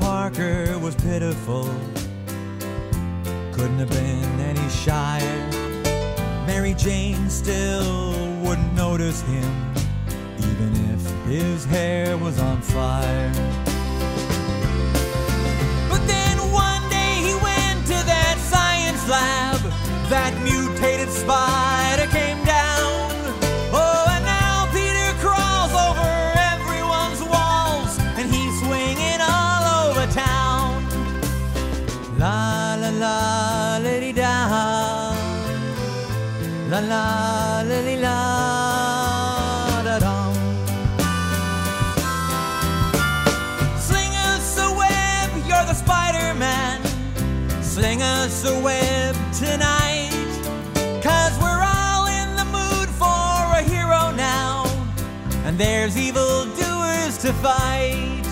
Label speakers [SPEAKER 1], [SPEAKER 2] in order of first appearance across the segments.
[SPEAKER 1] Parker was pitiful. Couldn't have been any shyer. Mary Jane still wouldn't notice him, even if his hair was on fire. But then one day he went to that science lab. That mutated spider came down. Oh, and now Peter crawls over everyone's walls, and he's swinging all over town. La la la, lady da. La la la li, la da dum. Sling us a web, you're the Spider Man. Sling us a web tonight. Cause we're all in the mood for a hero now. And there's evil doers to fight.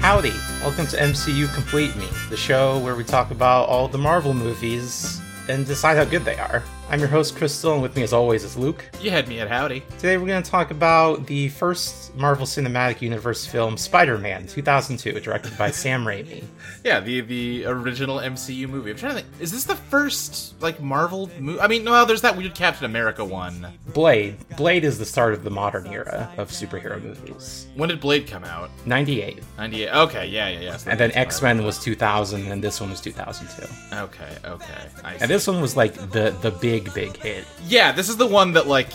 [SPEAKER 2] Howdy! Welcome to MCU Complete Me, the show where we talk about all the Marvel movies and decide how good they are. I'm your host, Crystal, and with me as always is Luke.
[SPEAKER 3] You had me at howdy.
[SPEAKER 2] Today we're going to talk about the first Marvel Cinematic Universe film, Spider Man 2002, directed by Sam Raimi.
[SPEAKER 3] Yeah, the the original MCU movie. I'm trying to think. Is this the first like Marvel movie? I mean, no, there's that weird Captain America one.
[SPEAKER 2] Blade. Blade is the start of the modern era of superhero movies.
[SPEAKER 3] When did Blade come out?
[SPEAKER 2] 98.
[SPEAKER 3] 98. Okay, yeah, yeah, yeah. So
[SPEAKER 2] And then
[SPEAKER 3] that's
[SPEAKER 2] X Men was 2000, and this one was 2002.
[SPEAKER 3] Marvel. Okay, okay. I see.
[SPEAKER 2] And this one was like the, the big, big hit.
[SPEAKER 3] yeah, this is the one that like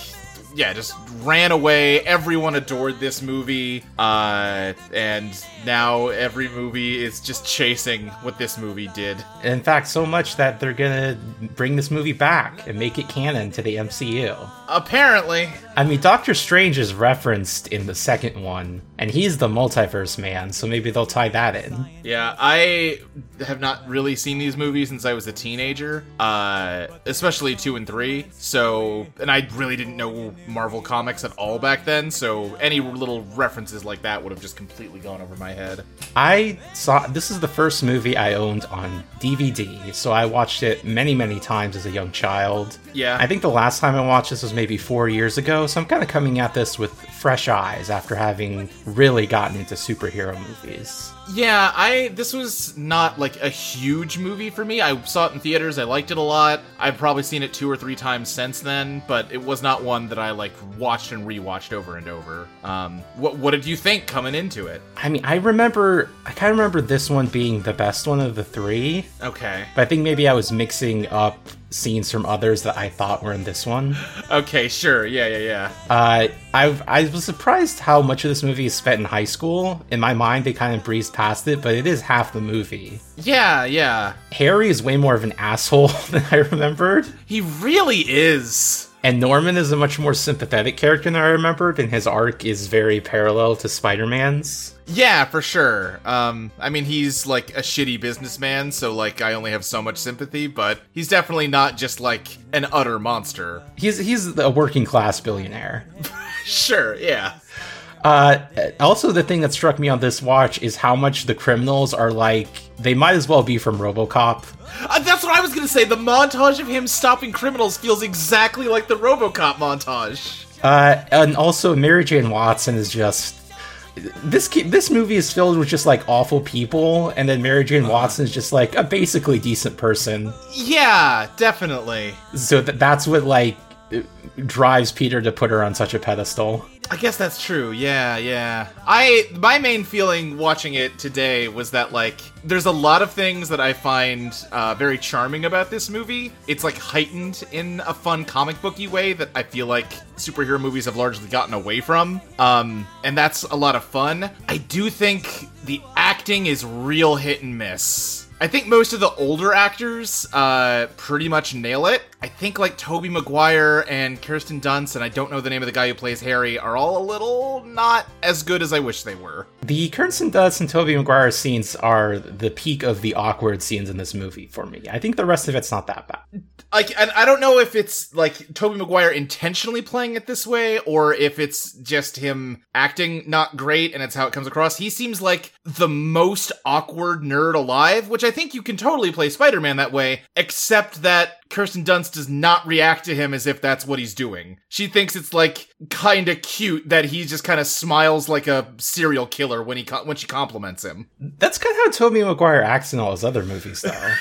[SPEAKER 3] yeah, just ran away. Everyone adored this movie. Uh and now every movie is just chasing what this movie did.
[SPEAKER 2] In fact, so much that they're gonna bring this movie back and make it canon to the MCU.
[SPEAKER 3] Apparently,
[SPEAKER 2] I mean, Doctor Strange is referenced in the second one, and he's the multiverse man, so maybe they'll tie that in.
[SPEAKER 3] Yeah, I have not really seen these movies since I was a teenager, uh, especially two and three. So, and I really didn't know Marvel comics at all back then. So, any little references like that would have just completely gone over my head.
[SPEAKER 2] I saw this is the first movie I owned on DVD, so I watched it many, many times as a young child.
[SPEAKER 3] Yeah.
[SPEAKER 2] I think the last time I watched this was maybe four years ago, so I'm kind of coming at this with fresh eyes after having really gotten into superhero movies.
[SPEAKER 3] Yeah, I this was not like a huge movie for me. I saw it in theaters. I liked it a lot. I've probably seen it two or three times since then, but it was not one that I like watched and rewatched over and over. Um, what what did you think coming into it?
[SPEAKER 2] I mean, I remember, I kind of remember this one being the best one of the three,
[SPEAKER 3] Okay.
[SPEAKER 2] but I think maybe I was mixing up scenes from others that I thought were in this one.
[SPEAKER 3] Okay, sure. Yeah, yeah, yeah.
[SPEAKER 2] Uh, I I was surprised how much of this movie is spent in high school. In my mind, they kind of breezed past it, but it is half the movie.
[SPEAKER 3] Yeah, yeah.
[SPEAKER 2] Harry is way more of an asshole than I remembered,
[SPEAKER 3] He really is.
[SPEAKER 2] and Norman is a much more sympathetic character than I remembered, and his arc is very parallel to Spider-Man's.
[SPEAKER 3] Yeah, for sure. Um, I mean, he's like a shitty businessman, so like I only have so much sympathy, but he's definitely not just like an utter monster.
[SPEAKER 2] He's he's a working class billionaire.
[SPEAKER 3] Sure, yeah.
[SPEAKER 2] Uh, also, the thing that struck me on this watch is how much the criminals are like they might as well be from RoboCop.
[SPEAKER 3] Uh, that's what I was gonna say. The montage of him stopping criminals feels exactly like the Robocop montage.
[SPEAKER 2] Uh, and also, Mary Jane Watson is just this. ki- This movie is filled with just like awful people, and then Mary Jane Watson is just like a basically decent person.
[SPEAKER 3] Yeah, definitely.
[SPEAKER 2] So th- that's what like drives Peter to put her on such a pedestal.
[SPEAKER 3] I guess that's true. Yeah, yeah. I my main feeling watching it today was that like there's a lot of things that I find uh, very charming about this movie. It's like heightened in a fun comic booky way that I feel like superhero movies have largely gotten away from. Um, and that's a lot of fun. I do think the acting is real hit and miss. I think most of the older actors uh, pretty much nail it. I think like Toby Maguire and Kirsten Dunst, and I don't know the name of the guy who plays Harry, are all a little not as good as I wish they were.
[SPEAKER 2] The Kirsten Dunst and Toby Maguire scenes are the peak of the awkward scenes in this movie for me. I think the rest of it's not that bad.
[SPEAKER 3] Like, and I don't know if it's like Toby Maguire intentionally playing it this way, or if it's just him acting not great and it's how it comes across. He seems like the most awkward nerd alive, which I think you can totally play Spider Man that way, except that Kirsten Dunst does not react to him as if that's what he's doing. She thinks it's like kind of cute that he just kind of smiles like a serial killer when he co- when she compliments him.
[SPEAKER 2] That's kind of how Tobey Maguire acts in all his other movies, though.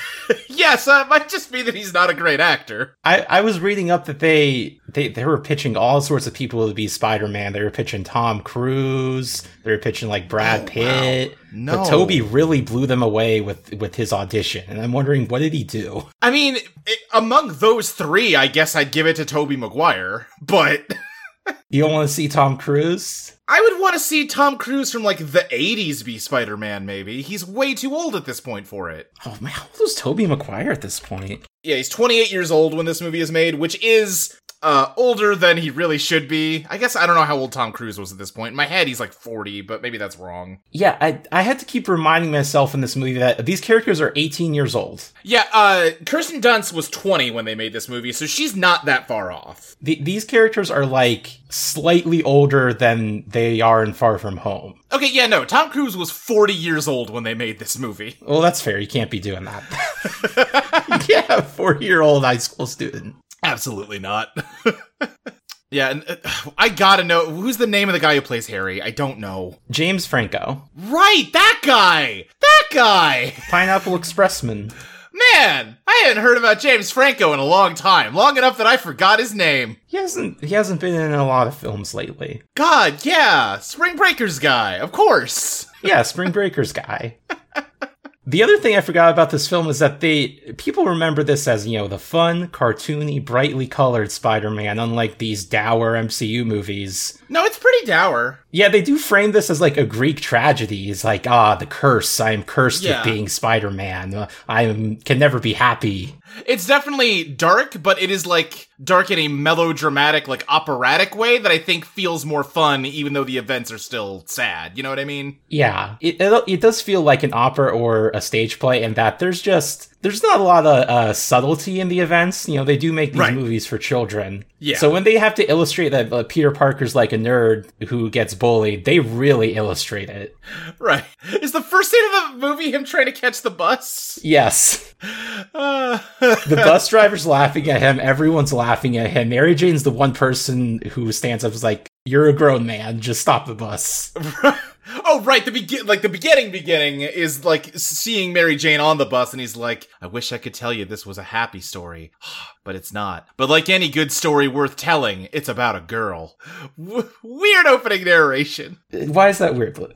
[SPEAKER 3] Yes, uh, it might just be that he's not a great actor.
[SPEAKER 2] I, I was reading up that they, they they were pitching all sorts of people to be Spider Man. They were pitching Tom Cruise. They were pitching like Brad Pitt.
[SPEAKER 3] No.
[SPEAKER 2] But Toby really blew them away with with his audition. And I'm wondering what did he do?
[SPEAKER 3] I mean, i among those three, I guess I'd give it to Toby Maguire, but
[SPEAKER 2] You don't want to see Tom Cruise?
[SPEAKER 3] I would want to see Tom Cruise from like the 80s be Spider-Man maybe. He's way too old at this point for it.
[SPEAKER 2] Oh man, how old was Toby Maguire at this point?
[SPEAKER 3] Yeah, he's 28 years old when this movie is made, which is uh older than he really should be. I guess I don't know how old Tom Cruise was at this point. In my head he's like 40, but maybe that's wrong.
[SPEAKER 2] Yeah, I I had to keep reminding myself in this movie that these characters are 18 years old.
[SPEAKER 3] Yeah, uh Kirsten Dunst was 20 when they made this movie, so she's not that far off.
[SPEAKER 2] The, these characters are like slightly older than they are in Far From Home.
[SPEAKER 3] Okay, yeah, no. Tom Cruise was 40 years old when they made this movie.
[SPEAKER 2] Well, that's fair. You can't be doing that. you can't have a four-year-old high school student.
[SPEAKER 3] Absolutely not. yeah, and uh, I gotta know who's the name of the guy who plays Harry. I don't know.
[SPEAKER 2] James Franco,
[SPEAKER 3] Right, that guy. That guy.
[SPEAKER 2] Pineapple Expressman.
[SPEAKER 3] Man, I haven't heard about James Franco in a long time. Long enough that I forgot his name.
[SPEAKER 2] He hasn't he hasn't been in a lot of films lately.
[SPEAKER 3] God, yeah, Spring Breakers guy, of course.
[SPEAKER 2] Yeah, Spring Breakers guy. The other thing I forgot about this film is that they people remember this as, you know, the fun, cartoony, brightly colored Spider-Man, unlike these dour MCU movies
[SPEAKER 3] No, it's pretty dour.
[SPEAKER 2] Yeah, they do frame this as like a Greek tragedy. It's like, ah, the curse. I am cursed
[SPEAKER 3] Yeah.
[SPEAKER 2] with being Spider-Man. Uh, I am, can never be happy.
[SPEAKER 3] It's definitely dark, but it is like dark in a melodramatic, like operatic way that I think feels more fun, even though the events are still sad. You know what I mean?
[SPEAKER 2] Yeah, it, it, it does feel like an opera or a stage play in that there's just, there's not a lot of uh, subtlety in the events. You know, they do make these
[SPEAKER 3] Right.
[SPEAKER 2] movies for children.
[SPEAKER 3] Yeah.
[SPEAKER 2] So when they have to illustrate that uh, Peter Parker's like a nerd who gets bullied, they really illustrate it.
[SPEAKER 3] Right. Is the first scene of the movie him trying to catch the bus?
[SPEAKER 2] Yes.
[SPEAKER 3] Uh,
[SPEAKER 2] The bus driver's laughing at him. Everyone's laughing at him. Mary Jane's the one person who stands up and is like, "You're a grown man. Just stop the bus."
[SPEAKER 3] oh, right. The begin, like the beginning, beginning is like seeing Mary Jane on the bus, and he's like, "I wish I could tell you this was a happy story, but it's not. But like any good story worth telling, it's about a girl." W- weird opening narration.
[SPEAKER 2] Why is that weird? Blue?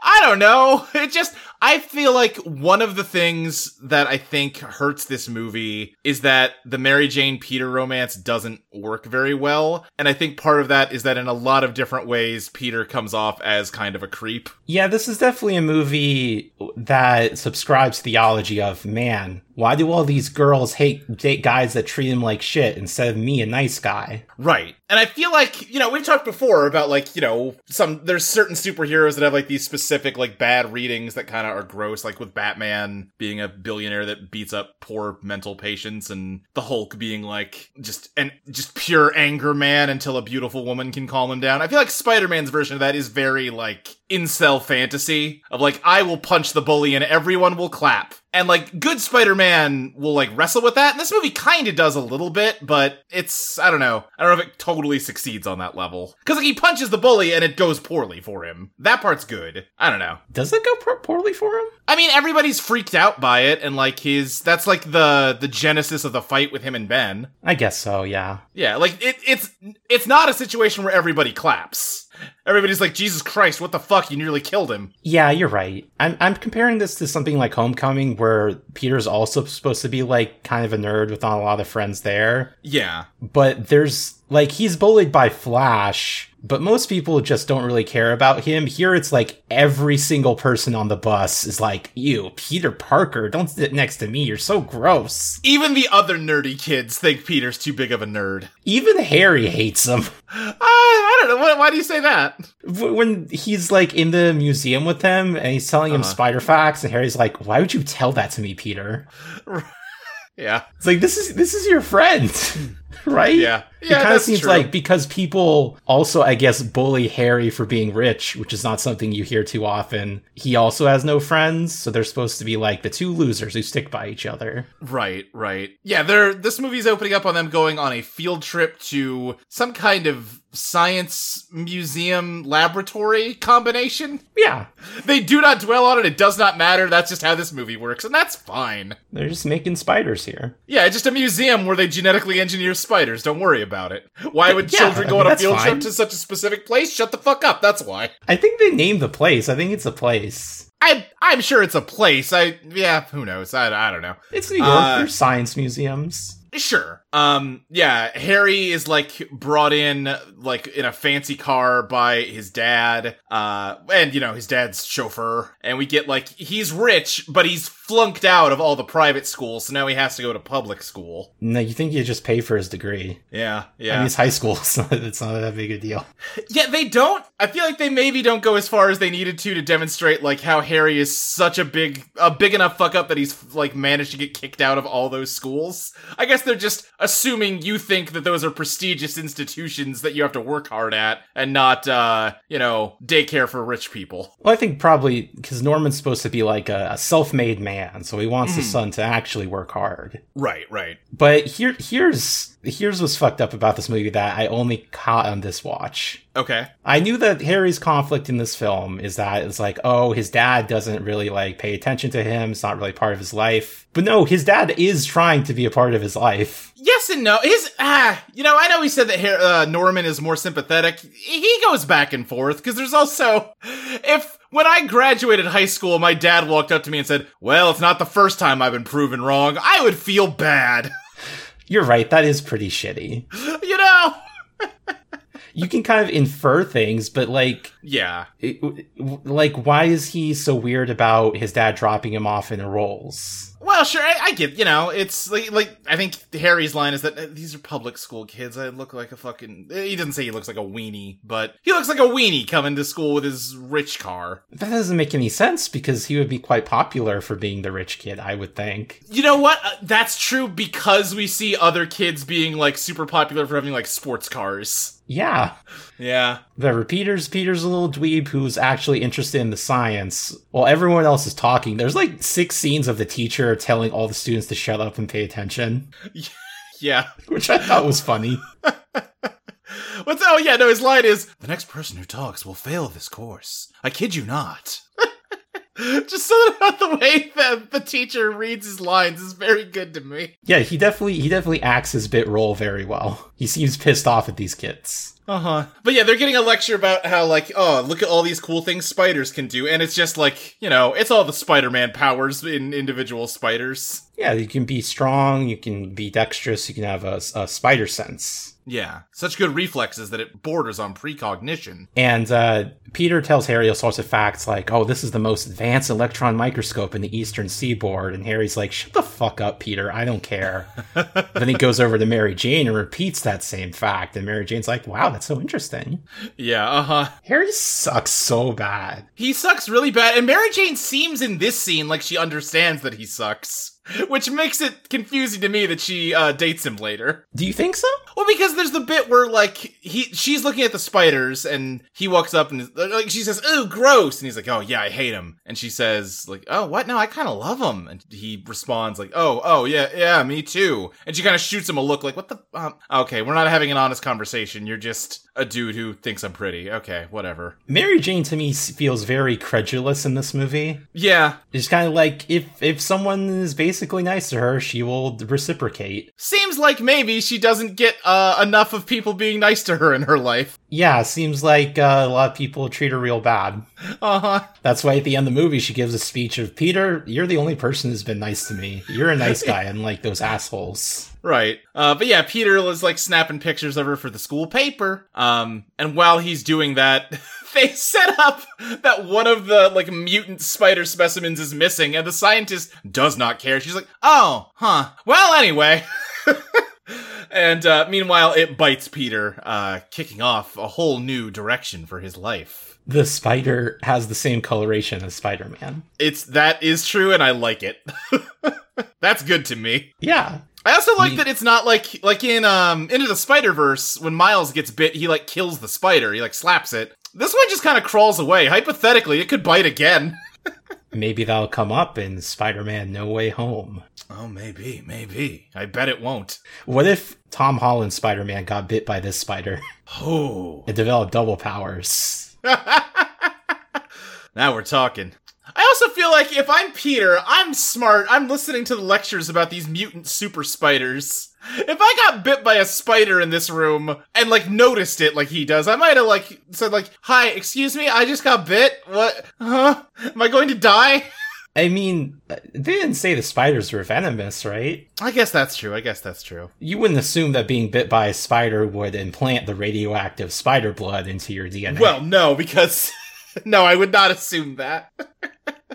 [SPEAKER 3] I don't know. It just, I feel like one of the things that I think hurts this movie is that the Mary Jane Peter romance doesn't work very well. And I think part of that is that in a lot of different ways, Peter comes off as kind of a creep.
[SPEAKER 2] Yeah, this is definitely a movie that subscribes to the theology of man. Why do all these girls hate date guys that treat him like shit instead of me, a nice guy?
[SPEAKER 3] Right. And I feel like, you know, we've talked before about like, you know, some, there's certain superheroes that have like these specific, like bad readings that kind of are gross, like with Batman being a billionaire that beats up poor mental patients and the Hulk being like just an, just pure anger man until a beautiful woman can calm him down. I feel like Spider-Man's version of that is very like incel fantasy of like, I will punch the bully and everyone will clap. And like good Spider-Man will like wrestle with that. And this movie kind of does a little bit, but it's I don't know. I don't know if it totally succeeds on that level. Cuz like he punches the bully and it goes poorly for him. That part's good. I don't know.
[SPEAKER 2] Does that go pro- poorly for him?
[SPEAKER 3] I mean, everybody's freaked out by it and like his that's like the the genesis of the fight with him and Ben.
[SPEAKER 2] I guess so. Yeah.
[SPEAKER 3] Yeah, like it, it's it's not a situation where everybody claps. Everybody's like, "Jesus Christ, what the fuck? You nearly killed him."
[SPEAKER 2] Yeah, you're right. I'm I'm comparing this to something like Homecoming, where Peter's also supposed to be like kind of a nerd with not a lot of friends there.
[SPEAKER 3] Yeah.
[SPEAKER 2] but there's like he's bullied by Flash, but most people just don't really care about him. Here it's like every single person on the bus is like, "You, Peter Parker, don't sit next to me. You're so gross."
[SPEAKER 3] Even the other nerdy kids think Peter's too big of a nerd.
[SPEAKER 2] Even Harry hates him.
[SPEAKER 3] Uh, I don't know. Why, why do you say that?
[SPEAKER 2] W- When he's like in the museum with him and he's telling him spider facts and Harry's like, "Why would you tell that to me, Peter?"
[SPEAKER 3] Yeah.
[SPEAKER 2] It's like, "This is this is your friend." right?
[SPEAKER 3] Yeah.
[SPEAKER 2] It
[SPEAKER 3] Yeah,
[SPEAKER 2] kind of
[SPEAKER 3] that's
[SPEAKER 2] seems
[SPEAKER 3] true.
[SPEAKER 2] like because people also, I guess, bully Harry for being rich, which is not something you hear too often. He also has no friends, so they're supposed to be like the two losers who stick by each other.
[SPEAKER 3] Right, right. Yeah, they're this movie's opening up on them going on a field trip to some kind of science museum laboratory combination.
[SPEAKER 2] Yeah,
[SPEAKER 3] They do not dwell on it. It does not matter. That's just how this movie works, and that's fine.
[SPEAKER 2] they're just making spiders here.
[SPEAKER 3] Yeah, it's just a museum where they genetically engineer spiders. Don't worry about it. Why would
[SPEAKER 2] Yeah,
[SPEAKER 3] children
[SPEAKER 2] I
[SPEAKER 3] go
[SPEAKER 2] mean,
[SPEAKER 3] on a
[SPEAKER 2] that's
[SPEAKER 3] field
[SPEAKER 2] fine.
[SPEAKER 3] trip to such a specific place? Shut the fuck up. That's why.
[SPEAKER 2] I think they named the place. I think it's a place.
[SPEAKER 3] I I'm sure it's a place. I yeah, who knows? I I don't know.
[SPEAKER 2] It's New York.
[SPEAKER 3] Uh,
[SPEAKER 2] There's science museums.
[SPEAKER 3] Sure. Um yeah, Harry is like brought in like in a fancy car by his dad. Uh and you know, his dad's chauffeur. And we get like he's rich, but he's flunked out of all the private schools, so now he has to go to public school.
[SPEAKER 2] No, you think you just pay for his degree?
[SPEAKER 3] Yeah.
[SPEAKER 2] I
[SPEAKER 3] Yeah.
[SPEAKER 2] mean, it's high school. It's not, it's not that big a deal.
[SPEAKER 3] Yeah, they don't. I feel like they maybe don't go as far as they needed to to demonstrate like how Harry is such a big, a big enough fuck up that he's like managed to get kicked out of all those schools. I guess they're just assuming you think that those are prestigious institutions that you have to work hard at, and not, uh, you know, daycare for rich people.
[SPEAKER 2] Well, I think probably because Norman's supposed to be like a, a self-made man, so he wants his son to actually work hard.
[SPEAKER 3] Right, right.
[SPEAKER 2] But here, here's here's what's fucked up about this movie that I only caught on this watch.
[SPEAKER 3] Okay.
[SPEAKER 2] I knew that Harry's conflict in this film is that it's like, oh, his dad doesn't really like pay attention to him. It's not really part of his life. But no, his dad is trying to be a part of his life.
[SPEAKER 3] Yes and no. His ah, you know, I know he said that Har- uh, Norman is more sympathetic. He goes back and forth because there's also if when I graduated high school, my dad walked up to me and said, "Well, it's not the first time I've been proven wrong." I would feel bad,
[SPEAKER 2] You're right. That is pretty shitty.
[SPEAKER 3] you know.
[SPEAKER 2] You can kind of infer things, but like
[SPEAKER 3] Yeah,
[SPEAKER 2] it, w- w- like why is he so weird about his dad dropping him off in roles
[SPEAKER 3] Well, sure, I, I get. You know, it's like, like I think Harry's line is that "Uh, these are public school kids. I look like a fucking. He doesn't say he looks like a weenie, but he looks like a weenie coming to school with his rich car.
[SPEAKER 2] that doesn't make any sense because he would be quite popular for being the rich kid i would think
[SPEAKER 3] You know what? Uh, That's true because we see other kids being like super popular for having like sports cars.
[SPEAKER 2] yeah
[SPEAKER 3] Yeah.
[SPEAKER 2] whatever peter's peter's a little dweeb who's actually interested in the science while everyone else is talking there's like six scenes of the teacher telling all the students to shut up and pay attention
[SPEAKER 3] Yeah.
[SPEAKER 2] which i thought was funny
[SPEAKER 3] What's oh yeah, no, his line is the next person who talks will fail this course. I kid you not. Just something about the way that the teacher reads his lines is very good to me.
[SPEAKER 2] yeah he definitely he definitely acts his bit role very well he seems pissed off at these kids
[SPEAKER 3] Uh-huh. But yeah, they're getting a lecture about how like, oh, look at all these cool things spiders can do, and it's just like, you know, it's all the Spider-Man powers in individual spiders.
[SPEAKER 2] Yeah, you can be strong, you can be dexterous, you can have a, a spider sense.
[SPEAKER 3] Yeah. Such good reflexes that it borders on precognition.
[SPEAKER 2] And uh, Peter tells Harry all sorts of facts like, oh, this is the most advanced electron microscope in the eastern seaboard. And Harry's like, shut the fuck up, Peter. I don't care. then he goes over to Mary Jane and repeats that same fact. And Mary Jane's like, wow, that's so interesting.
[SPEAKER 3] Yeah, uh huh.
[SPEAKER 2] Harry sucks so bad.
[SPEAKER 3] He sucks really bad, and Mary Jane seems in this scene like she understands that he sucks, which makes it confusing to me that she uh, dates him later.
[SPEAKER 2] Do you think so?
[SPEAKER 3] Well, because there's the bit where like he she's looking at the spiders, and he walks up and uh, like she says, "Ooh, gross," and he's like, "Oh yeah, I hate him," and she says like, "Oh what? No, I kind of love him," and he responds like, "Oh oh yeah yeah me too," and she kind of shoots him a look like, "What the? Um, okay, we're not having an honest conversation. You're just a dude who thinks I'm pretty. Okay, whatever."
[SPEAKER 2] Mary Jane to me s- feels very credulous in this movie.
[SPEAKER 3] Yeah,
[SPEAKER 2] It's kind of like if if someone is basically nice to her, she will reciprocate.
[SPEAKER 3] Seems like maybe she doesn't get uh, enough of people being nice to her in her life.
[SPEAKER 2] Yeah, seems like uh, a lot of people treat her real bad.
[SPEAKER 3] Uh huh.
[SPEAKER 2] That's why at the end of the movie, she gives a speech of Peter, you're the only person who's been nice to me. You're a nice guy, unlike those assholes.
[SPEAKER 3] Right. Uh, but yeah, Peter is like snapping pictures of her for the school paper. Um, and while he's doing that, they set up that one of the like mutant spider specimens is missing, and the scientist does not care. She's like, oh, huh. Well, anyway. and uh, meanwhile, it bites Peter, uh, kicking off a whole new direction for his life.
[SPEAKER 2] The spider has the same coloration as Spider Man.
[SPEAKER 3] It's that is true, and I like it. That's good to me.
[SPEAKER 2] Yeah.
[SPEAKER 3] I also like
[SPEAKER 2] Me-
[SPEAKER 3] that it's not like like in um Into the Spider Verse when Miles gets bit, he like kills the spider, he like slaps it. This one just kind of crawls away. Hypothetically, it could bite again.
[SPEAKER 2] Maybe that'll come up in Spider Man No Way Home.
[SPEAKER 3] Oh, maybe, maybe. I bet it won't.
[SPEAKER 2] What if Tom Holland Spider Man got bit by this spider
[SPEAKER 3] Oh.
[SPEAKER 2] and developed double powers?
[SPEAKER 3] Now we're talking. I also feel like if I'm Peter, I'm smart. I'm listening to the lectures about these mutant super spiders. If I got bit by a spider in this room and like noticed it like he does, I might have like said like, "Hi, excuse me, I just got bit. What? Huh? Am I going to die?"
[SPEAKER 2] I mean, they didn't say the spiders were venomous, right?
[SPEAKER 3] I guess that's true. I guess that's true.
[SPEAKER 2] You wouldn't assume that being bit by a spider would implant the radioactive spider blood into your DNA.
[SPEAKER 3] Well, no, because no, I would not assume that.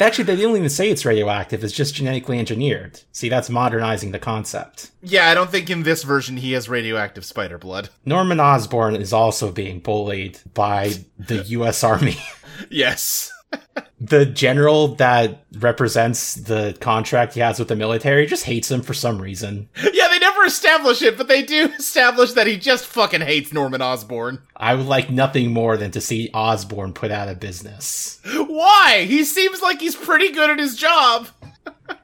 [SPEAKER 2] actually, they don't even say it's radioactive, it's just genetically engineered. See, that's modernizing the concept.
[SPEAKER 3] Yeah, I don't think in this version he has radioactive spider blood.
[SPEAKER 2] Norman Osborn is also being bullied by the US Army.
[SPEAKER 3] Yes.
[SPEAKER 2] the general that represents the contract he has with the military just hates him for some reason.
[SPEAKER 3] Yeah, they never establish it, but they do establish that he just fucking hates Norman Osborn.
[SPEAKER 2] I would like nothing more than to see Osborne put out of business.
[SPEAKER 3] Why? He seems like he's pretty good at his job.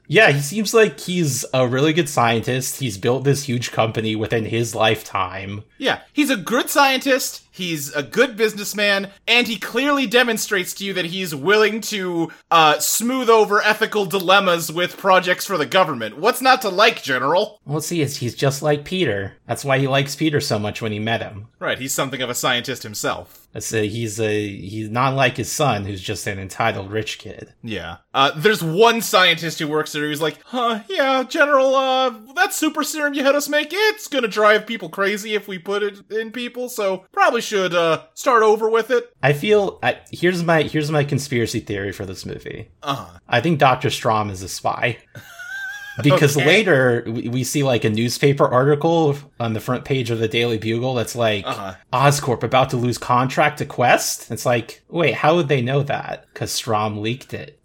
[SPEAKER 2] Yeah, he seems like he's a really good scientist. He's built this huge company within his lifetime.
[SPEAKER 3] Yeah, he's a good scientist, he's a good businessman, and he clearly demonstrates to you that he's willing to uh, smooth over ethical dilemmas with projects for the government. What's not to like, General?
[SPEAKER 2] Well, see, he's he's just like Peter. That's why he likes Peter so much when he met him.
[SPEAKER 3] Right, he's something of a scientist himself.
[SPEAKER 2] That's a, he's a he's not like his son, who's just an entitled rich kid.
[SPEAKER 3] Yeah. Uh, there's one scientist who works there who's like, huh, yeah, General, uh, that super serum you had us make, it's gonna drive people crazy if we put it in people, so probably should, uh, start over with it.
[SPEAKER 2] I feel I, here's my here's my conspiracy theory for this movie.
[SPEAKER 3] Uh-huh.
[SPEAKER 2] I think Doctor Strom is a spy. Because
[SPEAKER 3] Okay.
[SPEAKER 2] later we we see like a newspaper article on the front page of the Daily Bugle that's like
[SPEAKER 3] Uh-huh.
[SPEAKER 2] Oscorp about to lose contract to Quest. It's like, wait, how would they know that? Because Strom leaked it,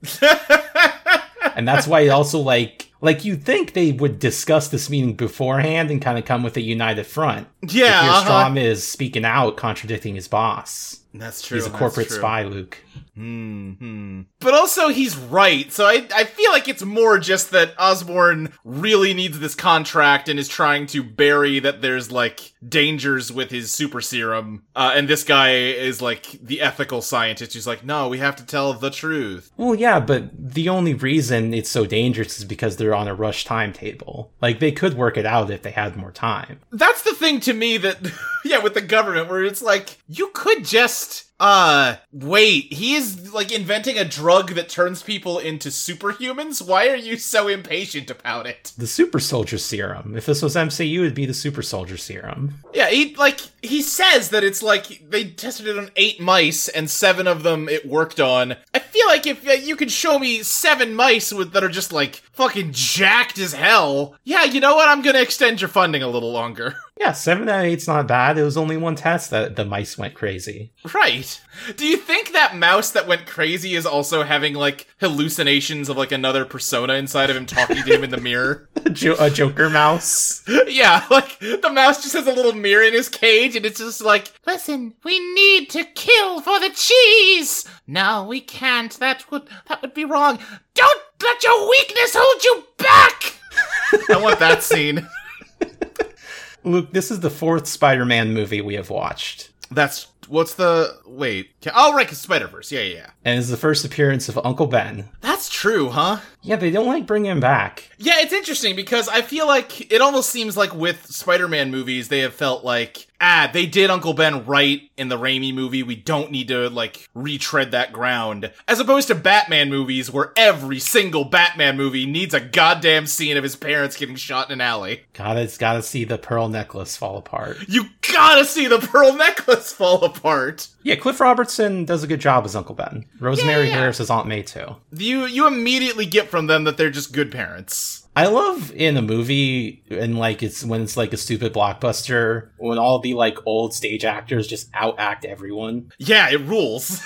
[SPEAKER 2] and that's why it also like like you think they would discuss this meeting beforehand and kind of come with a united front.
[SPEAKER 3] yeah,
[SPEAKER 2] Here,
[SPEAKER 3] uh-huh.
[SPEAKER 2] Strom is speaking out, contradicting his boss.
[SPEAKER 3] That's true.
[SPEAKER 2] He's a
[SPEAKER 3] that's
[SPEAKER 2] corporate
[SPEAKER 3] true.
[SPEAKER 2] spy, Luke.
[SPEAKER 3] Hmm. But also, he's right. So I, I feel like it's more just that Osborne really needs this contract and is trying to bury that there's like dangers with his super serum. Uh, and this guy is like the ethical scientist who's like, no, we have to tell the truth.
[SPEAKER 2] Well, yeah, but the only reason it's so dangerous is because they're on a rush timetable. Like, they could work it out if they had more time.
[SPEAKER 3] That's the thing to me that, yeah, with the government, where it's like, you could just. Uh, wait, he is like inventing a drug that turns people into superhumans? Why are you so impatient about it?
[SPEAKER 2] The super soldier serum. If this was MCU, it'd be the super soldier serum.
[SPEAKER 3] Yeah, he like he says that it's like they tested it on eight mice and seven of them it worked on. I feel like if uh, you could show me seven mice with that are just like fucking jacked as hell, yeah, you know what? I'm gonna extend your funding a little longer.
[SPEAKER 2] Yeah, 7 out of 8's not bad. It was only one test that the mice went crazy.
[SPEAKER 3] right? Do you think that mouse that went crazy is also having like hallucinations of like another persona inside of him talking to him in the mirror?
[SPEAKER 2] A, jo- a Joker mouse.
[SPEAKER 3] Yeah, like the mouse just has a little mirror in his cage, and it's just like, "Listen, we need to kill for the cheese." No, we can't. That would that would be wrong. Don't let your weakness hold you back. I want that scene.
[SPEAKER 2] Luke, this is the fourth Spider Man movie we have watched.
[SPEAKER 3] That's what's the wait? Ca- Oh, right, Spider Verse. Yeah, yeah, yeah.
[SPEAKER 2] And it's the first appearance of Uncle Ben.
[SPEAKER 3] That's true, huh?
[SPEAKER 2] Yeah, they don't like bringing him back.
[SPEAKER 3] Yeah, it's interesting because I feel like it almost seems like with Spider-Man movies, they have felt like, ah, they did Uncle Ben right in the Raimi movie. We don't need to like retread that ground. As opposed to Batman movies where every single Batman movie needs a goddamn scene of his parents getting shot in an alley.
[SPEAKER 2] Gotta, gotta see the pearl necklace fall apart.
[SPEAKER 3] You gotta see the pearl necklace fall apart.
[SPEAKER 2] Yeah, Cliff Robertson does a good job as Uncle Ben. Rosemary
[SPEAKER 3] Yeah.
[SPEAKER 2] Harris as Aunt May too.
[SPEAKER 3] You you immediately get from them that they're just good parents.
[SPEAKER 2] I love in a movie and like it's when it's like a stupid blockbuster when all the like old stage actors just out act everyone.
[SPEAKER 3] Yeah, it rules.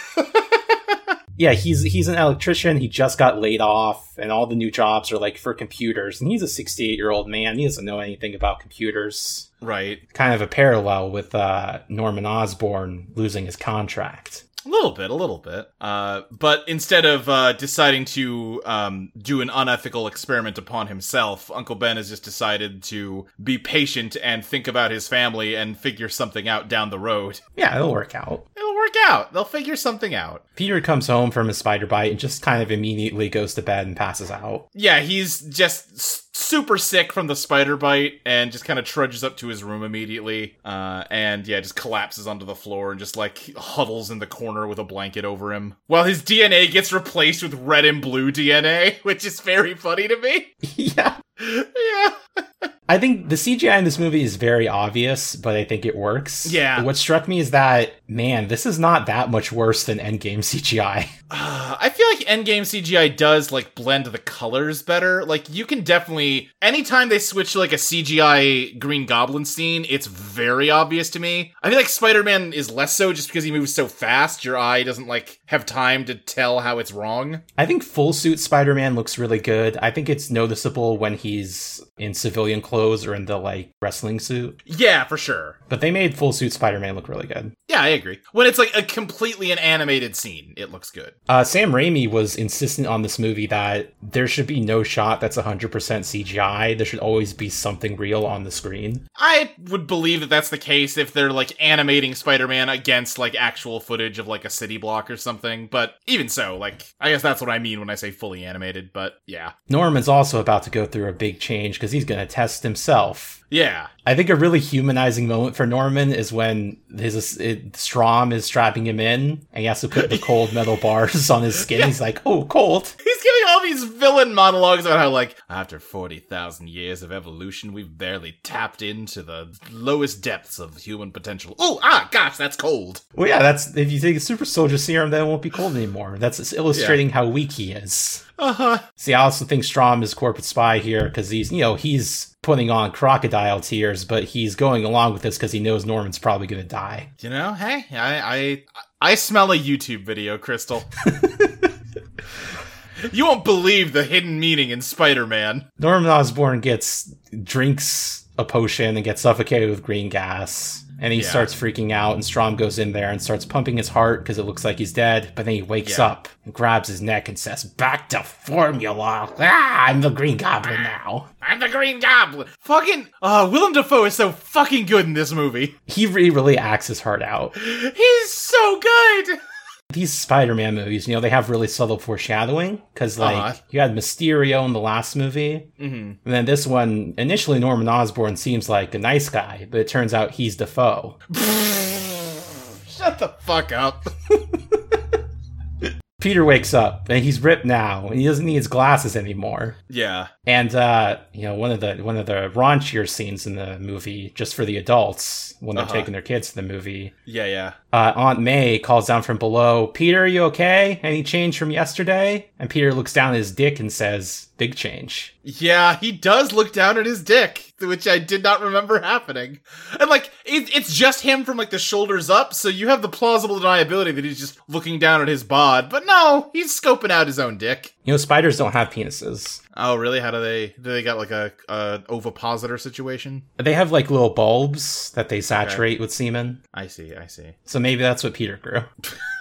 [SPEAKER 2] yeah, he's he's an electrician. He just got laid off, and all the new jobs are like for computers. And he's a 68 year old man. He doesn't know anything about computers.
[SPEAKER 3] Right.
[SPEAKER 2] Kind of a parallel with uh, Norman Osborn losing his contract.
[SPEAKER 3] A little bit, a little bit. Uh, but instead of uh, deciding to um, do an unethical experiment upon himself, Uncle Ben has just decided to be patient and think about his family and figure something out down the road.
[SPEAKER 2] Yeah, it'll work out.
[SPEAKER 3] It'll work out. They'll figure something out.
[SPEAKER 2] Peter comes home from his spider bite and just kind of immediately goes to bed and passes out.
[SPEAKER 3] Yeah, he's just s- super sick from the spider bite and just kind of trudges up to his room immediately. Uh, and yeah, just collapses onto the floor and just like huddles in the corner with a blanket over him. While his DNA gets replaced with red and blue DNA, which is very funny to me.
[SPEAKER 2] yeah.
[SPEAKER 3] yeah.
[SPEAKER 2] I think the CGI in this movie is very obvious, but I think it works.
[SPEAKER 3] Yeah.
[SPEAKER 2] What struck me is that, man, this is not that much worse than Endgame CGI.
[SPEAKER 3] Uh, I feel like Endgame CGI does like blend the colors better. Like you can definitely anytime they switch to like a CGI Green Goblin scene, it's very obvious to me. I feel like Spider-Man is less so just because he moves so fast, your eye doesn't like have time to tell how it's wrong.
[SPEAKER 2] I think full suit Spider Man looks really good. I think it's noticeable when he's in civilian clothes or in the like wrestling suit.
[SPEAKER 3] Yeah, for sure.
[SPEAKER 2] But they made full suit Spider Man look really good.
[SPEAKER 3] Yeah, I agree. When it's like a completely an animated scene, it looks good.
[SPEAKER 2] Uh, Sam Raimi was insistent on this movie that there should be no shot that's 100% CGI. There should always be something real on the screen.
[SPEAKER 3] I would believe that that's the case if they're like animating Spider-Man against like actual footage of like a city block or something. But even so, like I guess that's what I mean when I say fully animated. But yeah,
[SPEAKER 2] Norman's also about to go through a big change because he's going to test himself.
[SPEAKER 3] yeah,
[SPEAKER 2] I think a really humanizing moment for Norman is when his it, Strom is strapping him in and he has to put the cold metal bars on his skin. He's like, oh, cold.
[SPEAKER 3] he's giving all these villain monologues about how like after forty thousand years of evolution, we've barely tapped into the lowest depths of human potential. Oh ah, gosh, that's cold.
[SPEAKER 2] Well, yeah, that's if you take a super soldier serum, then it won't be cold anymore. That's it's illustrating how weak he is.
[SPEAKER 3] Uh huh.
[SPEAKER 2] See, I also think Strom is corporate spy here because he's, you know, he's putting on crocodile tears, but he's going along with this because he knows Norman's probably going to die.
[SPEAKER 3] You know, hey, I I I smell a YouTube video, Crystal. you won't believe the hidden meaning in Spider-Man.
[SPEAKER 2] Norman Osborn gets drinks a potion and gets suffocated with green gas. And he
[SPEAKER 3] Yeah.
[SPEAKER 2] starts freaking out, and Strom goes in there and starts pumping his heart because it looks like he's dead. But then he wakes
[SPEAKER 3] Yeah.
[SPEAKER 2] up and grabs his neck and says, Back to formula. Ah, I'm the Green Goblin now.
[SPEAKER 3] I'm the Green Goblin. Fucking uh Willem Dafoe is so fucking good in this movie.
[SPEAKER 2] He really, really acts his heart out.
[SPEAKER 3] He's so good.
[SPEAKER 2] These Spider Man movies, you know, they have really subtle foreshadowing because, like,
[SPEAKER 3] Uh-huh.
[SPEAKER 2] you had Mysterio in the last movie. Mm-hmm. And then this one, initially, Norman Osborn seems like a nice guy, but it turns out he's Defoe.
[SPEAKER 3] Shut the fuck up.
[SPEAKER 2] Peter wakes up and he's ripped now and he doesn't need his glasses anymore.
[SPEAKER 3] yeah.
[SPEAKER 2] And uh, you know, one of the one of the raunchier scenes in the movie, just for the adults when they're
[SPEAKER 3] Uh-huh.
[SPEAKER 2] taking their kids to the movie,
[SPEAKER 3] Yeah, yeah.
[SPEAKER 2] uh, Aunt May calls down from below, "Peter, are you okay? Any change from yesterday?" And Peter looks down at his dick and says, "Big change."
[SPEAKER 3] Yeah, he does look down at his dick, which I did not remember happening. And like, it, it's just him from like the shoulders up, so you have the plausible deniability that he's just looking down at his bod. But no, he's scoping out his own dick.
[SPEAKER 2] You know, spiders don't have penises.
[SPEAKER 3] Oh, really? How do they? Do they got like a, a ovipositor situation?
[SPEAKER 2] They have like little bulbs that they saturate with semen.
[SPEAKER 3] I see. I see.
[SPEAKER 2] So maybe that's what Peter grew.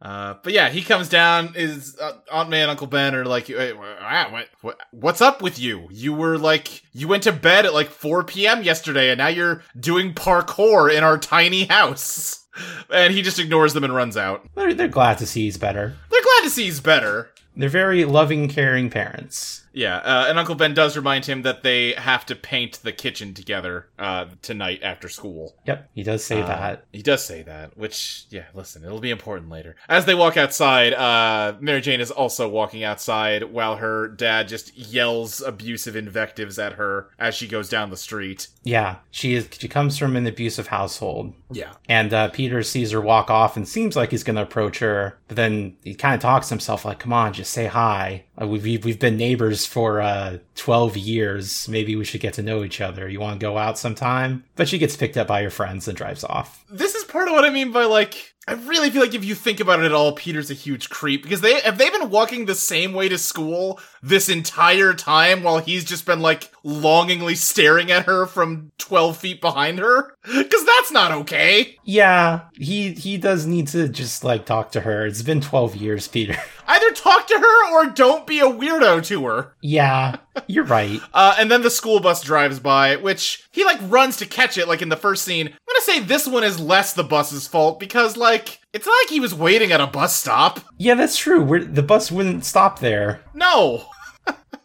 [SPEAKER 3] Uh, but yeah, he comes down. Is uh, Aunt May and Uncle Ben are like, "Wait, wha- what, what, what's up with you? You were like, you went to bed at like 4 p.m. yesterday, and now you're doing parkour in our tiny house. And he just ignores them and runs out.
[SPEAKER 2] They're, they're glad to see he's better.
[SPEAKER 3] They're glad to see he's better.
[SPEAKER 2] They're very loving, caring parents.
[SPEAKER 3] Yeah, uh, and Uncle Ben does remind him that they have to paint the kitchen together uh, tonight after school.
[SPEAKER 2] Yep, he does say
[SPEAKER 3] Uh,
[SPEAKER 2] that.
[SPEAKER 3] He does say that, which, yeah, listen, it'll be important later. As they walk outside, uh, Mary Jane is also walking outside while her dad just yells abusive invectives at her as she goes down the street.
[SPEAKER 2] Yeah, she is. She comes from an abusive household,
[SPEAKER 3] Yeah.
[SPEAKER 2] and uh, Peter sees her walk off and seems like he's going to approach her, but then he kind of talks to himself like, "Come on, just say hi. Uh, We've we've- we've been neighbors for uh, twelve years. Maybe we should get to know each other. You want to go out sometime?" But she gets picked up by her friends and drives off.
[SPEAKER 3] This is part of what I mean by like. I really feel like if you think about it at all, Peter's a huge creep because they have they been walking the same way to school this entire time while he's just been like longingly staring at her from twelve feet behind her because that's not okay.
[SPEAKER 2] Yeah, he he does need to just like talk to her. It's been 12 years, Peter.
[SPEAKER 3] Either talk to her or don't be a weirdo to her.
[SPEAKER 2] yeah, you're right.
[SPEAKER 3] Uh, and then the school bus drives by, which he like runs to catch it, like in the first scene. I'm gonna say this one is less the bus's fault because like it's not like he was waiting at a bus stop.
[SPEAKER 2] Yeah, that's true. We're, the bus wouldn't stop there.
[SPEAKER 3] No,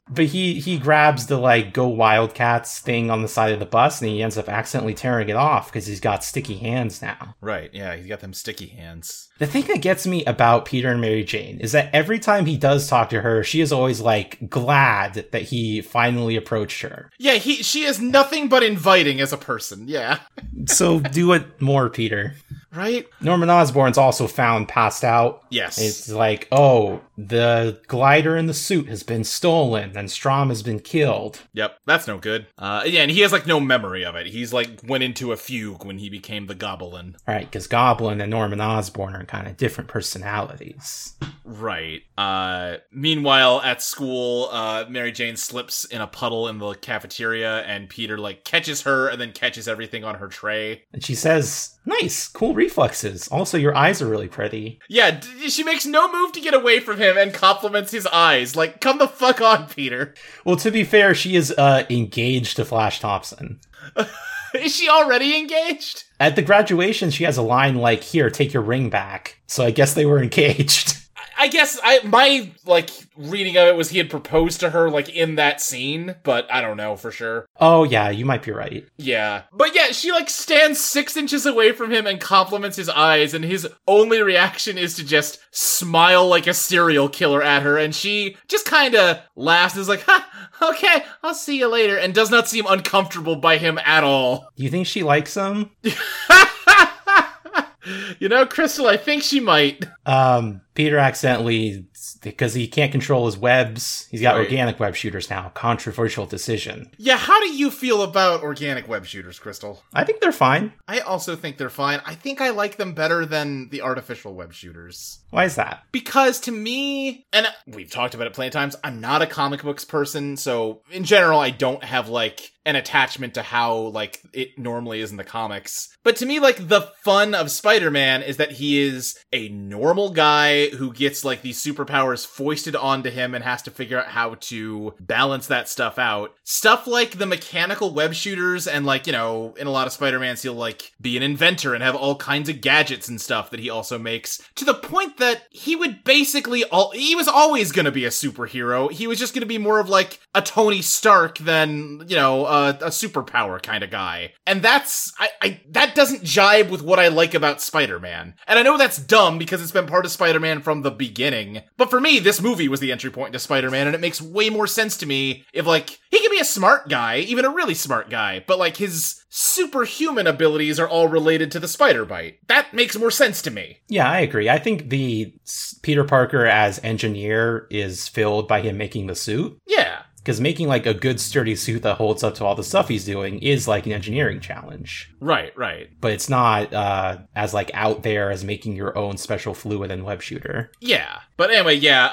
[SPEAKER 2] But he he grabs the like go wildcats thing on the side of the bus and he ends up accidentally tearing it off because he's got sticky hands now.
[SPEAKER 3] right? Yeah, he's got them sticky hands.
[SPEAKER 2] The thing that gets me about Peter and Mary Jane is that every time he does talk to her, she is always like glad that he finally approached her.
[SPEAKER 3] Yeah, he she is nothing but inviting as a person. Yeah,
[SPEAKER 2] So do it more, Peter.
[SPEAKER 3] right?
[SPEAKER 2] Norman Osborn's also found passed out.
[SPEAKER 3] Yes.
[SPEAKER 2] It's like, oh, the glider in the suit has been stolen and Strom has been killed.
[SPEAKER 3] Yep, that's no good. Uh, yeah, and he has like no memory of it. He's like went into a fugue when he became the goblin.
[SPEAKER 2] All right, because Goblin and Norman Osborn are kind of different personalities.
[SPEAKER 3] Right. Uh, meanwhile, at school, uh, Mary Jane slips in a puddle in the cafeteria, and Peter like catches her and then catches everything on her tray.
[SPEAKER 2] And she says, nice, cool reflexes. Also, your eyes are really pretty.
[SPEAKER 3] Yeah, d- she makes no move to get away from him and compliments his eyes. Like, come the fuck on, Peter.
[SPEAKER 2] Well, to be fair, she is uh, engaged to Flash Thompson.
[SPEAKER 3] Is she already engaged?
[SPEAKER 2] At the graduation, she has a line like, here, take your ring back. So I guess they were engaged.
[SPEAKER 3] I guess I my like reading of it was he had proposed to her like in that scene, but I don't know for sure.
[SPEAKER 2] oh, yeah, you might be right.
[SPEAKER 3] Yeah. But yeah, she like stands six inches away from him and compliments his eyes, and his only reaction is to just smile like a serial killer at her, and she just kinda laughs and is like, ha, okay, I'll see you later, and does not seem uncomfortable by him at all.
[SPEAKER 2] Do you think she likes him?
[SPEAKER 3] you know, Crystal, I think she might.
[SPEAKER 2] Um, Peter accidentally, because he can't control his webs, he's got
[SPEAKER 3] Right.
[SPEAKER 2] organic web shooters now. Controversial decision.
[SPEAKER 3] Yeah, how do you feel about organic web shooters, Crystal?
[SPEAKER 2] I think they're fine.
[SPEAKER 3] I also think they're fine. I think I like them better than the artificial web shooters.
[SPEAKER 2] Why is that?
[SPEAKER 3] Because to me, and we've talked about it plenty of times, I'm not a comic books person, so in general, I don't have like an attachment to how like it normally is in the comics. But to me, like the fun of Spider-Man is that he is a normal guy who gets like these superpowers foisted onto him and has to figure out how to balance that stuff out. Stuff like the mechanical web shooters and like, you know, in a lot of Spider-Mans he'll like be an inventor and have all kinds of gadgets and stuff that he also makes to the point that he would basically all he was always going to be a superhero. He was just going to be more of like a Tony Stark than, you know, a, a superpower kind of guy. And that's I, I that doesn't jibe with what I like about Spider-Man. And I know that's dumb because it's been part of Spider-Man from the beginning. But for me, this movie was the entry point to Spider-Man and it makes way more sense to me if like he can be a smart guy, even a really smart guy, but like his superhuman abilities are all related to the spider bite. That makes more sense to me.
[SPEAKER 2] Yeah, I agree. I think the s- Peter Parker as engineer is filled by him making the suit.
[SPEAKER 3] Yeah.
[SPEAKER 2] Because making like a good sturdy suit that holds up to all the stuff he's doing is like an engineering challenge.
[SPEAKER 3] Right, right.
[SPEAKER 2] But it's not uh, as like out there as making your own special fluid and web shooter.
[SPEAKER 3] Yeah. But anyway, yeah,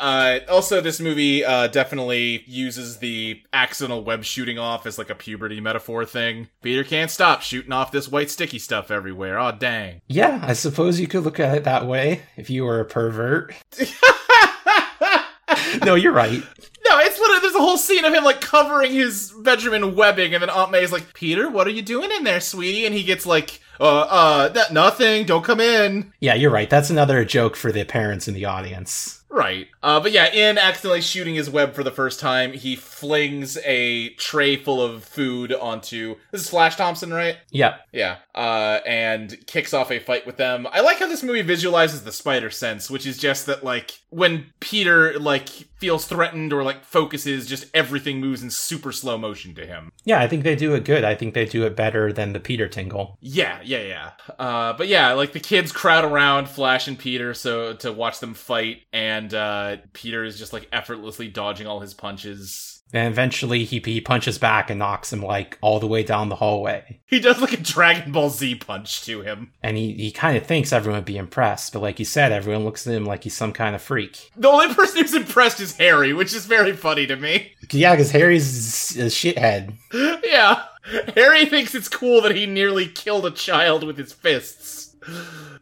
[SPEAKER 3] uh also this movie uh definitely uses the accidental web shooting off as like a puberty metaphor thing. Peter can't stop shooting off this white sticky stuff everywhere. Oh dang.
[SPEAKER 2] Yeah, I suppose you could look at it that way if you were a pervert. no, you're right.
[SPEAKER 3] No, it's literally there's a whole scene of him like covering his bedroom in webbing, and then Aunt May's like, "Peter, what are you doing in there, sweetie?" And he gets like, "Uh, uh, n- nothing. Don't come in."
[SPEAKER 2] Yeah, you're right. That's another joke for the parents in the audience.
[SPEAKER 3] Right. Uh, but yeah, in accidentally shooting his web for the first time, he flings a tray full of food onto this is Flash Thompson, right?
[SPEAKER 2] Yep.
[SPEAKER 3] Yeah. Uh, and kicks off a fight with them. I like how this movie visualizes the spider sense, which is just that, like, when Peter, like, feels threatened or, like, focuses, just everything moves in super slow motion to him.
[SPEAKER 2] Yeah, I think they do it good. I think they do it better than the Peter Tingle.
[SPEAKER 3] Yeah, yeah, yeah. Uh, but yeah, like, the kids crowd around Flash and Peter so to watch them fight, and and uh, Peter is just like effortlessly dodging all his punches.
[SPEAKER 2] And eventually he, he punches back and knocks him like all the way down the hallway.
[SPEAKER 3] He does like a Dragon Ball Z punch to him.
[SPEAKER 2] And he, he kind of thinks everyone would be impressed, but like you said, everyone looks at him like he's some kind of freak.
[SPEAKER 3] The only person who's impressed is Harry, which is very funny to me.
[SPEAKER 2] Yeah, because Harry's a shithead.
[SPEAKER 3] yeah. Harry thinks it's cool that he nearly killed a child with his fists.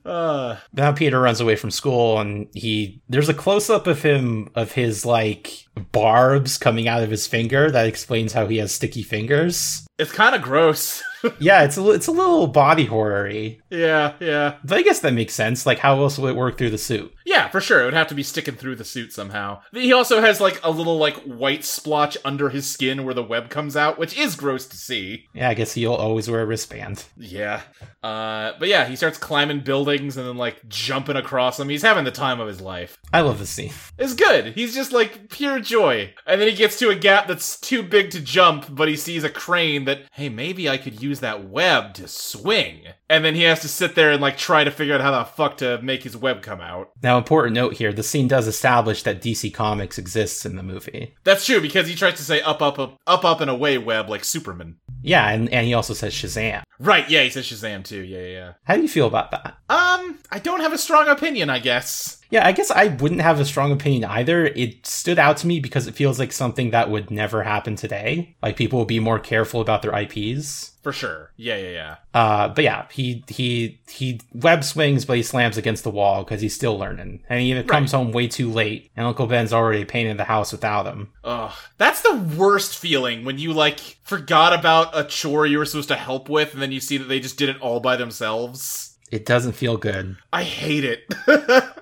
[SPEAKER 3] Uh,
[SPEAKER 2] Now Peter runs away from school and he there's a close up of him of his like barbs coming out of his finger that explains how he has sticky fingers.
[SPEAKER 3] it's kind of gross.
[SPEAKER 2] yeah, it's a li- it's a little body horror-y.
[SPEAKER 3] yeah, yeah.
[SPEAKER 2] But I guess that makes sense. Like how else would it work through the suit?
[SPEAKER 3] Yeah, for sure. It would have to be sticking through the suit somehow. He also has like a little like white splotch under his skin where the web comes out, which is gross to see.
[SPEAKER 2] Yeah, I guess he'll always wear a wristband.
[SPEAKER 3] Yeah. Uh, but yeah, he starts climbing buildings and then like jumping across them. He's having the time of his life.
[SPEAKER 2] I love this scene.
[SPEAKER 3] It's good. He's just like pure joy. And then he gets to a gap that's too big to jump, but he sees a crane that, hey, maybe I could use that web to swing. And then he has to sit there and like try to figure out how the fuck to make his web come out.
[SPEAKER 2] Now, important note here: the scene does establish that DC Comics exists in the movie.
[SPEAKER 3] That's true because he tries to say up, up, up, up, up and away web like Superman.
[SPEAKER 2] Yeah, and, and he also says Shazam.
[SPEAKER 3] Right. Yeah. He says Shazam too. Yeah. Yeah. yeah.
[SPEAKER 2] How do you feel about that?
[SPEAKER 3] Um, I don't have a strong opinion, I guess.
[SPEAKER 2] Yeah, I guess I wouldn't have a strong opinion either. It stood out to me because it feels like something that would never happen today. Like people will be more careful about their IPs.
[SPEAKER 3] For sure. Yeah. Yeah. Yeah.
[SPEAKER 2] Uh, but yeah, he he he web swings, but he slams against the wall because he's still learning, and he even comes home way too late. And Uncle Ben's already painted the house without him.
[SPEAKER 3] Ugh. That's the worst feeling when you like forgot about a chore you were supposed to help with and then you see that they just did it all by themselves.
[SPEAKER 2] It doesn't feel good.
[SPEAKER 3] I hate it.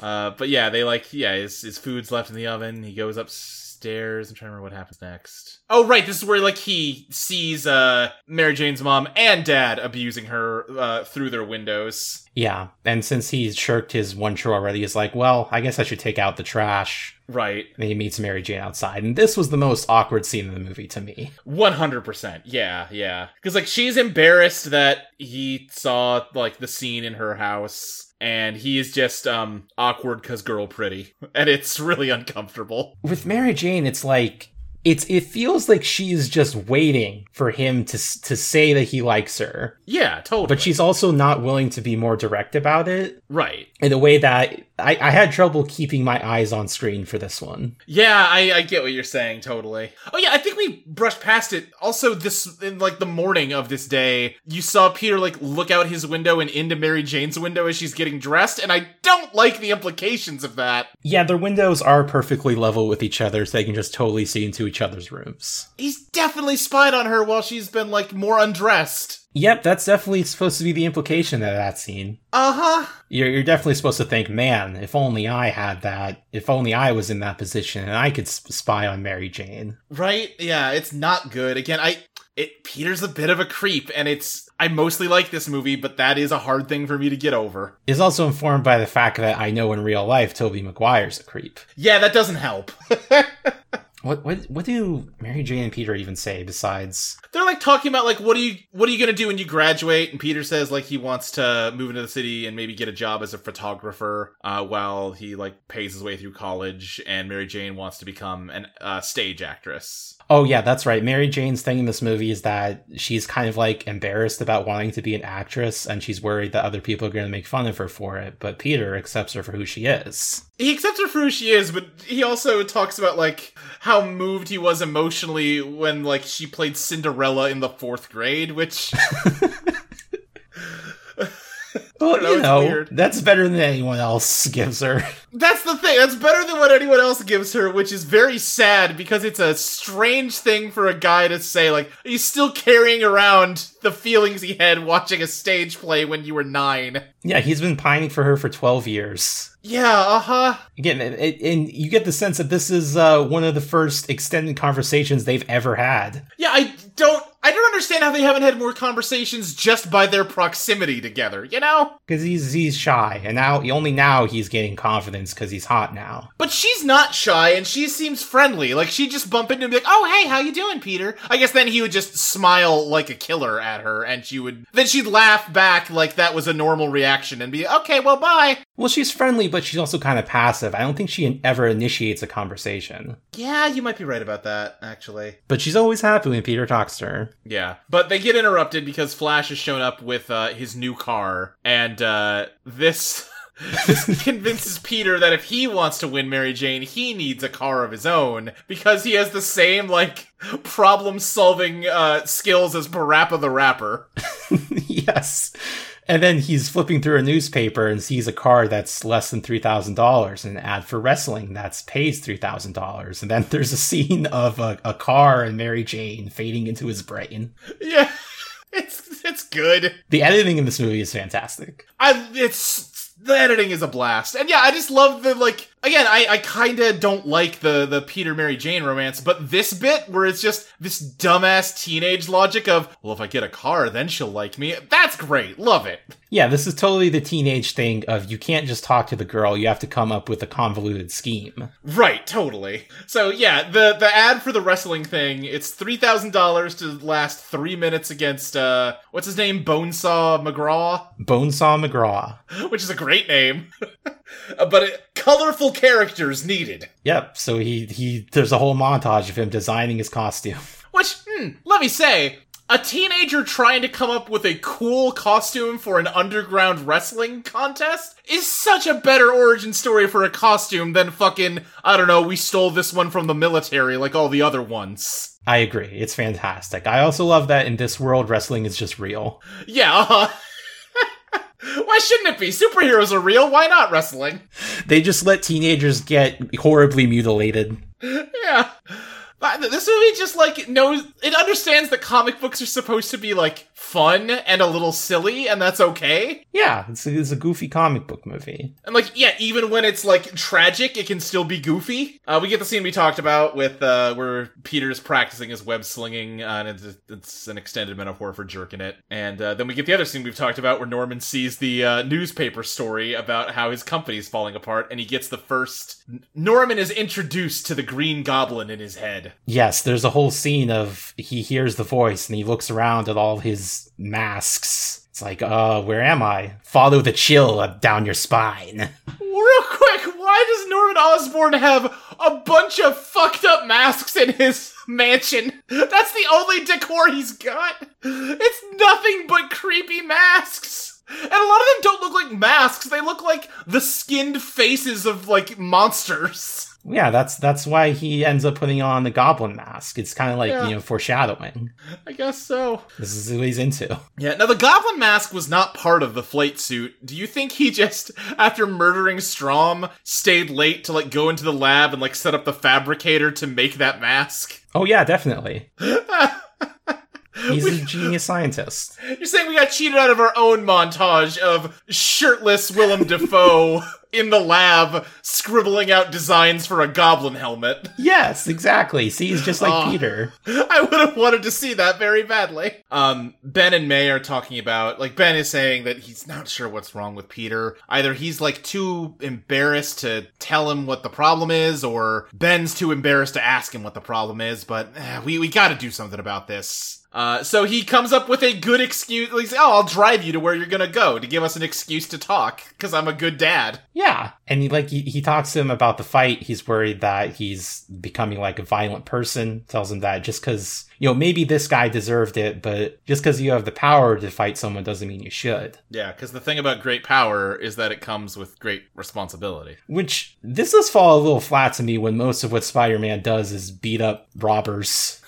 [SPEAKER 3] uh, but yeah, they like yeah, his, his food's left in the oven. He goes upstairs. I'm trying to remember what happens next. Oh right, this is where like he sees uh Mary Jane's mom and dad abusing her uh through their windows.
[SPEAKER 2] Yeah, and since he shirked his one chore already, he's like, "Well, I guess I should take out the trash."
[SPEAKER 3] Right.
[SPEAKER 2] And he meets Mary Jane outside, and this was the most awkward scene in the movie to me.
[SPEAKER 3] One hundred percent. Yeah, yeah. Because like she's embarrassed that he saw like the scene in her house, and he is just um awkward because girl pretty, and it's really uncomfortable.
[SPEAKER 2] with Mary Jane, it's like it's it feels like she's just waiting for him to s- to say that he likes her,
[SPEAKER 3] Yeah, totally.
[SPEAKER 2] but she's also not willing to be more direct about it
[SPEAKER 3] right.
[SPEAKER 2] in a way that I, I had trouble keeping my eyes on screen for this one.
[SPEAKER 3] Yeah, I, I get what you're saying. Totally. Oh yeah, I think we brushed past it. Also, this in like the morning of this day, you saw Peter like look out his window and into Mary Jane's window as she's getting dressed, and I don't like the implications of that.
[SPEAKER 2] Yeah, their windows are perfectly level with each other, so they can just totally see into each other's rooms.
[SPEAKER 3] He's definitely spied on her while she's been like more undressed.
[SPEAKER 2] Yep, that's definitely supposed to be the implication of that scene.
[SPEAKER 3] Uh huh.
[SPEAKER 2] You're, you're definitely supposed to think, man, if only I had that, if only I was in that position and I could sp- spy on Mary Jane.
[SPEAKER 3] Right? Yeah, it's not good. Again, I. It Peter's a bit of a creep, and it's. I mostly like this movie, but that is a hard thing for me to get over.
[SPEAKER 2] is also informed by the fact that I know in real life Toby Maguire's a creep.
[SPEAKER 3] Yeah, that doesn't help.
[SPEAKER 2] What what what do Mary Jane and Peter even say besides
[SPEAKER 3] They're like talking about like what are you what are you gonna do when you graduate? And Peter says like he wants to move into the city and maybe get a job as a photographer uh, while he like pays his way through college. And Mary Jane wants to become an uh, stage actress.
[SPEAKER 2] Oh yeah, that's right. Mary Jane's thing in this movie is that she's kind of like embarrassed about wanting to be an actress and she's worried that other people are going to make fun of her for it, but Peter accepts her for who she is.
[SPEAKER 3] He accepts her for who she is, but he also talks about like how moved he was emotionally when like she played Cinderella in the fourth grade, which
[SPEAKER 2] Well,
[SPEAKER 3] know,
[SPEAKER 2] you
[SPEAKER 3] it's
[SPEAKER 2] know,
[SPEAKER 3] weird.
[SPEAKER 2] that's better than anyone else gives her.
[SPEAKER 3] that's the thing. That's better than what anyone else gives her, which is very sad because it's a strange thing for a guy to say. Like he's still carrying around the feelings he had watching a stage play when you were nine.
[SPEAKER 2] yeah, he's been pining for her for 12 years.
[SPEAKER 3] Yeah, uh huh.
[SPEAKER 2] Again, and- and you get the sense that this is uh, one of the first extended conversations they've ever had.
[SPEAKER 3] Yeah, I don't. I don't understand understand how they haven't had more conversations just by their proximity together, you know?
[SPEAKER 2] because he's he's shy, and now only now he's getting confidence because he's hot now.
[SPEAKER 3] But she's not shy and she seems friendly. Like she just bump into him and be like, "Oh, hey, how you doing, Peter?" I guess then he would just smile like a killer at her and she would then she'd laugh back like that was a normal reaction and be, "Okay, well, bye."
[SPEAKER 2] Well, she's friendly, but she's also kind of passive. I don't think she ever initiates a conversation,
[SPEAKER 3] Yeah, you might be right about that, actually.
[SPEAKER 2] but she's always happy when Peter talks to her.
[SPEAKER 3] Yeah. But they get interrupted because Flash has shown up with uh, his new car and uh, this this convinces Peter that if he wants to win Mary Jane, he needs a car of his own because he has the same like problem solving uh, skills as Parappa the Rapper.
[SPEAKER 2] yes. And then he's flipping through a newspaper and sees a car that's less than three thousand dollars, an ad for wrestling that's pays three thousand dollars. And then there's a scene of a, a car and Mary Jane fading into his brain.
[SPEAKER 3] yeah, it's it's good.
[SPEAKER 2] The editing in this movie is fantastic.
[SPEAKER 3] I it's the editing is a blast, and yeah, I just love the like. Again, I, I kind of don't like the the Peter Mary Jane romance, but this bit where it's just this dumbass teenage logic of well, if I get a car, then she'll like me. That's great, love it.
[SPEAKER 2] Yeah, this is totally the teenage thing of you can't just talk to the girl, you have to come up with a convoluted scheme.
[SPEAKER 3] Right, totally. So yeah, the the ad for the wrestling thing, it's three thousand dollars to last three minutes against uh what's his name? Bonesaw McGraw,
[SPEAKER 2] Bonesaw McGraw.
[SPEAKER 3] which is a great name. Uh, but it, colorful characters needed.
[SPEAKER 2] Yep, so he he there's a whole montage of him designing his costume.
[SPEAKER 3] Which, hmm, let me say, a teenager trying to come up with a cool costume for an underground wrestling contest is such a better origin story for a costume than fucking, I don't know, we stole this one from the military like all the other ones.
[SPEAKER 2] I agree. It's fantastic. I also love that in this world wrestling is just real.
[SPEAKER 3] Yeah, uh Why shouldn't it be? Superheroes are real, why not wrestling?
[SPEAKER 2] They just let teenagers get horribly mutilated.
[SPEAKER 3] Yeah. But th- This movie just like knows it understands that comic books are supposed to be like fun and a little silly, and that's okay.
[SPEAKER 2] Yeah, it's a, it's a goofy comic book movie.
[SPEAKER 3] And like, yeah, even when it's like tragic, it can still be goofy. Uh, we get the scene we talked about with uh, where Peter's practicing his web slinging, uh, and it's, it's an extended metaphor for jerking it. And uh, then we get the other scene we've talked about where Norman sees the uh, newspaper story about how his company's falling apart, and he gets the first. Norman is introduced to the Green Goblin in his head.
[SPEAKER 2] Yes, there's a whole scene of he hears the voice and he looks around at all his masks. It's like, uh, where am I? Follow the chill up down your spine.
[SPEAKER 3] Real quick, why does Norman Osborn have a bunch of fucked up masks in his mansion? That's the only decor he's got. It's nothing but creepy masks. And a lot of them don't look like masks. They look like the skinned faces of like monsters.
[SPEAKER 2] Yeah, that's that's why he ends up putting on the goblin mask. It's kind of like
[SPEAKER 3] Yeah.
[SPEAKER 2] you know foreshadowing.
[SPEAKER 3] I guess so.
[SPEAKER 2] This is what he's into.
[SPEAKER 3] Yeah, now the goblin mask was not part of the flight suit. Do you think he just, after murdering Strom, stayed late to like go into the lab and like set up the fabricator to make that mask?
[SPEAKER 2] Oh yeah, definitely. He's a genius scientist.
[SPEAKER 3] You're saying we got cheated out of our own montage of shirtless Willem Dafoe in the lab scribbling out designs for a goblin helmet.
[SPEAKER 2] Yes, exactly. Oh. See, he's just like
[SPEAKER 3] Aw.
[SPEAKER 2] Peter.
[SPEAKER 3] I would have wanted to see that very badly. Um, Ben and May are talking about, like, Ben is saying that he's not sure what's wrong with Peter. Either he's, like, too embarrassed to tell him what the problem is, or Ben's too embarrassed to ask him what the problem is, but eh, we, we gotta do something about this. Uh, so he comes up with a good excuse. He's, oh, I'll drive you to where you're gonna go to give us an excuse to talk, cause I'm a good dad.
[SPEAKER 2] Yeah, and he like he, he talks to him about the fight. He's worried that he's becoming like a violent person. Tells him that just because you know maybe this guy deserved it, but just because you have the power to fight someone doesn't mean you should.
[SPEAKER 3] Yeah, cause the thing about great power is that it comes with great responsibility.
[SPEAKER 2] Which this does fall a little flat to me when most of what Spider-Man does is beat up robbers.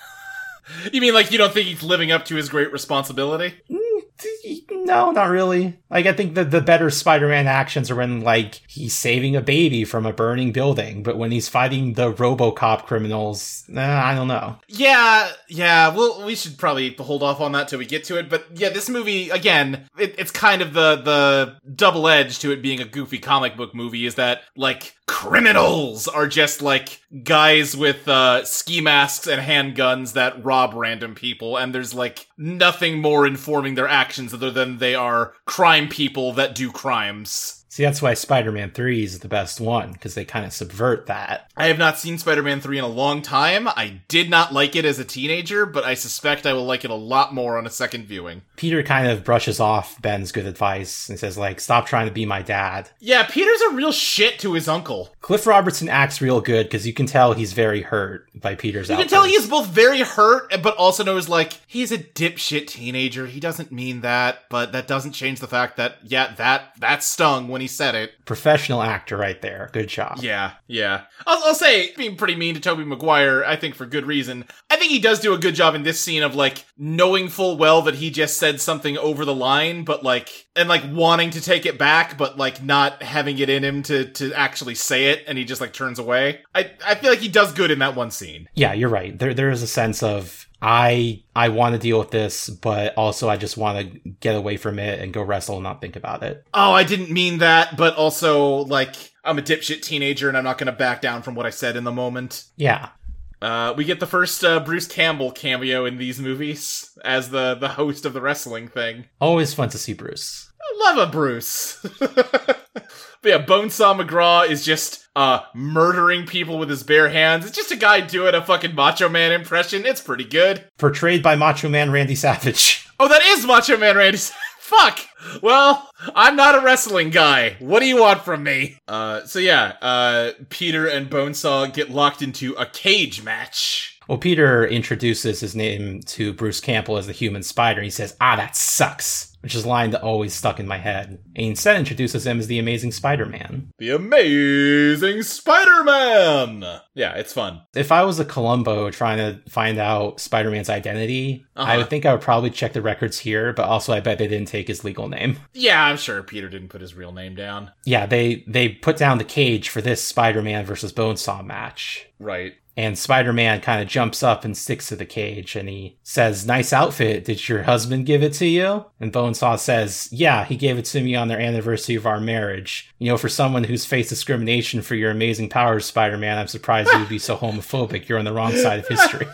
[SPEAKER 3] You mean like you don't think he's living up to his great responsibility?
[SPEAKER 2] Mm, No, not really. Like, I think that the better Spider-Man actions are when, like, he's saving a baby from a burning building, but when he's fighting the RoboCop criminals, eh, I don't know.
[SPEAKER 3] Yeah, yeah. Well, we should probably hold off on that till we get to it. But yeah, this movie again, it, it's kind of the the double edge to it being a goofy comic book movie is that like criminals are just like guys with uh, ski masks and handguns that rob random people, and there's like nothing more informing their actions other than they are crime people that do crimes.
[SPEAKER 2] See, that's why Spider-Man 3 is the best one, because they kind of subvert that.
[SPEAKER 3] I have not seen Spider Man 3 in a long time. I did not like it as a teenager, but I suspect I will like it a lot more on a second viewing.
[SPEAKER 2] Peter kind of brushes off Ben's good advice and says, like, stop trying to be my dad.
[SPEAKER 3] Yeah, Peter's a real shit to his uncle.
[SPEAKER 2] Cliff Robertson acts real good, because you can tell he's very hurt by Peter's
[SPEAKER 3] You can
[SPEAKER 2] outburst.
[SPEAKER 3] tell he is both very hurt, but also knows, like, he's a dipshit teenager. He doesn't mean that, but that doesn't change the fact that, yeah, that, that stung when he said it.
[SPEAKER 2] Professional actor right there. Good job.
[SPEAKER 3] Yeah, yeah. I'll, I'll say being pretty mean to Toby Maguire, I think for good reason. I think he does do a good job in this scene of like knowing full well that he just said something over the line, but like and like wanting to take it back, but like not having it in him to to actually say it, and he just like turns away. I I feel like he does good in that one scene.
[SPEAKER 2] Yeah, you're right. There there is a sense of I I want to deal with this, but also I just want to get away from it and go wrestle and not think about it.
[SPEAKER 3] Oh, I didn't mean that, but also like I'm a dipshit teenager, and I'm not gonna back down from what I said in the moment.
[SPEAKER 2] Yeah.
[SPEAKER 3] Uh, we get the first uh, Bruce Campbell cameo in these movies as the, the host of the wrestling thing.
[SPEAKER 2] Always fun to see Bruce.
[SPEAKER 3] I love a Bruce. but yeah, Bonesaw McGraw is just uh, murdering people with his bare hands. It's just a guy doing a fucking Macho Man impression. It's pretty good.
[SPEAKER 2] Portrayed by Macho Man Randy Savage.
[SPEAKER 3] Oh, that is Macho Man Randy. Sa- Fuck. Well, I'm not a wrestling guy. What do you want from me? Uh, so yeah, uh, Peter and Bonesaw get locked into a cage match.
[SPEAKER 2] Well, Peter introduces his name to Bruce Campbell as the human spider. And he says, Ah, that sucks, which is a line that always stuck in my head. And instead introduces him as the amazing Spider Man.
[SPEAKER 3] The Amazing Spider Man! Yeah, it's fun.
[SPEAKER 2] If I was a Columbo trying to find out Spider Man's identity,
[SPEAKER 3] Uh-huh.
[SPEAKER 2] I would think I would probably check the records here, but also I bet they didn't take his legal name.
[SPEAKER 3] Yeah, I'm sure Peter didn't put his real name down.
[SPEAKER 2] Yeah, they they put down the cage for this Spider-Man versus Bonesaw match.
[SPEAKER 3] Right.
[SPEAKER 2] And Spider-Man kind of jumps up and sticks to the cage and he says, "Nice outfit. Did your husband give it to you?" And Bonesaw says, "Yeah, he gave it to me on their anniversary of our marriage. You know, for someone who's faced discrimination for your amazing powers, Spider-Man, I'm surprised you would be so homophobic. You're on the wrong side of history."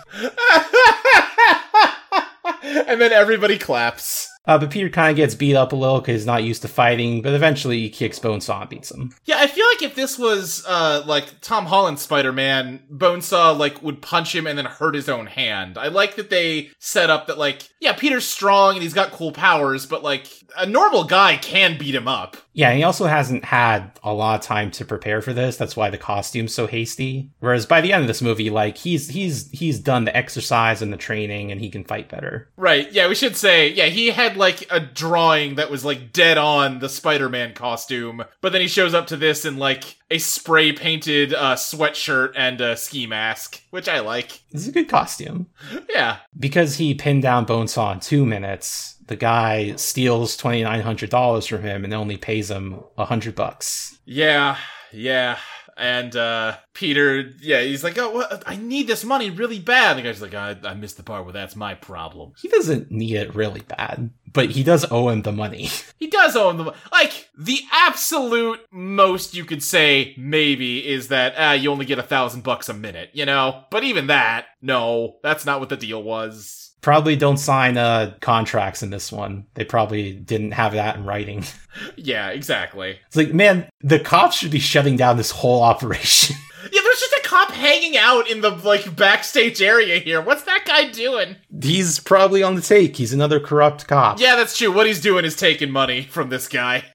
[SPEAKER 3] and then everybody claps.
[SPEAKER 2] Uh, but Peter kind of gets beat up a little because he's not used to fighting, but eventually he kicks Bonesaw and beats him.
[SPEAKER 3] Yeah, I feel like if this was uh like Tom Holland's Spider-Man, Bonesaw like would punch him and then hurt his own hand. I like that they set up that like, yeah, Peter's strong and he's got cool powers, but like a normal guy can beat him up.
[SPEAKER 2] Yeah, and he also hasn't had a lot of time to prepare for this. That's why the costume's so hasty. Whereas by the end of this movie, like he's he's he's done the exercise and the training, and he can fight better.
[SPEAKER 3] Right. Yeah, we should say, yeah, he had like a drawing that was like dead on the Spider-Man costume, but then he shows up to this in like a spray painted uh sweatshirt and a ski mask, which I like.
[SPEAKER 2] This is a good costume
[SPEAKER 3] Yeah.
[SPEAKER 2] because he pinned down Bonesaw in two minutes. The guy steals twenty nine hundred dollars from him and only pays him a hundred bucks.
[SPEAKER 3] Yeah. Yeah. And uh Peter, yeah, he's like, "Oh, what? I need this money really bad." And the guy's like, "I I missed the part where that's my problem."
[SPEAKER 2] He doesn't need it really bad, but he does owe him the money.
[SPEAKER 3] He does own the like the absolute most you could say maybe is that ah you only get a thousand bucks a minute, you know. But even that, no, that's not what the deal was.
[SPEAKER 2] probably don't sign uh contracts in this one. They probably didn't have that in writing.
[SPEAKER 3] Yeah, exactly.
[SPEAKER 2] It's like, man, the cops should be shutting down this whole operation.
[SPEAKER 3] Yeah, there's just a cop hanging out in the like backstage area here. What's that guy doing?
[SPEAKER 2] He's probably on the take. He's another corrupt cop.
[SPEAKER 3] Yeah, that's true. What he's doing is taking money from this guy.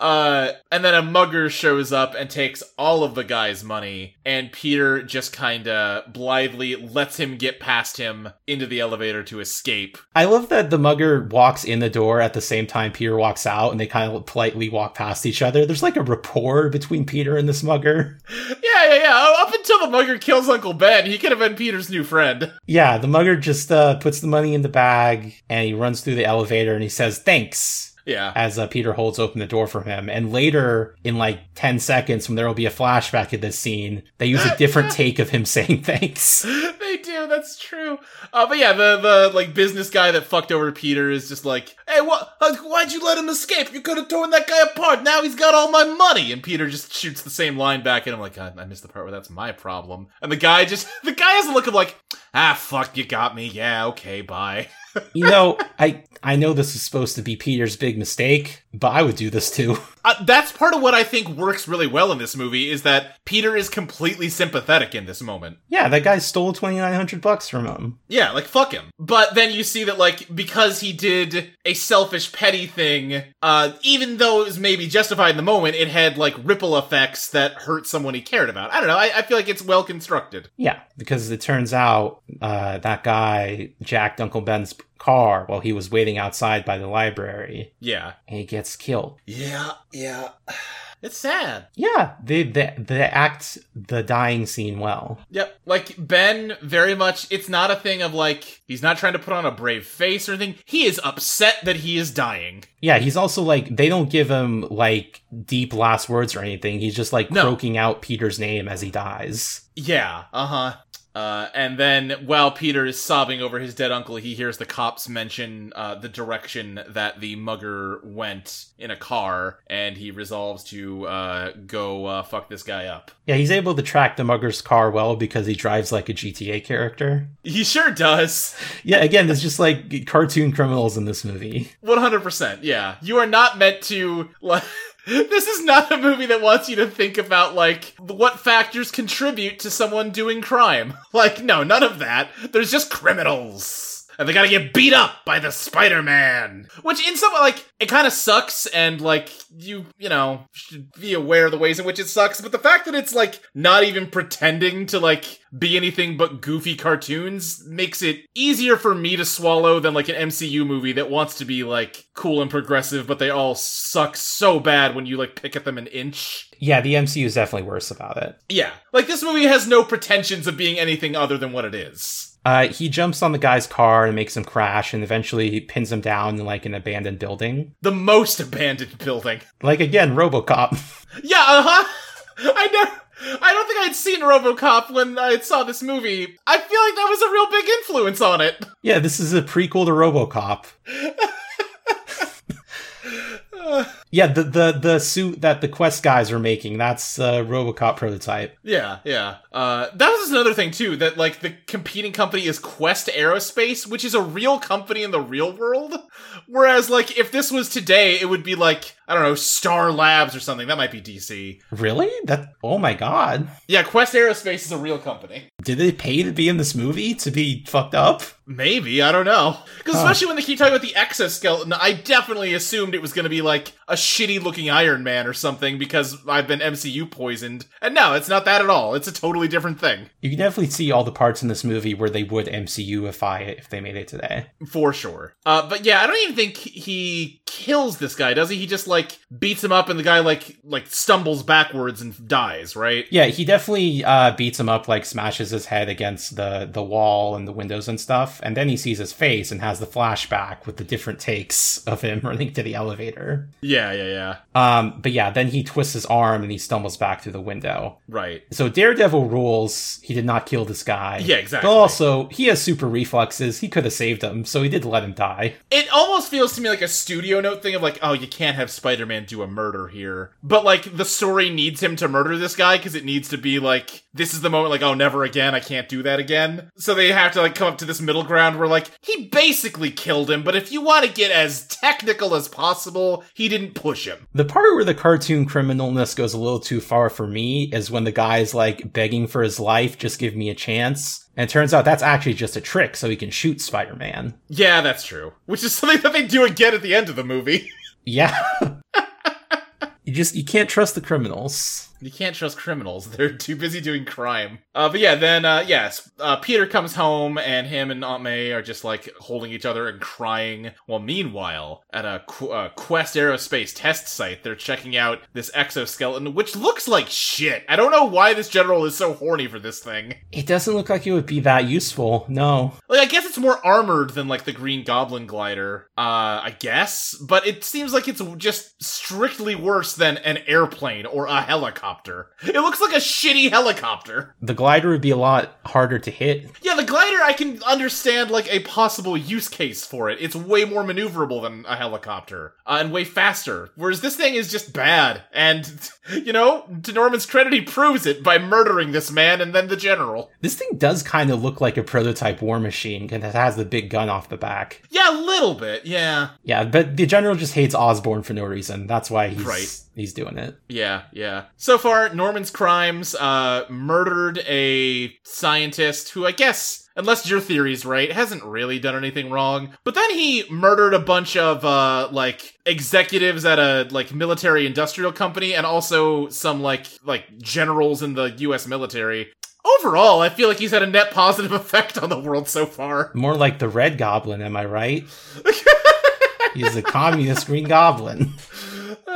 [SPEAKER 3] Uh, and then a mugger shows up and takes all of the guy's money, and Peter just kind of blithely lets him get past him into the elevator to escape.
[SPEAKER 2] I love that the mugger walks in the door at the same time Peter walks out and they kind of politely walk past each other. There's like a rapport between Peter and this mugger.
[SPEAKER 3] Yeah, yeah, yeah. Oh, Up until the mugger kills Uncle Ben, he could have been Peter's new friend.
[SPEAKER 2] Yeah, the mugger just uh, puts the money in the bag and he runs through the elevator and he says, thanks.
[SPEAKER 3] Yeah.
[SPEAKER 2] as uh, Peter holds open the door for him. And later, in like 10 seconds, when there will be a flashback of this scene, they use a different take of him saying thanks.
[SPEAKER 3] they do. That's true. Uh, but yeah, the the like business guy that fucked over Peter is just like, hey, what? Uh, why'd you let him escape? You could have torn that guy apart. Now he's got all my money. And Peter just shoots the same line back, and I'm like, God, I missed the part where that's my problem. And the guy just the guy has a look of like, ah, fuck, you got me. Yeah, okay, bye.
[SPEAKER 2] You know, I I know this is supposed to be Peter's big mistake, but I would do this too.
[SPEAKER 3] Uh, that's part of what I think works really well in this movie is that Peter is completely sympathetic in this moment.
[SPEAKER 2] Yeah, that guy stole 2900 bucks from him.
[SPEAKER 3] Yeah, like fuck him. But then you see that like because he did a selfish petty thing, uh even though it was maybe justified in the moment, it had like ripple effects that hurt someone he cared about. I don't know. I, I feel like it's well constructed.
[SPEAKER 2] Yeah, because it turns out uh, that guy jacked Uncle Ben's car while he was waiting outside by the library
[SPEAKER 3] Yeah.
[SPEAKER 2] and he gets killed.
[SPEAKER 3] Yeah, yeah. It's sad.
[SPEAKER 2] Yeah, they, they, they act the dying scene well.
[SPEAKER 3] Yep. Like Ben very much it's not a thing of like he's not trying to put on a brave face or anything. He is upset that he is dying.
[SPEAKER 2] Yeah, he's also like they don't give him like deep last words or anything. He's just like
[SPEAKER 3] No.
[SPEAKER 2] croaking out Peter's name as he dies.
[SPEAKER 3] Yeah, uh-huh. Uh, and then while Peter is sobbing over his dead uncle, he hears the cops mention uh, the direction that the mugger went in a car, and he resolves to uh, go uh, fuck this guy up.
[SPEAKER 2] Yeah, he's able to track the mugger's car well because he drives like a GTA character.
[SPEAKER 3] He sure does.
[SPEAKER 2] Yeah, again, there's just like cartoon criminals in this movie.
[SPEAKER 3] 100%, yeah. You are not meant to, like. This is not a movie that wants you to think about like what factors contribute to someone doing crime. Like no, none of that. There's just criminals. And they gotta get beat up by the Spider-Man. Which in some like it kind of sucks and like you, you know, should be aware of the ways in which it sucks, but the fact that it's like not even pretending to like be anything but goofy cartoons makes it easier for me to swallow than like an MCU movie that wants to be like cool and progressive, but they all suck so bad when you like pick at them an inch.
[SPEAKER 2] Yeah, the MCU is definitely worse about it.
[SPEAKER 3] Yeah. Like this movie has no pretensions of being anything other than what it is.
[SPEAKER 2] Uh, he jumps on the guy's car and makes him crash, and eventually pins him down in like an abandoned building.
[SPEAKER 3] The most abandoned building.
[SPEAKER 2] Like again, RoboCop.
[SPEAKER 3] Yeah, uh huh. I never. I don't think I'd seen RoboCop when I saw this movie. I feel like that was a real big influence on it.
[SPEAKER 2] yeah, this is a prequel to RoboCop. yeah, the the the suit that the quest guys were making, that's uh, RoboCop prototype.
[SPEAKER 3] Yeah, yeah. Uh, that was just another thing too. That like the competing company is Quest Aerospace, which is a real company in the real world. Whereas like if this was today, it would be like I don't know Star Labs or something. That might be DC.
[SPEAKER 2] Really? That Oh my god.
[SPEAKER 3] Yeah, Quest Aerospace is a real company.
[SPEAKER 2] Did they pay to be in this movie to be fucked up?
[SPEAKER 3] Maybe, I don't know. Because
[SPEAKER 2] Huh.
[SPEAKER 3] especially when they keep talking about the exoskeleton, I definitely assumed it was going to be like a shitty looking Iron Man or something because I've been MCU poisoned. And no, it's not that at all. It's a totally different thing.
[SPEAKER 2] You can definitely see all the parts in this movie where they would MCUify it if they made it today.
[SPEAKER 3] For sure. Uh, but yeah, I don't even think he kills this guy, does he? He just like beats him up and the guy like, like stumbles backwards and dies, right?
[SPEAKER 2] Yeah, he definitely uh, beats him up, like smashes his head against the the wall and the windows and stuff, and then he sees his face and has the flashback with the different takes of him running to the elevator.
[SPEAKER 3] Yeah, yeah, yeah.
[SPEAKER 2] Um, but yeah, then he twists his arm and he stumbles back through the window.
[SPEAKER 3] Right.
[SPEAKER 2] So Daredevil rules. He did not kill this guy.
[SPEAKER 3] Yeah, exactly.
[SPEAKER 2] But also, he has super reflexes. He could have saved him, so he did let him die.
[SPEAKER 3] It almost feels to me like a studio note thing of like, oh, you can't have Spider Man do a murder here. But like, the story needs him to murder this guy because it needs to be like, this is the moment, like, oh, never again, I can't do that again. So they have to like come up to this middle ground where like, he basically killed him, but if you want to get as technical as possible, he didn't push him.
[SPEAKER 2] The part where the cartoon criminalness goes a little too far for me is when the guy is like begging for his life, just give me a chance. And it turns out that's actually just a trick so he can shoot Spider Man.
[SPEAKER 3] Yeah, that's true. Which is something that they do again at the end of the movie.
[SPEAKER 2] Yeah. You just you can't trust the criminals.
[SPEAKER 3] You can't trust criminals. They're too busy doing crime. Uh, but yeah, then, uh, yes, uh, Peter comes home and him and Aunt May are just like holding each other and crying. Well, meanwhile, at a Qu- uh, Quest Aerospace test site, they're checking out this exoskeleton, which looks like shit. I don't know why this general is so horny for this thing.
[SPEAKER 2] It doesn't look like it would be that useful. No.
[SPEAKER 3] Like, I guess it's more armored than like the Green Goblin glider. Uh, I guess, but it seems like it's just strictly worse than an airplane or a helicopter. It looks like a shitty helicopter.
[SPEAKER 2] The glider would be a lot harder to hit.
[SPEAKER 3] Yeah, the glider I can understand like a possible use case for it. It's way more maneuverable than a helicopter uh, and way faster. Whereas this thing is just bad. And you know, to Norman's credit, he proves it by murdering this man and then the general.
[SPEAKER 2] This thing does kind of look like a prototype war machine because it has the big gun off the back.
[SPEAKER 3] Yeah, a little bit. Yeah.
[SPEAKER 2] Yeah, but the general just hates Osborne for no reason. That's why he's
[SPEAKER 3] Right.
[SPEAKER 2] he's doing it.
[SPEAKER 3] Yeah, yeah. So far, Norman's crimes uh, murdered a scientist who, I guess, unless your theory's right, hasn't really done anything wrong. But then he murdered a bunch of uh, like executives at a like military industrial company, and also some like like generals in the U.S. military. Overall, I feel like he's had a net positive effect on the world so far.
[SPEAKER 2] More like the Red Goblin, am I right? he's the communist Green Goblin.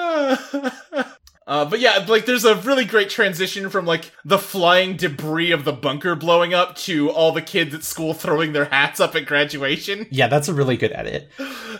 [SPEAKER 3] Uh, but yeah, like there's a really great transition from like the flying debris of the bunker blowing up to all the kids at school throwing their hats up at graduation.
[SPEAKER 2] Yeah, that's a really good edit.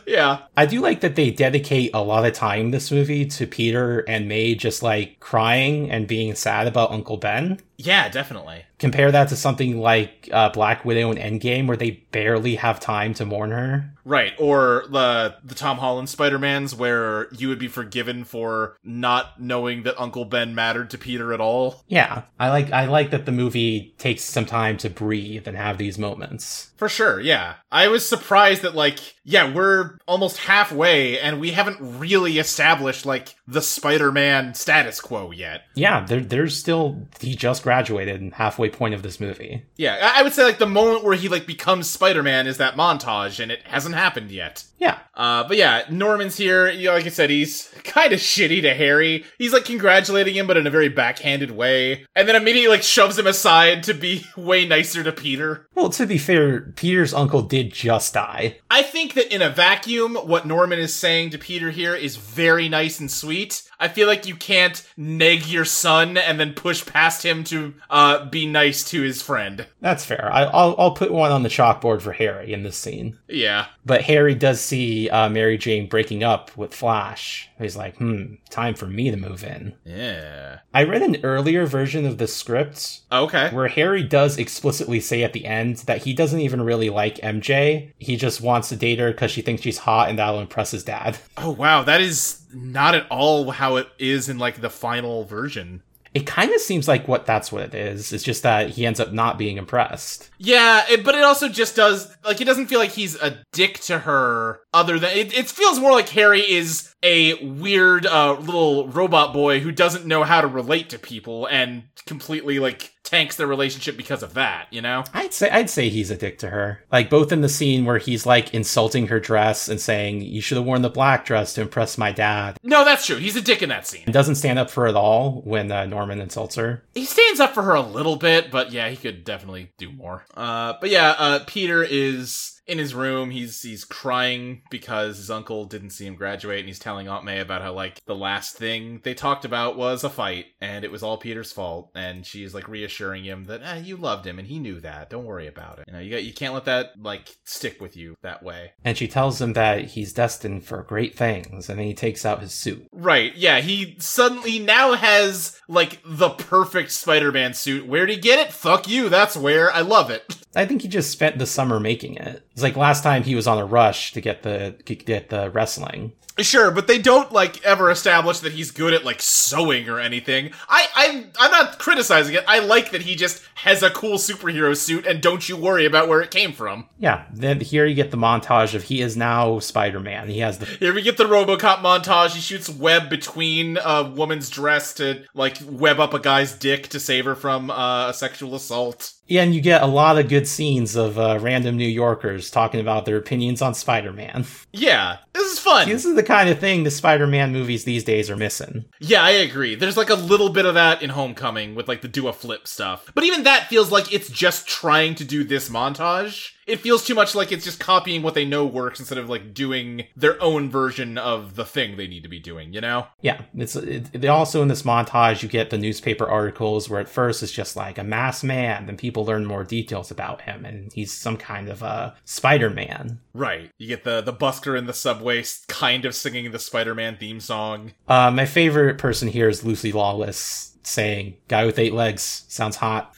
[SPEAKER 3] Yeah.
[SPEAKER 2] I do like that they dedicate a lot of time this movie to Peter and May just like crying and being sad about Uncle Ben.
[SPEAKER 3] Yeah, definitely.
[SPEAKER 2] Compare that to something like uh, Black Widow and Endgame, where they barely have time to mourn her.
[SPEAKER 3] Right. Or the the Tom Holland Spider-Mans where you would be forgiven for not knowing that Uncle Ben mattered to Peter at all.
[SPEAKER 2] Yeah, I like I like that the movie takes some time to breathe and have these moments.
[SPEAKER 3] For sure, yeah. I was surprised that like, yeah, we're almost halfway and we haven't really established like the Spider-Man status quo yet.
[SPEAKER 2] Yeah, there, there's still he just graduated and halfway point of this movie.
[SPEAKER 3] Yeah, I- I would say like the moment where he like becomes Spider-Man is that montage, and it hasn't happened yet.
[SPEAKER 2] Yeah,
[SPEAKER 3] Uh, but yeah, Norman's here. You know, like I said, he's kind of shitty to Harry. He's like congratulating him, but in a very backhanded way, and then immediately like shoves him aside to be way nicer to Peter.
[SPEAKER 2] well, to be fair, Peter's uncle did just die.
[SPEAKER 3] I think that in a vacuum, what Norman is saying to Peter here is very nice and sweet. I feel like you can't neg your son and then push past him to uh, be nice to his friend.
[SPEAKER 2] That's fair. I, I'll I'll put one on the chalkboard for Harry in this scene.
[SPEAKER 3] Yeah.
[SPEAKER 2] But Harry does see uh, Mary Jane breaking up with Flash. He's like, hmm, time for me to move in.
[SPEAKER 3] Yeah.
[SPEAKER 2] I read an earlier version of the script
[SPEAKER 3] Okay.
[SPEAKER 2] where Harry does explicitly say at the end that he doesn't even really like MJ. He just wants to date her because she thinks she's hot and that'll impress his dad.
[SPEAKER 3] Oh wow, that is not at all how it is in like the final version.
[SPEAKER 2] It kind of seems like what that's what it is. It's just that he ends up not being impressed.
[SPEAKER 3] Yeah, it, but it also just does like it doesn't feel like he's a dick to her. Other than it, it feels more like Harry is a weird uh, little robot boy who doesn't know how to relate to people and completely like tanks their relationship because of that. You know?
[SPEAKER 2] I'd say I'd say he's a dick to her. Like both in the scene where he's like insulting her dress and saying you should have worn the black dress to impress my dad.
[SPEAKER 3] No, that's true. He's a dick in that scene.
[SPEAKER 2] And doesn't stand up for her at all when uh, Norman insults her.
[SPEAKER 3] he stands up for her a little bit, but yeah, he could definitely do more. Uh, but yeah, uh, Peter is in his room. He's he's crying because his uncle didn't see him graduate, and he's telling Aunt May about how like the last thing they talked about was a fight, and it was all Peter's fault. And she's like reassuring him that eh, you loved him, and he knew that. Don't worry about it. You know, you got you can't let that like stick with you that way.
[SPEAKER 2] And she tells him that he's destined for great things and then he takes out his suit.
[SPEAKER 3] Right, yeah, he suddenly now has like the perfect Spider-Man suit. Where'd he get it? Fuck you, that's where. I love it.
[SPEAKER 2] I think he just spent the summer making it. It's like last time he was on a rush to get the to get the wrestling.
[SPEAKER 3] Sure, but they don't like ever establish that he's good at like sewing or anything. I I'm I'm not criticizing it. I like that he just has a cool superhero suit and don't you worry about where it came from.
[SPEAKER 2] Yeah, then here you get the montage of he is now Spider-Man. He has the
[SPEAKER 3] Here we get the RoboCop montage. He shoots web between a woman's dress to like web up a guy's dick to save her from uh, a sexual assault.
[SPEAKER 2] yeah, and you get a lot of good scenes of uh, random New Yorkers talking about their opinions on Spider-Man.
[SPEAKER 3] Yeah, this is fun.
[SPEAKER 2] This is the kind of thing the Spider-Man movies these days are missing.
[SPEAKER 3] Yeah, I agree. There's like a little bit of that in Homecoming with like the do a flip stuff. But even that feels like it's just trying to do this montage. It feels too much like it's just copying what they know works instead of like doing their own version of the thing they need to be doing, you know?
[SPEAKER 2] Yeah, it's it, it- also in this montage you get the newspaper articles where at first it's just like a masked man, then people learn more details about him, and he's some kind of uh, Spider-Man.
[SPEAKER 3] Right. You get the the busker in the subway s- kind of singing the Spider-Man theme song.
[SPEAKER 2] Uh, my favorite person here is Lucy Lawless saying, "Guy with eight legs sounds hot."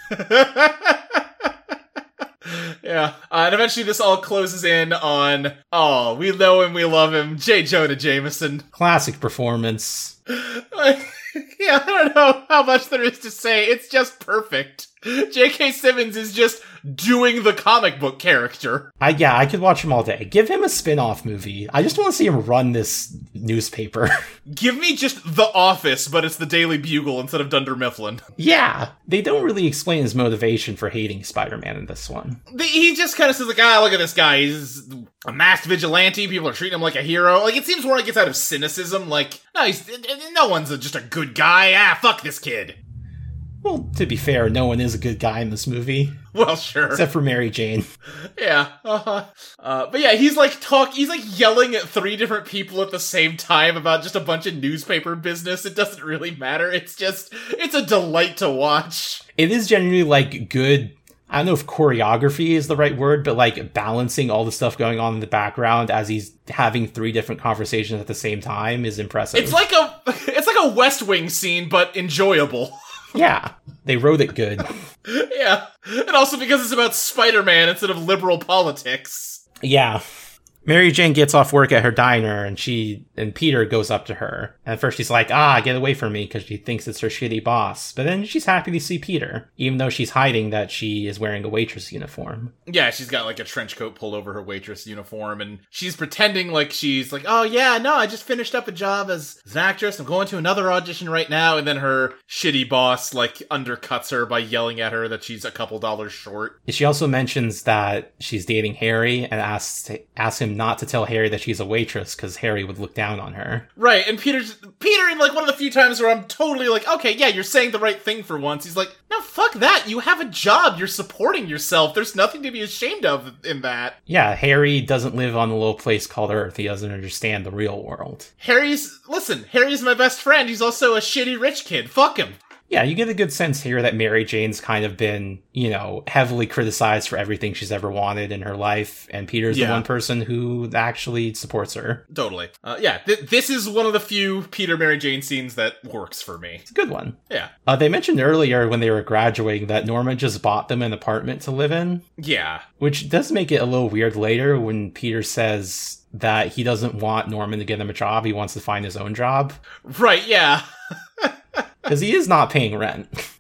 [SPEAKER 3] yeah. Uh, and eventually this all closes in on oh, we know him, we love him, J. Jonah Jameson.
[SPEAKER 2] Classic performance.
[SPEAKER 3] Like, yeah, I don't know how much there is to say. It's just perfect. J.K. Simmons is just doing the comic book character.
[SPEAKER 2] I yeah, I could watch him all day. Give him a spin-off movie. I just want to see him run this newspaper.
[SPEAKER 3] Give me just The Office, but it's the Daily Bugle instead of Dunder Mifflin.
[SPEAKER 2] yeah, they don't really explain his motivation for hating Spider-Man in this one.
[SPEAKER 3] The- He just kind of says, like, ah, look at this guy. He's a masked vigilante. People are treating him like a hero. Like, it seems more like it's out of cynicism. Like, no, he's, no one's just a good guy. Ah, fuck this kid.
[SPEAKER 2] Well, to be fair, no one is a good guy in this movie
[SPEAKER 3] Well, sure.
[SPEAKER 2] except for Mary Jane.
[SPEAKER 3] Yeah. Uh-huh. Uh, but yeah, he's like talk. He's like yelling at three different people at the same time about just a bunch of newspaper business. It doesn't really matter. It's just it's a delight to watch.
[SPEAKER 2] It is generally like good. I don't know if choreography is the right word, but like balancing all the stuff going on in the background as he's having three different conversations at the same time is impressive.
[SPEAKER 3] It's like a it's like a West Wing scene, but enjoyable.
[SPEAKER 2] yeah, they wrote it good.
[SPEAKER 3] yeah, and also because it's about Spider Man instead of liberal politics.
[SPEAKER 2] Yeah. Mary Jane gets off work at her diner and she and Peter goes up to her. And at first she's like, ah, get away from me because she thinks it's her shitty boss. But then she's happy to see Peter, even though she's hiding that she is wearing a waitress uniform.
[SPEAKER 3] Yeah, she's got like a trench coat pulled over her waitress uniform, and she's pretending like she's like, oh yeah, no, I just finished up a job as, as an actress. I'm going to another audition right now. And then her shitty boss like undercuts her by yelling at her that she's a couple dollars short.
[SPEAKER 2] She also mentions that she's dating Harry and asks, asks him not to tell Harry that she's a waitress because Harry would look down on her.
[SPEAKER 3] Right, and Peter's Peter in like one of the few times where I'm totally like, okay, yeah, you're saying the right thing for once. He's like, no, fuck that. You have a job. You're supporting yourself. There's nothing to be ashamed of in that.
[SPEAKER 2] Yeah, Harry doesn't live on a little place called Earth. He doesn't understand the real world.
[SPEAKER 3] Harry's listen. Harry's my best friend. He's also a shitty rich kid. Fuck him.
[SPEAKER 2] Yeah, you get a good sense here that Mary Jane's kind of been, you know, heavily criticized for everything she's ever wanted in her life, and Peter's
[SPEAKER 3] Yeah.
[SPEAKER 2] the one person who actually supports her.
[SPEAKER 3] Totally. Uh, yeah, th- this is one of the few Peter Mary Jane scenes that works for me.
[SPEAKER 2] It's a good one.
[SPEAKER 3] Yeah.
[SPEAKER 2] Uh, they mentioned earlier when they were graduating that Norma just bought them an apartment to live in,
[SPEAKER 3] Yeah.
[SPEAKER 2] which does make it a little weird later when Peter says that he doesn't want Norman to get him a job. He wants to find his own job
[SPEAKER 3] Right, yeah.
[SPEAKER 2] because he is not paying rent.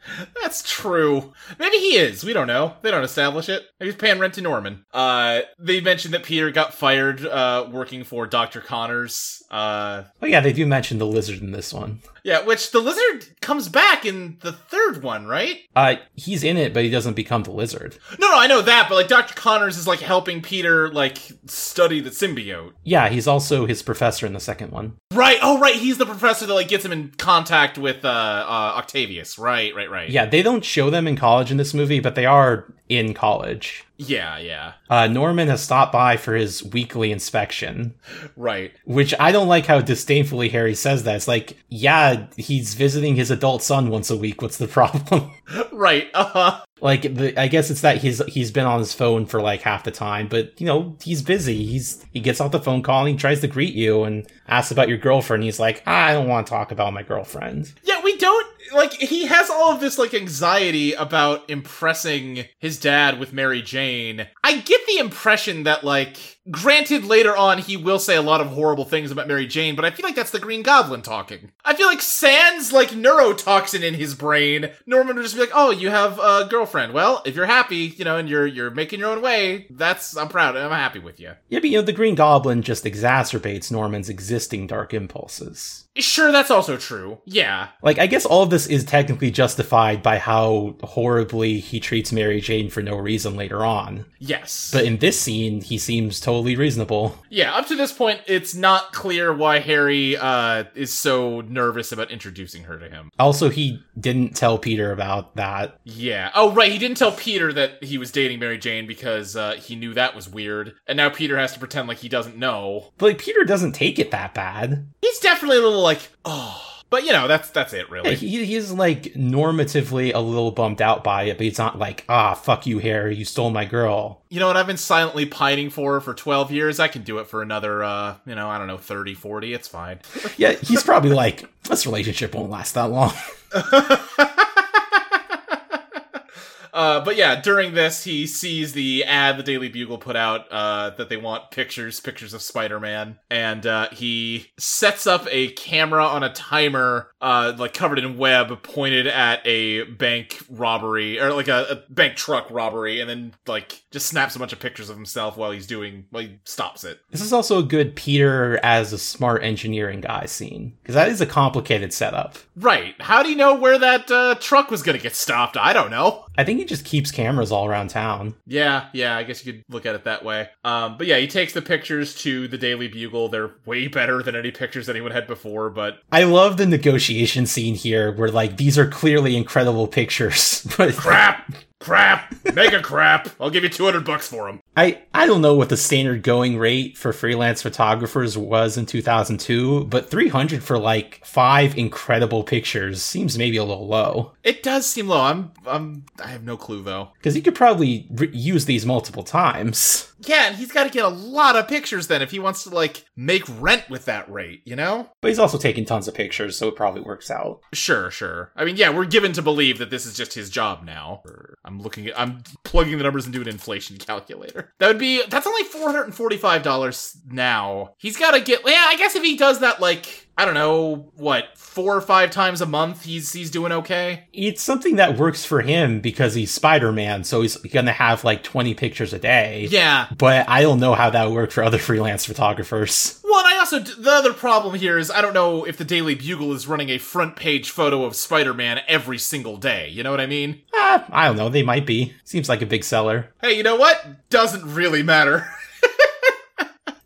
[SPEAKER 3] That's true. Maybe he is. We don't know. They don't establish it. Maybe he's paying rent to Norman. Uh, they mentioned that Peter got fired uh, working for Dr. Connors. Uh,
[SPEAKER 2] but yeah, they do mention the lizard in this one.
[SPEAKER 3] yeah, which the lizard comes back in the third one, right?
[SPEAKER 2] Uh, he's in it, but he doesn't become the lizard.
[SPEAKER 3] No, no, I know that, but like Dr. Connors is like helping Peter like study the symbiote.
[SPEAKER 2] Yeah, he's also his professor in the second one.
[SPEAKER 3] Right. Oh, right. He's the professor that like gets him in contact with uh, uh Octavius. Right. Right. Right.
[SPEAKER 2] Yeah, they don't show them in college in this movie, but they are in college.
[SPEAKER 3] Yeah. Yeah.
[SPEAKER 2] Uh, Norman has stopped by for his weekly inspection,
[SPEAKER 3] Right.
[SPEAKER 2] which I don't like how disdainfully Harry says that. It's like, yeah, he's visiting his adult son once a week. What's the problem?
[SPEAKER 3] Right. Uh huh.
[SPEAKER 2] like, the, I guess it's that he's he's been on his phone for like half the time, but you know he's busy. He's he gets off the phone call and he tries to greet you and asks about your girlfriend. He's like, "Ah, I don't want to talk about my girlfriend.
[SPEAKER 3] Yeah. We don't like. He has all of this like anxiety about impressing his dad with Mary Jane. I get the impression that like, granted, later on he will say a lot of horrible things about Mary Jane, but I feel like that's the Green Goblin talking. I feel like Sans like neurotoxin in his brain. Norman would just be like, "Oh, you have a girlfriend. Well, if you're happy, you know, and you're you're making your own way, that's I'm proud. I'm happy with you."
[SPEAKER 2] Yeah, but you know, the Green Goblin just exacerbates Norman's existing dark impulses.
[SPEAKER 3] Sure, that's also true. Yeah.
[SPEAKER 2] Like, I guess all of this this is technically justified by how horribly he treats Mary Jane for no reason later on.
[SPEAKER 3] Yes.
[SPEAKER 2] But in this scene, he seems totally reasonable.
[SPEAKER 3] yeah, up to this point, it's not clear why Harry uh, is so nervous about introducing her to him.
[SPEAKER 2] Also, he didn't tell Peter about that.
[SPEAKER 3] Yeah. Oh, right. He didn't tell Peter that he was dating Mary Jane because uh, he knew that was weird. And now Peter has to pretend like he doesn't know.
[SPEAKER 2] But like, Peter doesn't take it that bad.
[SPEAKER 3] He's definitely a little like, oh. But, you know, that's that's it,
[SPEAKER 2] Yeah,
[SPEAKER 3] really.
[SPEAKER 2] he, he's like normatively a little bummed out by it, but he's not like, ah, fuck you, Harry, you stole my girl.
[SPEAKER 3] you know what? I've been silently pining for her for 12 years. I can do it for another, uh, you know, I don't know, 30, 40. It's fine.
[SPEAKER 2] Yeah, he's probably like, this relationship won't last that long.
[SPEAKER 3] Uh, but yeah, during this, he sees the ad the Daily Bugle put out uh, that they want pictures, pictures of Spider Man, and uh, he sets up a camera on a timer, uh, like covered in web, pointed at a bank robbery or like a, a bank truck robbery, and then like just snaps a bunch of pictures of himself while he's doing, while he stops it.
[SPEAKER 2] This is also a good Peter as a smart engineering guy scene because that is a complicated setup.
[SPEAKER 3] Right? How do you know where that uh, truck was gonna get stopped? I don't know.
[SPEAKER 2] I think he just keeps cameras all around town.
[SPEAKER 3] Yeah, yeah, I guess you could look at it that way. Um, but yeah, he takes the pictures to the Daily Bugle. They're way better than any pictures anyone had before, but
[SPEAKER 2] I love the negotiation scene here where like these are clearly incredible pictures, but
[SPEAKER 3] crap, crap, mega crap. I'll give you 200 bucks for them.
[SPEAKER 2] I I don't know what the standard going rate for freelance photographers was in 2002, but 300 for like five incredible pictures seems maybe a little low
[SPEAKER 3] It does seem low. I'm, I'm, I have no clue though.
[SPEAKER 2] because you could probably re- use these multiple times.
[SPEAKER 3] Yeah, and he's got to get a lot of pictures then if he wants to like make rent with that rate, you know?
[SPEAKER 2] But he's also taking tons of pictures, so it probably works out.
[SPEAKER 3] Sure, sure. I mean, yeah, we're given to believe that this is just his job now. I'm looking at, I'm plugging the numbers into an inflation calculator. That would be, that's only $445 now. He's gotta get, yeah, I guess if he does that, like, I don't know, what, four or five times a month, he's, he's doing okay.
[SPEAKER 2] It's something that works for him because he's Spider-Man, so he's gonna have like 20 pictures a day.
[SPEAKER 3] Yeah.
[SPEAKER 2] But I don't know how that would work for other freelance photographers.
[SPEAKER 3] Well, and I also, d- the other problem here is I don't know if the Daily Bugle is running a front page photo of Spider-Man every single day. You know what I mean?
[SPEAKER 2] Ah, I don't know. They might be. Seems like a big seller.
[SPEAKER 3] Hey, you know what? Doesn't really matter.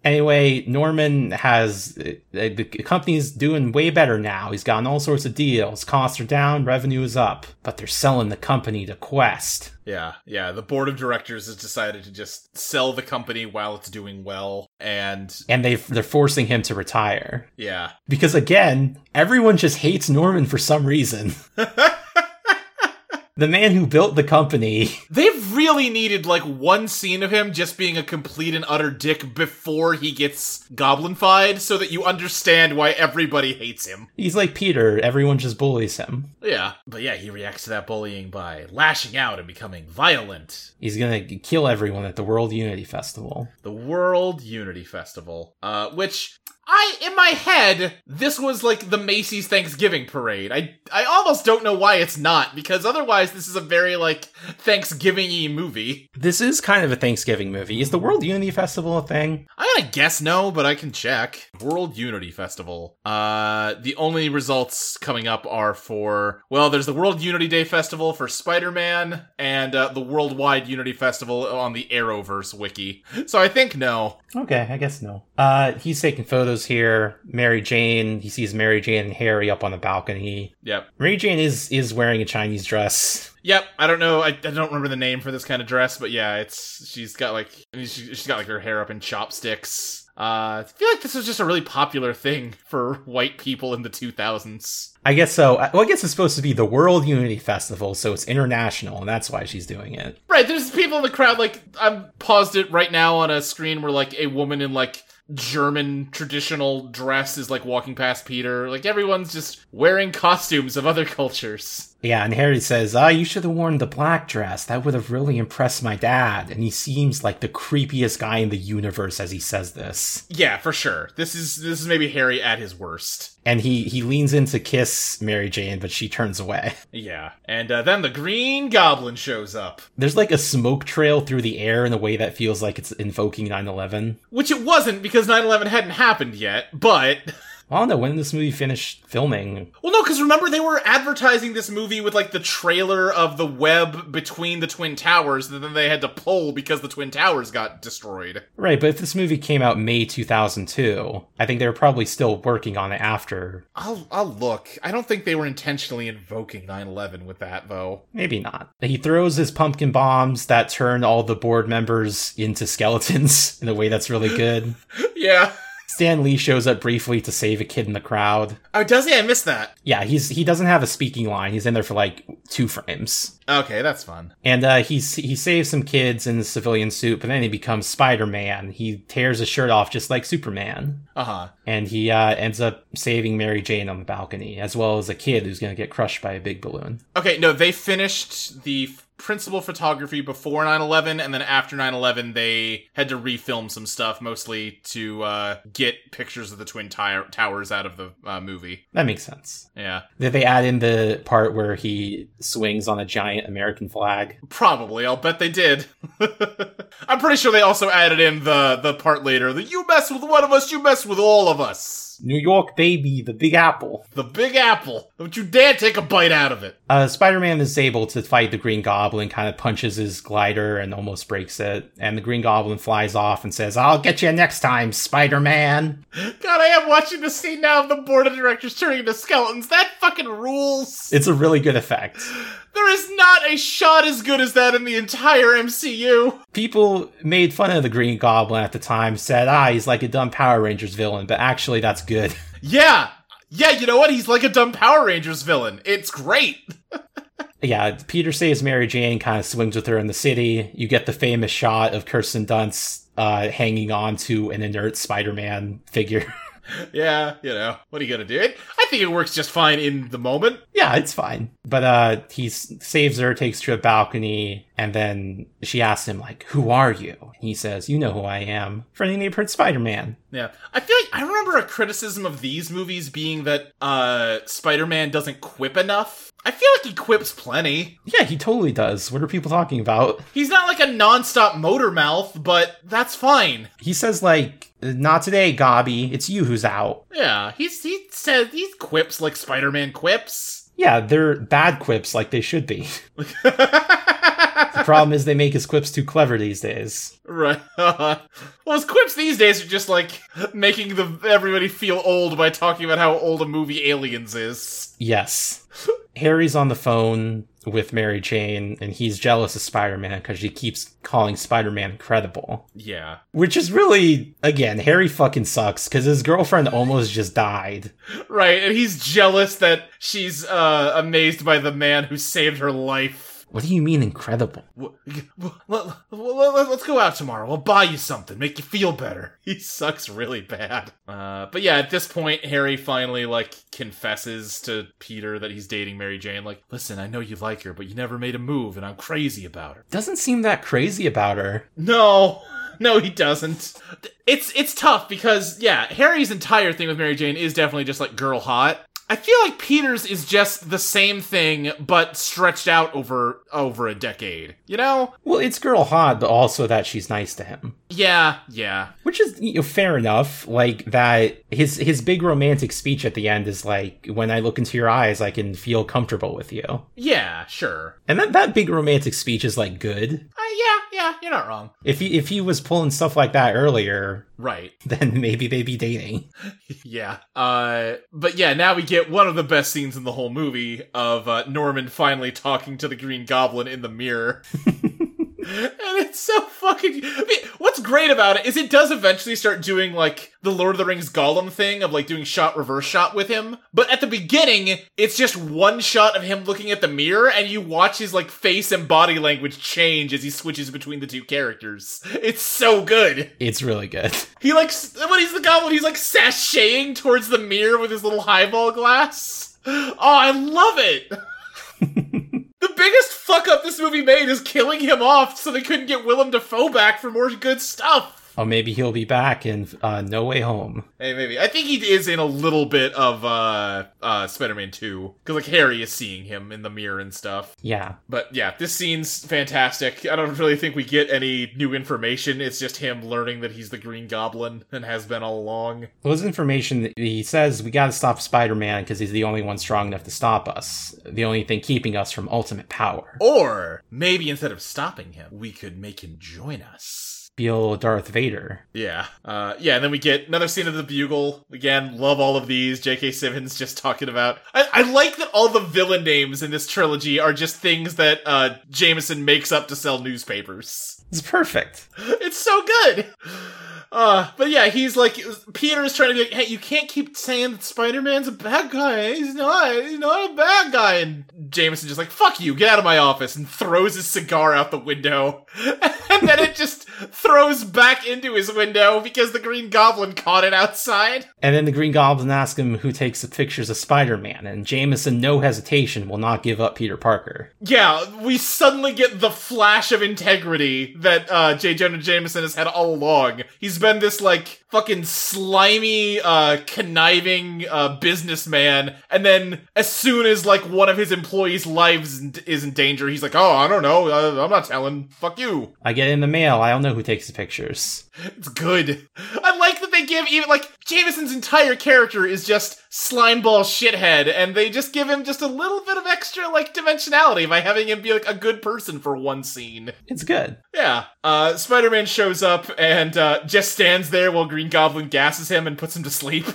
[SPEAKER 2] Anyway, Norman has uh, the company's doing way better now. He's gotten all sorts of deals. Costs are down, revenue is up, but they're selling the company to Quest.
[SPEAKER 3] Yeah, yeah. The board of directors has decided to just sell the company while it's doing well, and
[SPEAKER 2] And they they're forcing him to retire
[SPEAKER 3] yeah,
[SPEAKER 2] because again, everyone just hates Norman for some reason. the man who built the company
[SPEAKER 3] they've really needed like one scene of him just being a complete and utter dick before he gets goblinfied, so that you understand why everybody hates him.
[SPEAKER 2] He's like Peter, everyone just bullies him.
[SPEAKER 3] Yeah, but yeah, he reacts to that bullying by lashing out and becoming violent.
[SPEAKER 2] He's gonna kill everyone at the World Unity Festival.
[SPEAKER 3] The World Unity Festival, uh, which. I in my head this was like the Macy's Thanksgiving parade. I I almost don't know why it's not because otherwise this is a very like Thanksgiving-y movie.
[SPEAKER 2] This is kind of a Thanksgiving movie. Is the World Unity Festival a thing?
[SPEAKER 3] I'm gonna guess no, but I can check. World Unity Festival. Uh, the only results coming up are for well, there's the World Unity Day Festival for Spider-Man and uh, the Worldwide Unity Festival on the Arrowverse wiki. So I think no.
[SPEAKER 2] Okay, I guess no. Uh, he's taking photos here. Mary Jane, he sees Mary Jane and Harry up on the balcony.
[SPEAKER 3] Yep.
[SPEAKER 2] Mary Jane is is wearing a Chinese dress.
[SPEAKER 3] Yep, I don't know. I, I don't remember the name for this kind of dress, but yeah, it's she's got like I mean, she, she's got like her hair up in chopsticks. Uh, I feel like this was just a really popular thing for white people in the 2000s.
[SPEAKER 2] I guess so. I- Well, I guess it's supposed to be the World Unity Festival, so it's international, and that's why she's doing it.
[SPEAKER 3] Right, there's people in the crowd like I'm paused it right now on a screen where like a woman in like German traditional dress is like walking past Peter. Like everyone's just wearing costumes of other cultures.
[SPEAKER 2] Yeah, and Harry says, "Ah, you should have worn the black dress. That would have really impressed my dad." And he seems like the creepiest guy in the universe as he says this.
[SPEAKER 3] Yeah, for sure. This is this is maybe Harry at his worst.
[SPEAKER 2] And he he leans in to kiss Mary Jane, but she turns away.
[SPEAKER 3] Yeah. And uh, then the Green Goblin shows up.
[SPEAKER 2] There's like a smoke trail through the air in a way that feels like it's invoking 9/11.
[SPEAKER 3] Which it wasn't because 9 11 hadn't happened yet, but
[SPEAKER 2] I don't know when did this movie finished filming.
[SPEAKER 3] Well, no, because remember they were advertising this movie with like the trailer of the web between the twin towers that then they had to pull because the twin towers got destroyed.
[SPEAKER 2] Right, but if this movie came out May 2002, I think they were probably still working on it after.
[SPEAKER 3] I'll I'll look. I don't think they were intentionally invoking 9/11 with that though.
[SPEAKER 2] Maybe not. He throws his pumpkin bombs that turn all the board members into skeletons in a way that's really good.
[SPEAKER 3] yeah.
[SPEAKER 2] Stan Lee shows up briefly to save a kid in the crowd.
[SPEAKER 3] Oh, does he? I missed that.
[SPEAKER 2] Yeah, he's he doesn't have a speaking line. He's in there for like two frames.
[SPEAKER 3] Okay, that's fun.
[SPEAKER 2] And uh, he's he saves some kids in the civilian suit, but then he becomes Spider Man. He tears his shirt off just like Superman,
[SPEAKER 3] Uh huh.
[SPEAKER 2] and he uh, ends up saving Mary Jane on the balcony, as well as a kid who's gonna get crushed by a big balloon.
[SPEAKER 3] Okay, no, they finished the f- principal photography before 9/11 and then after 9/11 they had to refilm some stuff mostly to uh get pictures of the twin tire- towers out of the uh, movie.
[SPEAKER 2] That makes sense.
[SPEAKER 3] Yeah.
[SPEAKER 2] Did they add in the part where he swings on a giant American flag?
[SPEAKER 3] Probably. I'll bet they did. I'm pretty sure they also added in the the part later. The you mess with one of us, you mess with all of us.
[SPEAKER 2] New York, baby, the Big Apple.
[SPEAKER 3] The Big Apple. Don't you dare take a bite out of it.
[SPEAKER 2] Uh, Spider-Man is able to fight the Green Goblin, kind of punches his glider and almost breaks it. And the Green Goblin flies off and says, I'll get you next time, Spider-Man.
[SPEAKER 3] God, I am watching the scene now of the board of directors turning into skeletons. That fucking rules.
[SPEAKER 2] It's a really good effect.
[SPEAKER 3] There is not a shot as good as that in the entire MCU.
[SPEAKER 2] People made fun of the Green Goblin at the time, said, ah, he's like a dumb Power Rangers villain, but actually that's good.
[SPEAKER 3] Yeah. Yeah, you know what? He's like a dumb Power Rangers villain. It's great.
[SPEAKER 2] yeah, Peter saves Mary Jane, kind of swings with her in the city. You get the famous shot of Kirsten Dunst uh, hanging on to an inert Spider-Man figure.
[SPEAKER 3] Yeah, you know. What are you gonna do? It, I think it works just fine in the moment.
[SPEAKER 2] Yeah, it's fine. But uh he s- saves her, takes her to a balcony, and then she asks him like, "Who are you?" And he says, "You know who I am, friendly neighborhood Spider-Man."
[SPEAKER 3] Yeah. I feel like I remember a criticism of these movies being that uh Spider-Man doesn't quip enough. I feel like he quips plenty.
[SPEAKER 2] Yeah, he totally does. What are people talking about?
[SPEAKER 3] He's not like a nonstop motor mouth, but that's fine.
[SPEAKER 2] He says like, "Not today, Gobby. It's you who's out."
[SPEAKER 3] Yeah, he's he said he quips like Spider-Man quips.
[SPEAKER 2] Yeah, they're bad quips like they should be. The problem is they make his quips too clever these days.
[SPEAKER 3] right. well, his quips these days are just like making the everybody feel old by talking about how old a movie Aliens is.
[SPEAKER 2] Yes. Harry's on the phone with Mary Jane and he's jealous of Spider-Man because she keeps calling Spider-Man credible.
[SPEAKER 3] Yeah.
[SPEAKER 2] Which is really, again, Harry fucking sucks because his girlfriend almost just died.
[SPEAKER 3] Right, and he's jealous that she's uh amazed by the man who saved her life.
[SPEAKER 2] What do you mean incredible?
[SPEAKER 3] W- g- w- let, let, let, us go out tomorrow. I'll buy you something, make you feel better. He sucks really bad. Uh, but yeah, at this point, Harry finally like confesses to Peter that he's dating Mary Jane. Like, listen, I know you like her, but you never made a move, and I'm crazy about her.
[SPEAKER 2] Doesn't seem that crazy about her.
[SPEAKER 3] No, no, he doesn't. It's it's tough because yeah, Harry's entire thing with Mary Jane is definitely just like girl hot. I feel like Peter's is just the same thing, but stretched out over over a decade. You know?
[SPEAKER 2] Well, it's girl hot, but also that she's nice to him.
[SPEAKER 3] Yeah, yeah.
[SPEAKER 2] Which is you know, fair enough. Like that his his big romantic speech at the end is like, when I look into your eyes, I can feel comfortable with you.
[SPEAKER 3] Yeah, sure.
[SPEAKER 2] And that, that big romantic speech is like good.
[SPEAKER 3] Uh, yeah, yeah, you're not wrong.
[SPEAKER 2] If he if he was pulling stuff like that earlier,
[SPEAKER 3] Right.
[SPEAKER 2] then maybe they'd be dating.
[SPEAKER 3] Yeah. Uh but yeah, now we get one of the best scenes in the whole movie of uh, Norman finally talking to the Green Goblin in the mirror. and it's so fucking I mean, what's great about it is it does eventually start doing like the Lord of the Rings Gollum thing of like doing shot reverse shot with him. But at the beginning, it's just one shot of him looking at the mirror and you watch his like face and body language change as he switches between the two characters. It's so good.
[SPEAKER 2] It's really good.
[SPEAKER 3] He like s- when he's the goblin, he's like sashaying towards the mirror with his little highball glass. Oh, I love it. the biggest fuck up this movie made is killing him off so they couldn't get Willem Dafoe back for more good stuff.
[SPEAKER 2] Oh, maybe he'll be back in uh, No Way Home.
[SPEAKER 3] Hey, maybe. I think he is in a little bit of uh uh Spider-Man 2 cuz like Harry is seeing him in the mirror and stuff.
[SPEAKER 2] Yeah.
[SPEAKER 3] But yeah, this scene's fantastic. I don't really think we get any new information. It's just him learning that he's the Green Goblin and has been all along.
[SPEAKER 2] Well, his information, that he says we gotta stop Spider Man because he's the only one strong enough to stop us. The only thing keeping us from ultimate power.
[SPEAKER 3] Or maybe instead of stopping him, we could make him join us.
[SPEAKER 2] Feel Darth Vader.
[SPEAKER 3] Yeah. Uh, yeah, and then we get another scene of the bugle. Again, love all of these. J.K. Simmons just talking about. I, I like that all the villain names in this trilogy are just things that uh, Jameson makes up to sell newspapers.
[SPEAKER 2] It's perfect.
[SPEAKER 3] It's so good. Uh, but yeah, he's like Peter's trying to be like, hey, you can't keep saying that Spider-Man's a bad guy. He's not. He's not a bad guy. And Jameson just like, fuck you, get out of my office, and throws his cigar out the window. and then it just throws back into his window because the Green Goblin caught it outside.
[SPEAKER 2] And then the Green Goblin asks him who takes the pictures of Spider Man, and Jameson, no hesitation, will not give up Peter Parker.
[SPEAKER 3] Yeah, we suddenly get the flash of integrity that uh, J. Jonah Jameson has had all along. He's been this like fucking slimy, uh, conniving uh, businessman, and then as soon as like one of his employees' lives is in danger, he's like, "Oh, I don't know, uh, I'm not telling. Fuck you."
[SPEAKER 2] I get in the mail. I don't know who takes the pictures.
[SPEAKER 3] It's good. I like that they give even like Jameson's entire character is just slimeball shithead, and they just give him just a little bit of extra like dimensionality by having him be like a good person for one scene.
[SPEAKER 2] It's good.
[SPEAKER 3] Yeah. Uh, Spider-Man shows up and uh, just stands there while Green Goblin gasses him and puts him to sleep.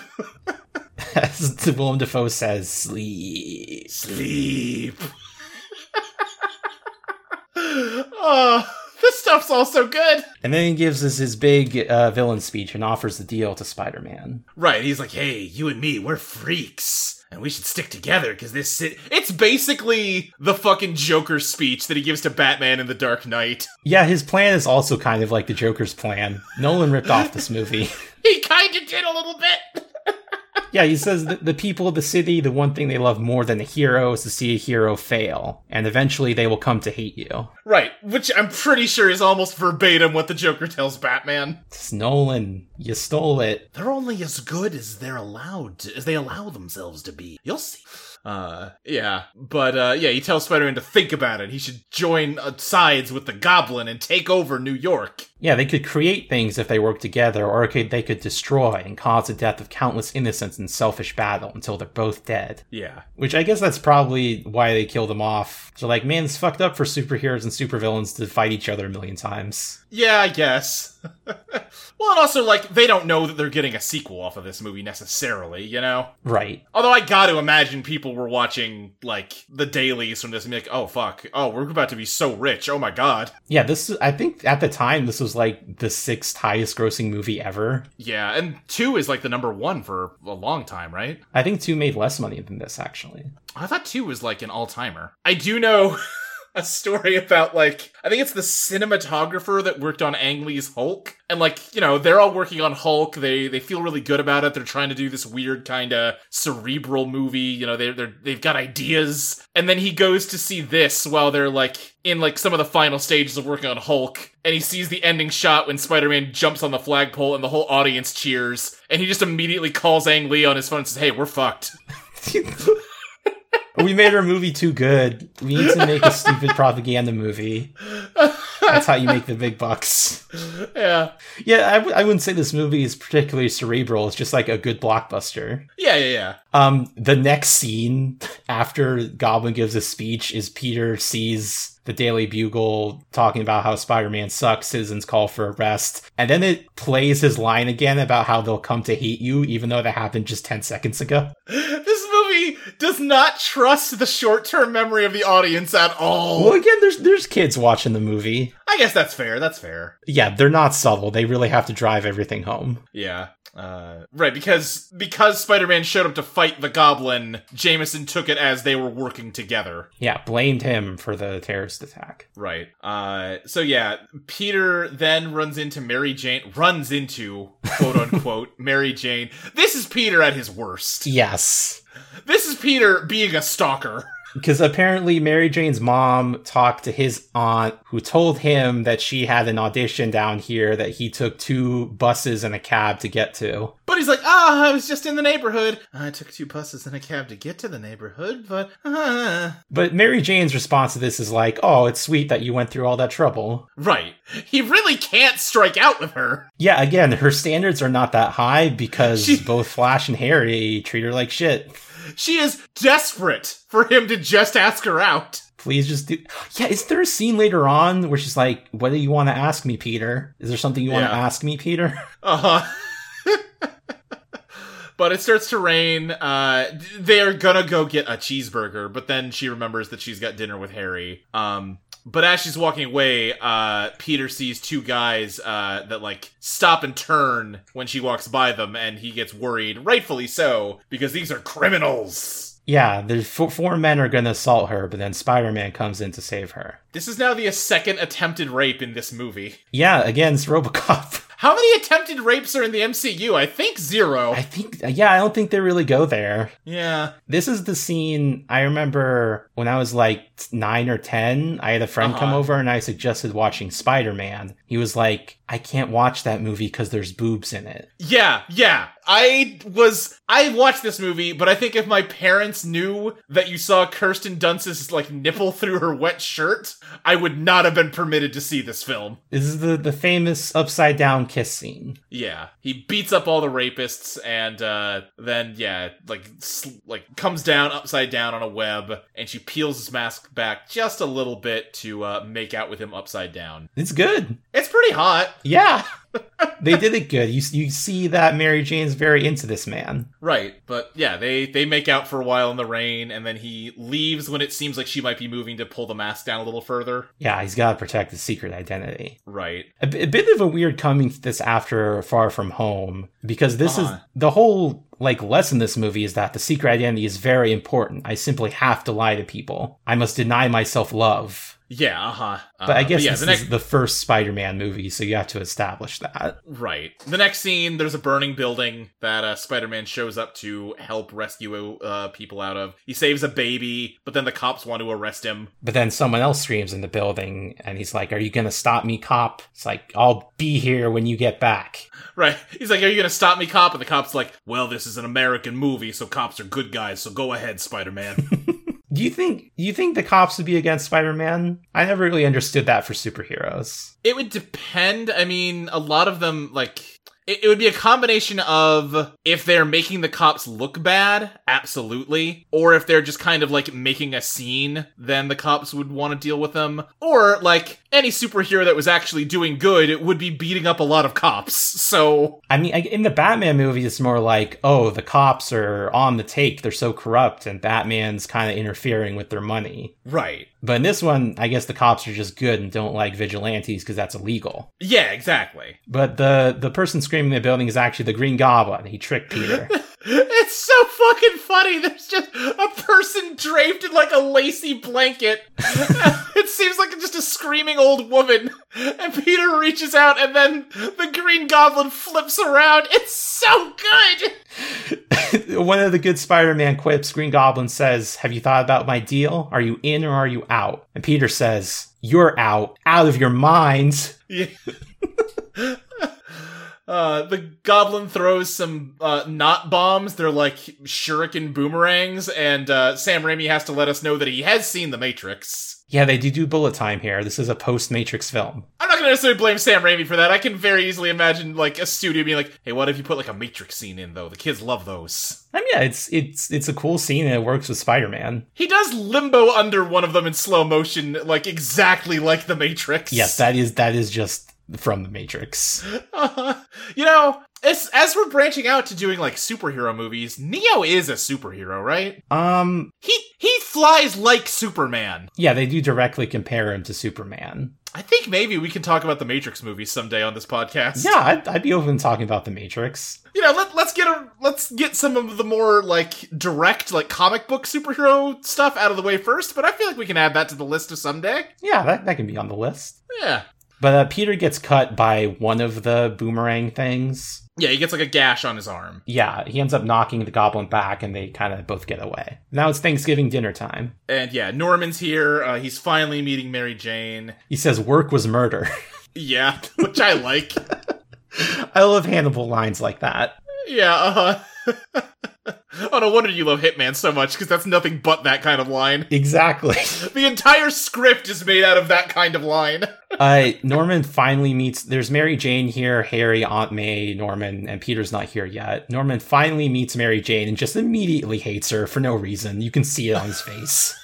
[SPEAKER 2] As Willem Dafoe says, "Sleep,
[SPEAKER 3] sleep." oh this stuff's all so good.
[SPEAKER 2] And then he gives us his big uh, villain speech and offers the deal to Spider Man.
[SPEAKER 3] Right. He's like, hey, you and me, we're freaks. And we should stick together because this. Sit- it's basically the fucking Joker speech that he gives to Batman in The Dark Knight.
[SPEAKER 2] Yeah, his plan is also kind of like the Joker's plan. Nolan ripped off this movie.
[SPEAKER 3] he kind of did a little bit.
[SPEAKER 2] yeah, he says the people of the city, the one thing they love more than a hero is to see a hero fail, and eventually they will come to hate you.
[SPEAKER 3] Right, which I'm pretty sure is almost verbatim what the Joker tells Batman.
[SPEAKER 2] It's Nolan, you stole it.
[SPEAKER 3] They're only as good as they're allowed to, as they allow themselves to be. You'll see. Uh, yeah, but uh, yeah, he tells Spider-Man to think about it. He should join uh, sides with the Goblin and take over New York.
[SPEAKER 2] Yeah, they could create things if they work together, or could, they could destroy and cause the death of countless innocents in selfish battle until they're both dead.
[SPEAKER 3] Yeah.
[SPEAKER 2] Which I guess that's probably why they kill them off. They're like, man, it's fucked up for superheroes and supervillains to fight each other a million times.
[SPEAKER 3] Yeah, I guess. well, and also, like, they don't know that they're getting a sequel off of this movie necessarily, you know?
[SPEAKER 2] Right.
[SPEAKER 3] Although I got to imagine people were watching, like, the dailies from this and be like, oh, fuck. Oh, we're about to be so rich. Oh, my God.
[SPEAKER 2] Yeah, this, I think at the time, this was like the sixth highest grossing movie ever.
[SPEAKER 3] Yeah, and two is like the number one for a long time, right?
[SPEAKER 2] I think two made less money than this, actually.
[SPEAKER 3] I thought two was like an all timer. I do know. a story about like I think it's the cinematographer that worked on Ang Lee's Hulk, and like you know they're all working on Hulk. They they feel really good about it. They're trying to do this weird kind of cerebral movie. You know they they they've got ideas, and then he goes to see this while they're like in like some of the final stages of working on Hulk, and he sees the ending shot when Spider-Man jumps on the flagpole and the whole audience cheers, and he just immediately calls Ang Lee on his phone and says, "Hey, we're fucked."
[SPEAKER 2] we made our movie too good. We need to make a stupid propaganda movie. That's how you make the big bucks.
[SPEAKER 3] Yeah.
[SPEAKER 2] Yeah, I w- I wouldn't say this movie is particularly cerebral. It's just like a good blockbuster.
[SPEAKER 3] Yeah, yeah, yeah.
[SPEAKER 2] Um, the next scene after Goblin gives a speech is Peter sees the Daily Bugle talking about how Spider Man sucks, citizens call for arrest. And then it plays his line again about how they'll come to hate you, even though that happened just 10 seconds ago.
[SPEAKER 3] This movie does not trust the short term memory of the audience at all.
[SPEAKER 2] Well, again, there's, there's kids watching the movie.
[SPEAKER 3] I guess that's fair. That's fair.
[SPEAKER 2] Yeah, they're not subtle. They really have to drive everything home.
[SPEAKER 3] Yeah. Uh, right, because because Spider-Man showed up to fight the Goblin, Jameson took it as they were working together.
[SPEAKER 2] Yeah, blamed him for the terrorist attack.
[SPEAKER 3] Right. Uh, so yeah, Peter then runs into Mary Jane, runs into quote unquote Mary Jane. This is Peter at his worst.
[SPEAKER 2] Yes.
[SPEAKER 3] This is Peter being a stalker.
[SPEAKER 2] Because apparently, Mary Jane's mom talked to his aunt, who told him that she had an audition down here that he took two buses and a cab to get to.
[SPEAKER 3] But he's like, ah, I was just in the neighborhood. I took two buses and a cab to get to the neighborhood, but uh.
[SPEAKER 2] But Mary Jane's response to this is like, oh, it's sweet that you went through all that trouble.
[SPEAKER 3] right. He really can't strike out with her.
[SPEAKER 2] Yeah, again, her standards are not that high because
[SPEAKER 3] She-
[SPEAKER 2] both Flash and Harry treat her like shit.
[SPEAKER 3] She is desperate for him to just ask her out.
[SPEAKER 2] Please just do. Yeah, is there a scene later on where she's like, what do you want to ask me, Peter? Is there something you want to
[SPEAKER 3] Yeah.
[SPEAKER 2] ask me, Peter?
[SPEAKER 3] Uh huh. But it starts to rain. Uh, d- they're gonna go get a cheeseburger, but then she remembers that she's got dinner with Harry. Um, but as she's walking away, uh, Peter sees two guys uh, that like stop and turn when she walks by them, and he gets worried, rightfully so, because these are criminals.
[SPEAKER 2] Yeah, the four, four men are going to assault her, but then Spider Man comes in to save her.
[SPEAKER 3] This is now the second attempted rape in this movie.
[SPEAKER 2] Yeah, again, it's Robocop.
[SPEAKER 3] How many attempted rapes are in the MCU? I think zero.
[SPEAKER 2] I think, yeah, I don't think they really go there.
[SPEAKER 3] yeah.
[SPEAKER 2] This is the scene I remember when I was like nine or 10. I had a friend come
[SPEAKER 3] Uh-huh.
[SPEAKER 2] over and I suggested watching Spider Man. He was like, I can't watch that movie because there's boobs in it.
[SPEAKER 3] Yeah, yeah. I was I watched this movie, but I think if my parents knew that you saw Kirsten Dunst's like nipple through her wet shirt, I would not have been permitted to see this film.
[SPEAKER 2] This is the, the famous upside down kiss scene.
[SPEAKER 3] Yeah, he beats up all the rapists, and uh, then yeah, like sl- like comes down upside down on a web, and she peels his mask back just a little bit to uh, make out with him upside down.
[SPEAKER 2] It's good.
[SPEAKER 3] It's pretty hot,
[SPEAKER 2] Yeah. they did it good. You, you see that Mary Jane's very into this man.
[SPEAKER 3] Right, but yeah, they they make out for a while in the rain, and then he leaves when it seems like she might be moving to pull the mask down a little further.
[SPEAKER 2] Yeah, he's got to protect his secret identity.
[SPEAKER 3] Right.
[SPEAKER 2] a, b- a bit of a weird coming to this after Far From Home because this
[SPEAKER 3] Uh-huh.
[SPEAKER 2] is the whole like lesson in this movie is that the secret identity is very important. I simply have to lie to people. I must deny myself love.
[SPEAKER 3] Yeah. Uh-huh. Uh,
[SPEAKER 2] But I guess
[SPEAKER 3] yeah.
[SPEAKER 2] this
[SPEAKER 3] The next
[SPEAKER 2] is the first Spider-Man movie, so you have to establish that.
[SPEAKER 3] right. The next scene, there's a burning building that uh, Spider-Man shows up to help rescue uh, people out of. He saves a baby, but then the cops want to arrest him.
[SPEAKER 2] But then someone else screams in the building and he's like, "Are you going to stop me, cop?" It's like, "I'll be here when you get back."
[SPEAKER 3] Right. He's like, "Are you gonna stop me, cop?" And the cop's like, "Well, this is an American movie, so cops are good guys. So go ahead, Spider-Man."
[SPEAKER 2] Do you think do you think the cops would be against Spider-Man? I never really understood that for superheroes.
[SPEAKER 3] It would depend. I mean, a lot of them like it, it would be a combination of if they're making the cops look bad, absolutely, or if they're just kind of like making a scene, then the cops would want to deal with them, or like any superhero that was actually doing good it would be beating up a lot of cops. So
[SPEAKER 2] I mean, I- in the Batman movie, it's more like, oh, the cops are on the take. They're so corrupt, and Batman's kind of interfering with their money.
[SPEAKER 3] right.
[SPEAKER 2] But in this one, I guess the cops are just good and don't like vigilantes because that's illegal.
[SPEAKER 3] Yeah, exactly.
[SPEAKER 2] But the the person screaming in the building is actually the Green Goblin. He tricked Peter.
[SPEAKER 3] It's so fucking funny. There's just a person draped in like a lacy blanket. it seems like just a screaming old woman. And Peter reaches out and then the green goblin flips around. It's so good.
[SPEAKER 2] one of the good Spider-Man quips, Green Goblin says, "Have you thought about my deal? Are you in or are you out?" And Peter says, "You're out, out of your mind."
[SPEAKER 3] Yeah. Uh, the goblin throws some uh, not bombs. They're like shuriken boomerangs, and uh, Sam Raimi has to let us know that he has seen The Matrix.
[SPEAKER 2] Yeah, they do do bullet time here. This is a post-Matrix film.
[SPEAKER 3] I'm not gonna necessarily blame Sam Raimi for that. I can very easily imagine like a studio being like, "Hey, what if you put like a Matrix scene in though? The kids love those."
[SPEAKER 2] I mean, yeah, it's it's it's a cool scene and it works with Spider-Man.
[SPEAKER 3] He does limbo under one of them in slow motion, like exactly like the Matrix.
[SPEAKER 2] Yes, that is that is just from the Matrix.
[SPEAKER 3] Uh-huh. you know, as as we're branching out to doing like superhero movies, Neo is a superhero, right?
[SPEAKER 2] Um,
[SPEAKER 3] He he flies like Superman.
[SPEAKER 2] yeah, they do directly compare him to Superman.
[SPEAKER 3] I think maybe we can talk about the Matrix movies someday on this podcast.
[SPEAKER 2] Yeah, I'd, I'd be open to talking about the Matrix.
[SPEAKER 3] you know let, let's get a let's get some of the more like direct like comic book superhero stuff out of the way first but i feel like we can add that to the list of someday
[SPEAKER 2] Yeah, that that can be on the list.
[SPEAKER 3] yeah
[SPEAKER 2] But uh, Peter gets cut by one of the boomerang things.
[SPEAKER 3] Yeah, he gets like a gash on his arm.
[SPEAKER 2] Yeah, he ends up knocking the goblin back and they kind of both get away. Now it's Thanksgiving dinner time.
[SPEAKER 3] And yeah, Norman's here. Uh, he's finally meeting Mary Jane.
[SPEAKER 2] He says work was murder.
[SPEAKER 3] Yeah, which I like.
[SPEAKER 2] I love Hannibal lines like that.
[SPEAKER 3] Yeah, uh huh. oh, no wonder you love Hitman so much, because that's nothing but that kind of line.
[SPEAKER 2] Exactly.
[SPEAKER 3] The entire script is made out of that kind of line.
[SPEAKER 2] uh, Norman finally meets. There's Mary Jane here, Harry, Aunt May, Norman, and Peter's not here yet. Norman finally meets Mary Jane and just immediately hates her for no reason. You can see it on his face.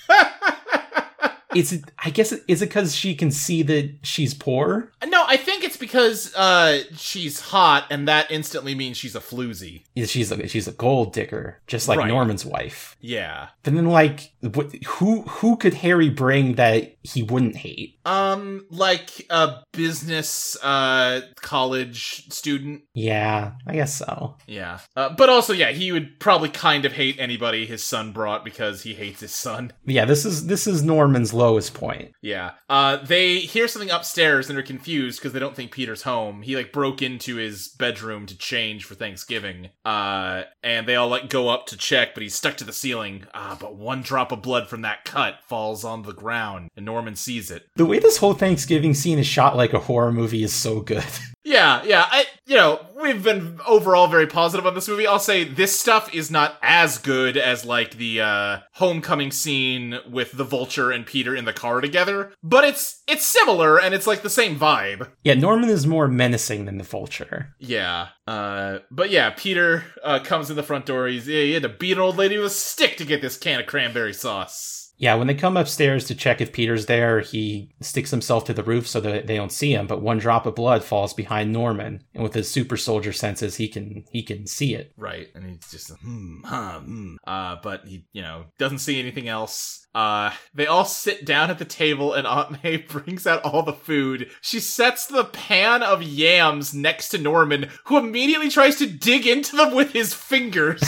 [SPEAKER 2] Is it, I guess, is it because she can see that she's poor?
[SPEAKER 3] No, I think it's because uh, she's hot, and that instantly means she's a floozy.
[SPEAKER 2] Is She's a, she's a gold digger, just like
[SPEAKER 3] Right.
[SPEAKER 2] Norman's wife.
[SPEAKER 3] Yeah.
[SPEAKER 2] But then, like, what, who who could Harry bring that he wouldn't hate?
[SPEAKER 3] Um, like a business uh college student.
[SPEAKER 2] Yeah, I guess so.
[SPEAKER 3] Yeah. Uh, but also, yeah, he would probably kind of hate anybody his son brought because he hates his son.
[SPEAKER 2] Yeah, this is this is Norman's lowest point.
[SPEAKER 3] Yeah. Uh, they hear something upstairs and are confused because they don't think Peter's home. He like broke into his bedroom to change for Thanksgiving. Uh, and they all like go up to check, but he's stuck to the ceiling. Ah, but one drop of blood from that cut falls on the ground, and Norman sees it.
[SPEAKER 2] The way this whole Thanksgiving scene is shot like a horror movie is so good.
[SPEAKER 3] Yeah, yeah. I, you know, we've been overall very positive on this movie. I'll say this stuff is not as good as like the uh homecoming scene with the vulture and Peter in the car together, but it's it's similar and it's like the same vibe.
[SPEAKER 2] yeah, Norman is more menacing than the vulture.
[SPEAKER 3] Yeah. Uh, but yeah, Peter uh, comes in the front door. He's yeah, he had to beat an old lady with a stick to get this can of cranberry sauce.
[SPEAKER 2] Yeah, when they come upstairs to check if Peter's there, he sticks himself to the roof so that they don't see him, but one drop of blood falls behind Norman, and with his super soldier senses he can he can see it.
[SPEAKER 3] Right. And he's just hmm, huh, hmm. Uh, but he, you know, doesn't see anything else. Uh, they all sit down at the table, and Aunt May brings out all the food. She sets the pan of yams next to Norman, who immediately tries to dig into them with his fingers.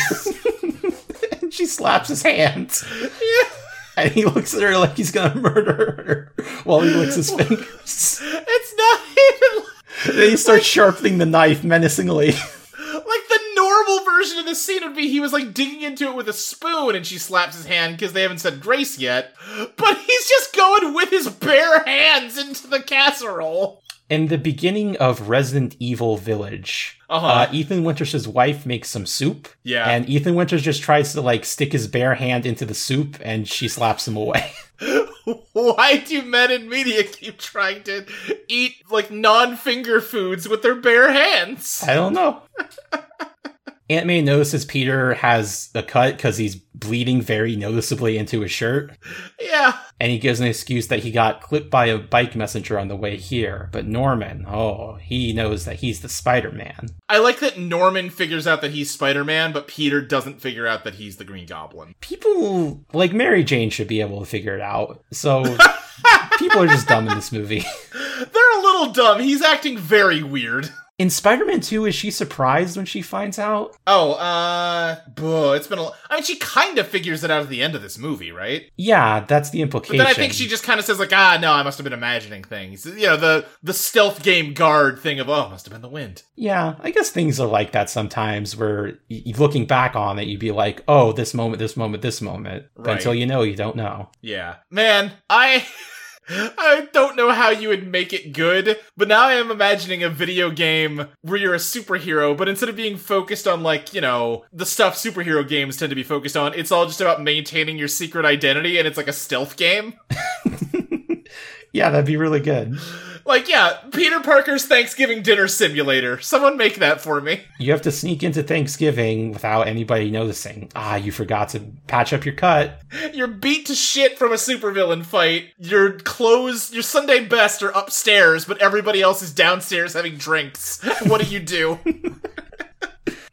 [SPEAKER 2] And she slaps his hand. And he looks at her like he's gonna murder her while he licks his fingers.
[SPEAKER 3] it's not even. like-
[SPEAKER 2] then he starts sharpening the knife menacingly.
[SPEAKER 3] Like the normal version of the scene would be he was like digging into it with a spoon and she slaps his hand because they haven't said grace yet. But he's just going with his bare hands into the casserole.
[SPEAKER 2] In the beginning of Resident Evil Village,
[SPEAKER 3] Uh-huh.
[SPEAKER 2] uh, Ethan Winters' wife makes some soup.
[SPEAKER 3] Yeah.
[SPEAKER 2] And Ethan Winters just tries to like stick his bare hand into the soup and she slaps him away.
[SPEAKER 3] Why do men in media keep trying to eat like non finger foods with their bare hands?
[SPEAKER 2] I don't know. Aunt May notices Peter has a cut because he's bleeding very noticeably into his shirt.
[SPEAKER 3] Yeah.
[SPEAKER 2] And he gives an excuse that he got clipped by a bike messenger on the way here. But Norman, oh, he knows that he's the Spider Man.
[SPEAKER 3] I like that Norman figures out that he's Spider Man, but Peter doesn't figure out that he's the Green Goblin.
[SPEAKER 2] people like Mary Jane should be able to figure it out. So people are just dumb in this movie.
[SPEAKER 3] They're a little dumb. He's acting very weird.
[SPEAKER 2] In Spider-Man 2, is she surprised when she finds out?
[SPEAKER 3] Oh, uh, buh, it's been a. I mean, she kind of figures it out at the end of this movie, right?
[SPEAKER 2] Yeah, that's the
[SPEAKER 3] But
[SPEAKER 2] implication.
[SPEAKER 3] then I think she just kind of says like, ah, no, I must have been imagining things. You know, the the stealth game guard thing of, oh, must have been the wind.
[SPEAKER 2] Yeah, I guess things are like that sometimes where y- y- looking back on it, you'd be like, oh, this moment, this moment, this moment. But
[SPEAKER 3] Right.
[SPEAKER 2] until you know, you don't know.
[SPEAKER 3] Yeah, man, I. I don't know how you would make it good, but now I am imagining a video game where you're a superhero, but instead of being focused on, like, you know, the stuff superhero games tend to be focused on, it's all just about maintaining your secret identity and it's like a stealth game.
[SPEAKER 2] Yeah, that'd be really good.
[SPEAKER 3] Like, yeah, Peter Parker's Thanksgiving dinner simulator. Someone make that for me.
[SPEAKER 2] You have to sneak into Thanksgiving without anybody noticing. Ah, you forgot to patch up your cut.
[SPEAKER 3] You're beat to shit from a supervillain fight. Your clothes, your Sunday best are upstairs, but everybody else is downstairs having drinks. What do you do?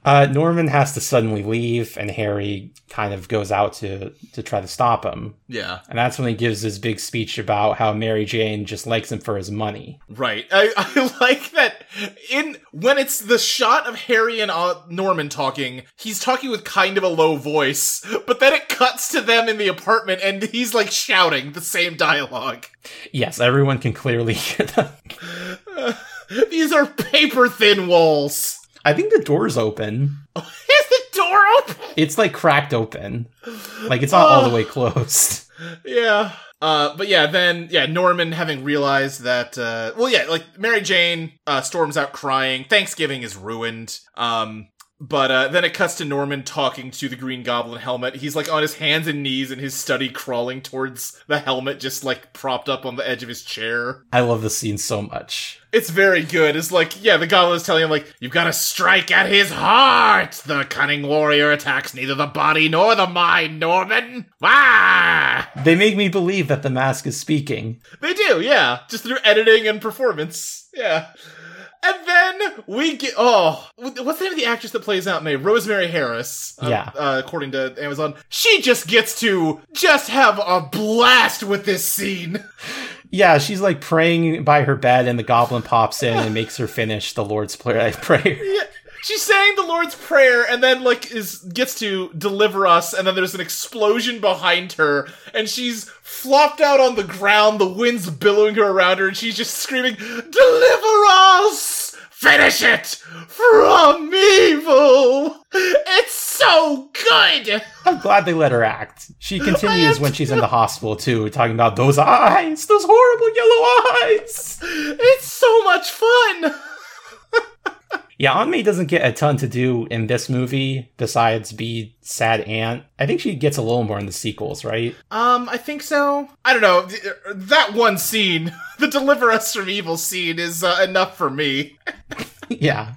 [SPEAKER 2] Uh, Norman has to suddenly leave, and Harry kind of goes out to to try to stop him.
[SPEAKER 3] Yeah.
[SPEAKER 2] And that's when he gives his big speech about how Mary Jane just likes him for his money.
[SPEAKER 3] Right. I, I like that in when it's the shot of Harry and uh, Norman talking, he's talking with kind of a low voice, but then it cuts to them in the apartment and he's like shouting the same dialogue.
[SPEAKER 2] Yes, everyone can clearly hear them.
[SPEAKER 3] These are paper thin walls.
[SPEAKER 2] I think the door's open.
[SPEAKER 3] Is the door open?
[SPEAKER 2] It's like cracked open. Like it's not all the way closed.
[SPEAKER 3] Yeah. Uh, but yeah, then yeah, Norman having realized that uh, well, yeah, like Mary Jane uh, storms out crying. Thanksgiving is ruined. Um, but uh, then it cuts to Norman talking to the Green Goblin helmet. He's like on his hands and knees in his study, crawling towards the helmet, just like propped up on the edge of his chair.
[SPEAKER 2] I love this scene so much.
[SPEAKER 3] It's very good. It's like, yeah, the goblin is telling him, like, you've got to strike at his heart. The cunning warrior attacks neither the body nor the mind, Norman. Wah!
[SPEAKER 2] They make me believe that the mask is speaking.
[SPEAKER 3] They do, yeah. Just through editing and performance. Yeah. And then we get oh, what's the name of the actress that plays Aunt May? Rosemary Harris. um,
[SPEAKER 2] Yeah.
[SPEAKER 3] Uh, according to Amazon, she just gets to just have a blast with this scene.
[SPEAKER 2] Yeah, she's like praying by her bed, and the goblin pops in and makes her finish the Lord's Prayer. prayer.
[SPEAKER 3] Yeah. She's saying the Lord's Prayer and then like is gets to deliver us and then there's an explosion behind her and she's flopped out on the ground, the wind's billowing her around her, and she's just screaming, Deliver us! Finish it! From evil! It's so good!
[SPEAKER 2] I'm glad they let her act. She continues when she's in the hospital too, talking about those eyes, those horrible yellow eyes.
[SPEAKER 3] It's so much fun!
[SPEAKER 2] Yeah, Aunt May doesn't get a ton to do in this movie besides be sad aunt. I think she gets a little more in the sequels, right?
[SPEAKER 3] Um, I think so. I don't know. Th- That one scene, the Deliver Us from Evil scene, is uh, enough for me.
[SPEAKER 2] yeah.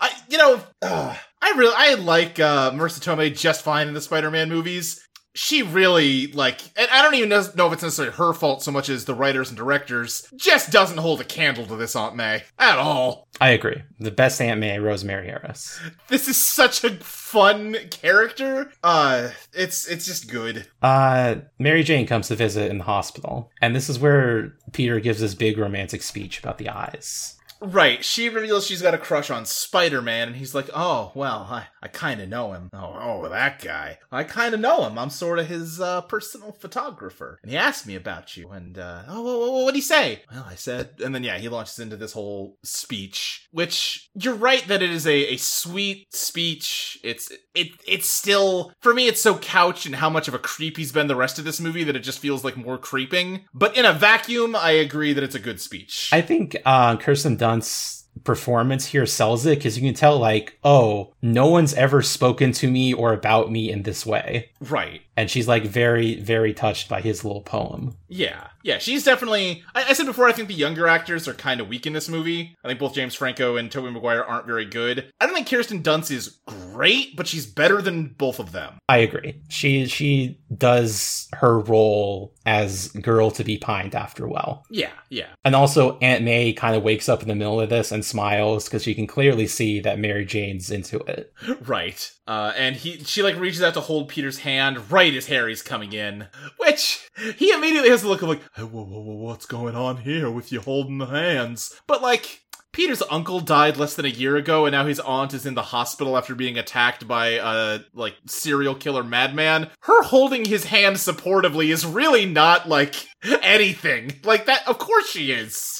[SPEAKER 3] I, you know, ugh, I really, I like uh, Marissa Tomei just fine in the Spider-Man movies. She really like, and I don't even know know if it's necessarily her fault so much as the writers and directors just doesn't hold a candle to this Aunt May at all.
[SPEAKER 2] I agree. The best Aunt May, Rosemary Harris.
[SPEAKER 3] This is such a fun character. Uh, it's it's just good.
[SPEAKER 2] Uh, Mary Jane comes to visit in the hospital, and this is where Peter gives his big romantic speech about the eyes.
[SPEAKER 3] Right. She reveals she's got a crush on Spider Man, and he's like, "Oh, well, I, I kind of know him. Oh, oh, that guy. I kind of know him. I'm sort of his uh, personal photographer." And he asked me about you, and uh, oh, wha- wha- what'd he say? Well, I said, and then yeah, he launches into this whole speech, which you're right that it is a, a sweet speech. It's it it's still for me, it's so couched in how much of a creep he's been the rest of this movie that it just feels like more creeping. But in a vacuum, I agree that it's a good speech.
[SPEAKER 2] I think uh, Kirsten Dunst's performance here sells it because you can tell, like, oh, no one's ever spoken to me or about me in this way.
[SPEAKER 3] right.
[SPEAKER 2] And she's like very, very touched by his little poem.
[SPEAKER 3] Yeah, yeah, she's definitely. I, I said before, I think the younger actors are kind of weak in this movie. I think both James Franco and Tobey Maguire aren't very good. I don't think Kirsten Dunst is great, but she's better than both of them.
[SPEAKER 2] I agree. She she does her role as girl to be pined after well.
[SPEAKER 3] Yeah, yeah,
[SPEAKER 2] And also, Aunt May kind of wakes up in the middle of this and smiles because she can clearly see that Mary Jane's into it.
[SPEAKER 3] right. Uh, and he, she like reaches out to hold Peter's hand right as Harry's coming in, which he immediately has a look of like, hey, whoa, whoa, whoa, what's going on here with you holding the hands? But like. Peter's uncle died less than a year ago, and now his aunt is in the hospital after being attacked by a like serial killer madman. Her holding his hand supportively is really not like anything. Like that, of course she is.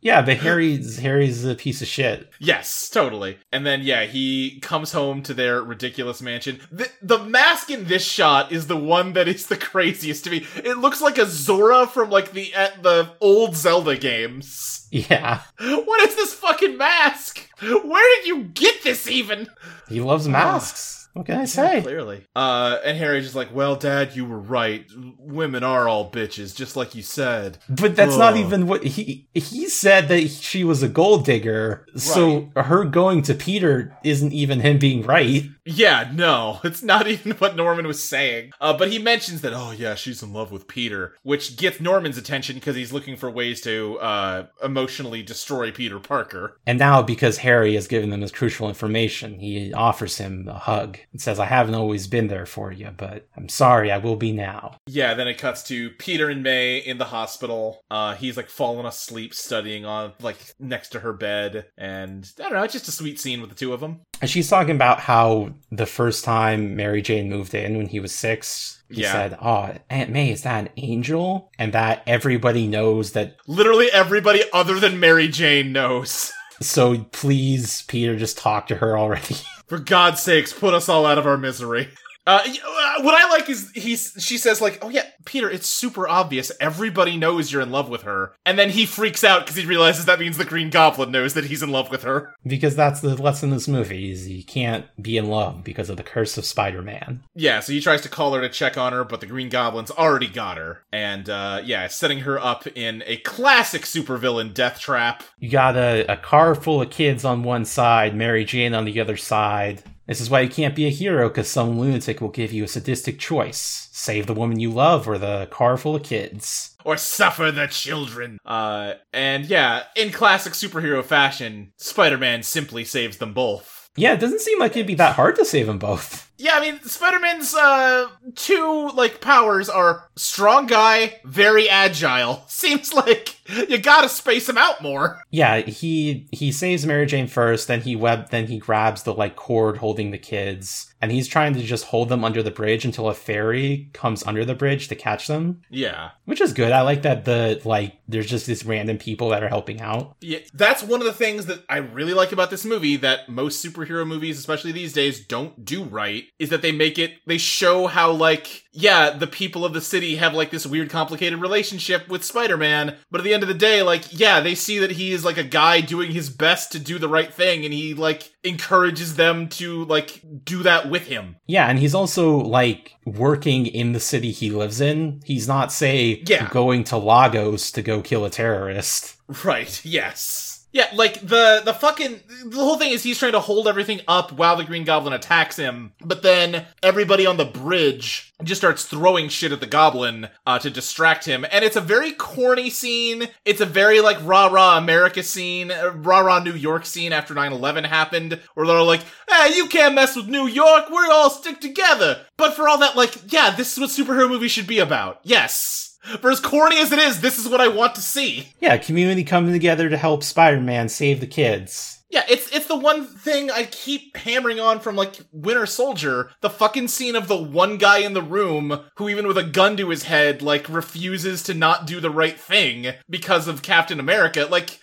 [SPEAKER 2] Yeah, but Harry's Harry's a piece of shit.
[SPEAKER 3] Yes, totally. And then yeah, he comes home to their ridiculous mansion. The, the mask in this shot is the one that is the craziest to me. It looks like a Zora from like the uh, the old Zelda games.
[SPEAKER 2] Yeah,
[SPEAKER 3] What is this fucking mask? Where did you get this even?
[SPEAKER 2] he loves masks. What can I say?
[SPEAKER 3] Clearly. Uh, and Harry's just like, well, Dad, you were right. Women are all bitches, just like you said.
[SPEAKER 2] But that's not
[SPEAKER 3] Ugh.
[SPEAKER 2] even what he he said that she was a gold digger. So her going to Peter isn't even him being right.
[SPEAKER 3] Yeah, no, it's not even what Norman was saying. Uh, but he mentions that, oh yeah, she's in love with Peter, which gets Norman's attention because he's looking for ways to uh, emotionally destroy Peter Parker.
[SPEAKER 2] And now because Harry has given them this crucial information, he offers him a hug and says, "I haven't always been there for you, but I'm sorry, I will be now."
[SPEAKER 3] Yeah, then it cuts to Peter and May in the hospital. Uh, he's like fallen asleep studying on like next to her bed, and I don't know, it's just a sweet scene with the two of them.
[SPEAKER 2] And she's talking about how the first time Mary Jane moved in when he was six, he
[SPEAKER 3] Yeah.
[SPEAKER 2] said, "Oh, Aunt May, is that an angel?" And that everybody knows that
[SPEAKER 3] Literally everybody other than Mary Jane knows.
[SPEAKER 2] So please, Peter, just talk to her already.
[SPEAKER 3] For God's sakes, put us all out of our misery. Uh, y- uh, what I like is he's she says like, "Oh yeah, Peter, it's super obvious. Everybody knows you're in love with her." And then he freaks out because he realizes that means the Green Goblin knows that he's in love with her.
[SPEAKER 2] because that's the lesson of this movie is you can't be in love because of the curse of Spider-Man.
[SPEAKER 3] Yeah, so he tries to call her to check on her, but the Green Goblin's already got her, and uh, yeah, setting her up in a classic supervillain death trap.
[SPEAKER 2] You got a, a car full of kids on one side, Mary Jane on the other side. This is why you can't be a hero because some lunatic will give you a sadistic choice. Save the woman you love or the car full of kids.
[SPEAKER 3] or suffer the children. Uh, and yeah, in classic superhero fashion, Spider Man simply saves them both.
[SPEAKER 2] Yeah, it doesn't seem like it'd be that hard to save them both.
[SPEAKER 3] Yeah, I mean, Spider Man's uh, two like powers are strong guy, very agile. Seems like you gotta space him out more.
[SPEAKER 2] Yeah, he he saves Mary Jane first, then he web then he grabs the like cord holding the kids, and he's trying to just hold them under the bridge until a ferry comes under the bridge to catch them.
[SPEAKER 3] Yeah.
[SPEAKER 2] Which is good. I like that the like there's just these random people that are helping out.
[SPEAKER 3] Yeah, that's one of the things that I really like about this movie that most superhero movies, especially these days, don't do right is that they make it, they show how, like, yeah, the people of the city have, like, this weird, complicated relationship with Spider Man, but at the end of the day, like, yeah, they see that he is, like, a guy doing his best to do the right thing, and he, like, encourages them to, like, do that with him.
[SPEAKER 2] Yeah, and he's also like working in the city he lives in. He's not say
[SPEAKER 3] Yeah.
[SPEAKER 2] going to Lagos to go kill a terrorist.
[SPEAKER 3] Right, yes. Yeah, like the the fucking the whole thing is he's trying to hold everything up while the Green Goblin attacks him, but then everybody on the bridge just starts throwing shit at the goblin uh, to distract him, and it's a very corny scene. It's a very like rah rah America scene, uh, rah rah New York scene after 9-11 happened, where they're all like, "Hey, you can't mess with New York. We all stick together." But for all that, like, yeah, this is what superhero movies should be about. Yes. For as corny as it is, this is what I want to see.
[SPEAKER 2] Yeah, community coming together to help Spider-Man save the kids.
[SPEAKER 3] Yeah, it's it's the one thing I keep hammering on from like Winter Soldier, the fucking scene of the one guy in the room who even with a gun to his head like refuses to not do the right thing because of Captain America. Like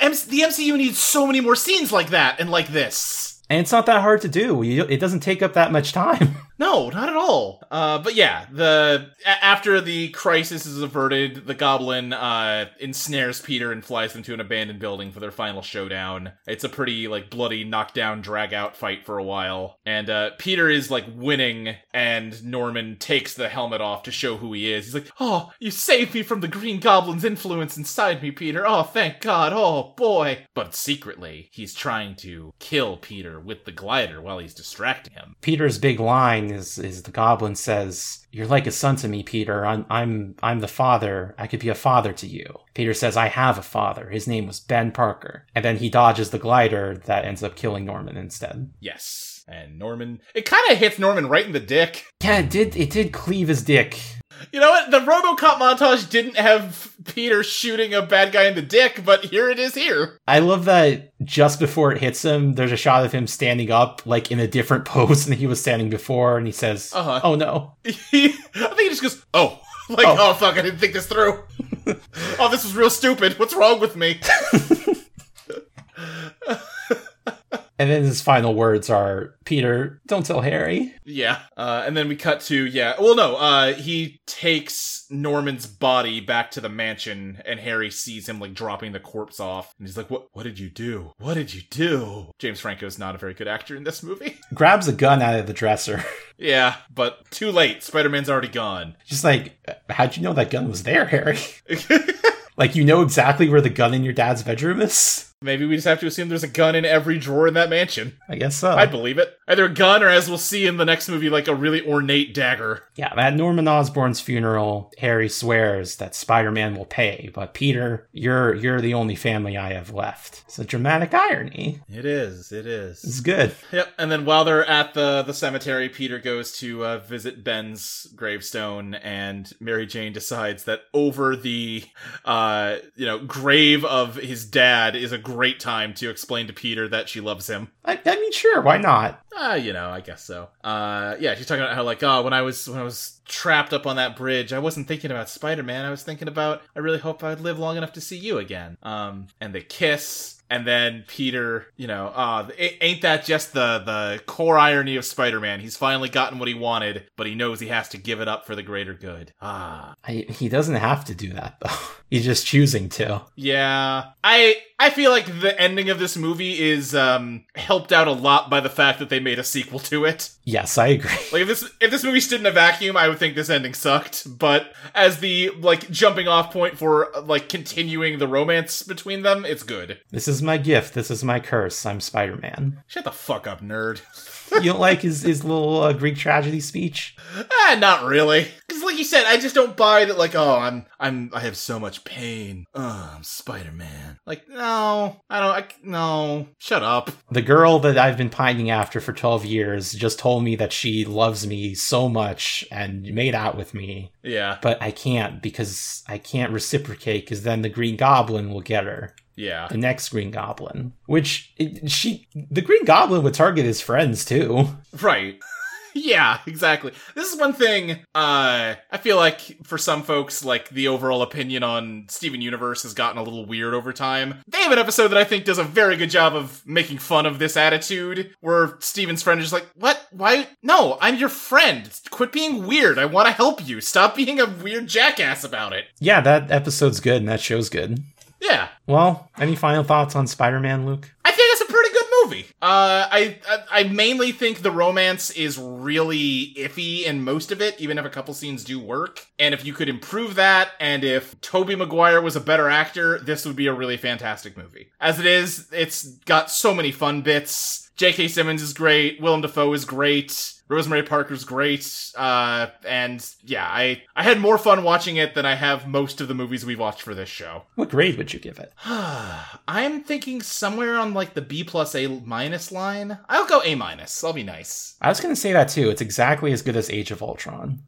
[SPEAKER 3] M- the MCU needs so many more scenes like that and like this.
[SPEAKER 2] And it's not that hard to do. You, it doesn't take up that much time.
[SPEAKER 3] No, not at all. Uh, but yeah, the a- after the crisis is averted, the Goblin uh, ensnares Peter and flies them to an abandoned building for their final showdown. It's a pretty like bloody knockdown, drag out fight for a while, and uh, Peter is like winning, and Norman takes the helmet off to show who he is. He's like, "Oh, you saved me from the Green Goblin's influence inside me, Peter. Oh, thank God. Oh boy." But secretly, he's trying to kill Peter with the glider while he's distracting him.
[SPEAKER 2] Peter's big line is is the goblin says, "You're like a son to me, Peter. I'm I'm I'm the father. I could be a father to you." Peter says, "I have a father. His name was Ben Parker." And then he dodges the glider that ends up killing Norman instead.
[SPEAKER 3] Yes. And Norman, it kind of hits Norman right in the dick.
[SPEAKER 2] Yeah, it did it did cleave his dick.
[SPEAKER 3] You know what? The RoboCop montage didn't have Peter shooting a bad guy in the dick, but here it is here.
[SPEAKER 2] I love that just before it hits him, there's a shot of him standing up like in a different pose than he was standing before, and he says,
[SPEAKER 3] Uh-huh.
[SPEAKER 2] "Oh no."
[SPEAKER 3] I think he just goes, "Oh." Like,
[SPEAKER 2] Oh.
[SPEAKER 3] oh. fuck, I didn't think this through. oh, this was real stupid. What's wrong with me?
[SPEAKER 2] And then his final words are, Peter, don't tell Harry.
[SPEAKER 3] Yeah. Uh, and then we cut to, yeah. Well, no, uh, he takes Norman's body back to the mansion, and Harry sees him, like, dropping the corpse off. And he's like, What What did you do? What did you do? James Franco's not a very good actor in this movie.
[SPEAKER 2] Grabs a gun out of the dresser.
[SPEAKER 3] yeah, but too late. Spider Man's already gone.
[SPEAKER 2] Just like, how'd you know that gun was there, Harry? like, you know exactly where the gun in your dad's bedroom is?
[SPEAKER 3] Maybe we just have to assume there's a gun in every drawer in that mansion.
[SPEAKER 2] I guess so.
[SPEAKER 3] I'd believe it. Either a gun or, as we'll see in the next movie, like a really ornate dagger.
[SPEAKER 2] Yeah, at Norman Osborn's funeral, Harry swears that Spider-Man will pay, but Peter, you're you're the only family I have left. It's a dramatic irony.
[SPEAKER 3] It is. It is.
[SPEAKER 2] It's good.
[SPEAKER 3] Yep. And then while they're at the the cemetery, Peter goes to uh, visit Ben's gravestone, and Mary Jane decides that over the uh, you know grave of his dad is a great time to explain to Peter that she loves him.
[SPEAKER 2] I, I mean, sure, why not?
[SPEAKER 3] Ah, you know, I guess so. Uh, yeah, she's talking about how like, oh, when I was when I was trapped up on that bridge, I wasn't thinking about Spider Man. I was thinking about I really hope I'd live long enough to see you again. Um, and they kiss. And then Peter, you know, uh, a- ain't that just the the core irony of Spider-Man? He's finally gotten what he wanted, but he knows he has to give it up for the greater good. Ah,
[SPEAKER 2] I, he doesn't have to do that though. He's just choosing to.
[SPEAKER 3] yeah. I I feel like the ending of this movie is um, helped out a lot by the fact that they made a sequel to it.
[SPEAKER 2] Yes, I agree.
[SPEAKER 3] Like if this if this movie stood in a vacuum, I would think this ending sucked. But as the like jumping off point for like continuing the romance between them, it's good.
[SPEAKER 2] This is my gift. This is my curse. I'm Spider-Man.
[SPEAKER 3] Shut the fuck up, nerd.
[SPEAKER 2] You don't like his his little uh, Greek tragedy speech?
[SPEAKER 3] ah, not really. Because like you said, I just don't buy that. Like, oh, I'm I'm I have so much pain. Ugh, I'm Spider Man. Like, no, I don't. I, c- no, shut up.
[SPEAKER 2] The girl that I've been pining after for 12 years just told me that she loves me so much and made out with me
[SPEAKER 3] Yeah,
[SPEAKER 2] but I can't because I can't reciprocate because then the Green Goblin will get her.
[SPEAKER 3] yeah.
[SPEAKER 2] The next Green Goblin, which it, she, the Green Goblin would target his friends too.
[SPEAKER 3] Right. yeah, exactly. This is one thing uh I feel like for some folks like the overall opinion on Steven Universe has gotten a little weird over time. They have an episode that I think does a very good job of making fun of this attitude where Steven's friend is like, "What? Why? No, I'm your friend. Quit being weird. I want to help you. Stop being a weird jackass about it."
[SPEAKER 2] Yeah, that episode's good and that show's good.
[SPEAKER 3] Yeah.
[SPEAKER 2] Well, any final thoughts on Spider Man, Luke?
[SPEAKER 3] I think that's a pretty good movie. Uh, I, I I mainly think the romance is really iffy in most of it, even if a couple scenes do work. And if you could improve that, and if Toby Maguire was a better actor, this would be a really fantastic movie. As it is, it's got so many fun bits. J.K. Simmons is great. Willem Dafoe is great. Rosemary Parker's great, uh, and yeah, I I had more fun watching it than I have most of the movies we've watched for this show.
[SPEAKER 2] What grade would you give it?
[SPEAKER 3] I'm thinking somewhere on like the B plus A minus line. I'll go A minus. I'll be nice.
[SPEAKER 2] I was gonna say that too. It's exactly as good as Age of Ultron.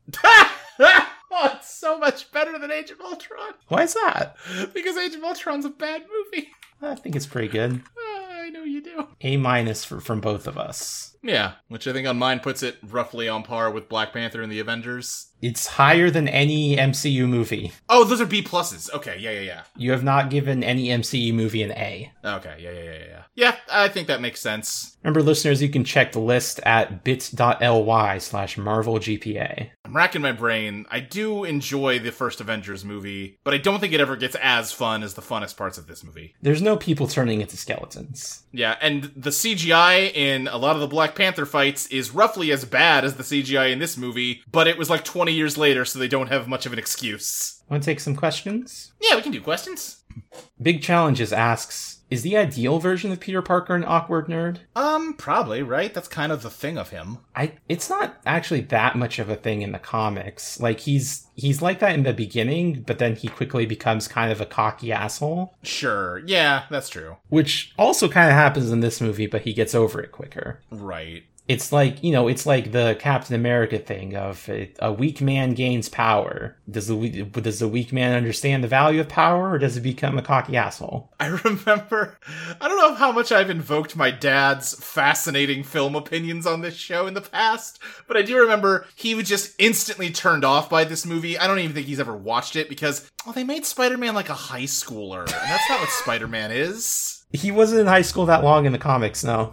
[SPEAKER 3] oh, it's so much better than Age of Ultron
[SPEAKER 2] Why is that?
[SPEAKER 3] because Age of Ultron's a bad movie.
[SPEAKER 2] I think it's pretty good.
[SPEAKER 3] Ah, I know you do.
[SPEAKER 2] A minus for, from both of us.
[SPEAKER 3] Yeah, which I think on mine puts it roughly on par with Black Panther and the Avengers.
[SPEAKER 2] It's higher than any MCU movie.
[SPEAKER 3] Oh, those are B pluses. Okay, yeah, yeah,
[SPEAKER 2] You have not given any MCU movie an A.
[SPEAKER 3] yeah. Okay, yeah, yeah, yeah, yeah. Yeah, I think that makes sense.
[SPEAKER 2] Remember, listeners, you can check the list at bit.ly slash Marvel GPA.
[SPEAKER 3] I'm racking my brain. I do enjoy the first Avengers movie, but I don't think it ever gets as fun as the funnest parts of this movie.
[SPEAKER 2] There's no people turning into skeletons.
[SPEAKER 3] Yeah, and the CGI in a lot of the Black Panther fights is roughly as bad as the CGI in this movie, but it was like 20 years later, so they don't have much of an excuse.
[SPEAKER 2] Want to take some questions?
[SPEAKER 3] Yeah, we can do questions.
[SPEAKER 2] Big Challenges asks Is the ideal version of Peter Parker an awkward nerd?
[SPEAKER 3] Um, probably, right? That's kind of the thing of him.
[SPEAKER 2] I it's not actually that much of a thing in the comics. Like he's he's like that in the beginning, but then he quickly becomes kind of a cocky asshole,
[SPEAKER 3] Sure, yeah, that's true.
[SPEAKER 2] which also kind of happens in this movie, but he gets over it quicker.
[SPEAKER 3] Right.
[SPEAKER 2] it's like you know it's like the captain america thing of uh, a weak man gains power does the we- does the weak man understand the value of power or does he become a cocky asshole
[SPEAKER 3] I remember, I don't know how much I've invoked my dad's fascinating film opinions on this show in the past, but I do remember he was just instantly turned off by this movie. I don't even think he's oh, ever watched it because, well, they made Spider Man like a high schooler, and that's not what Spider Man is.
[SPEAKER 2] He wasn't in high school that long in the comics, no.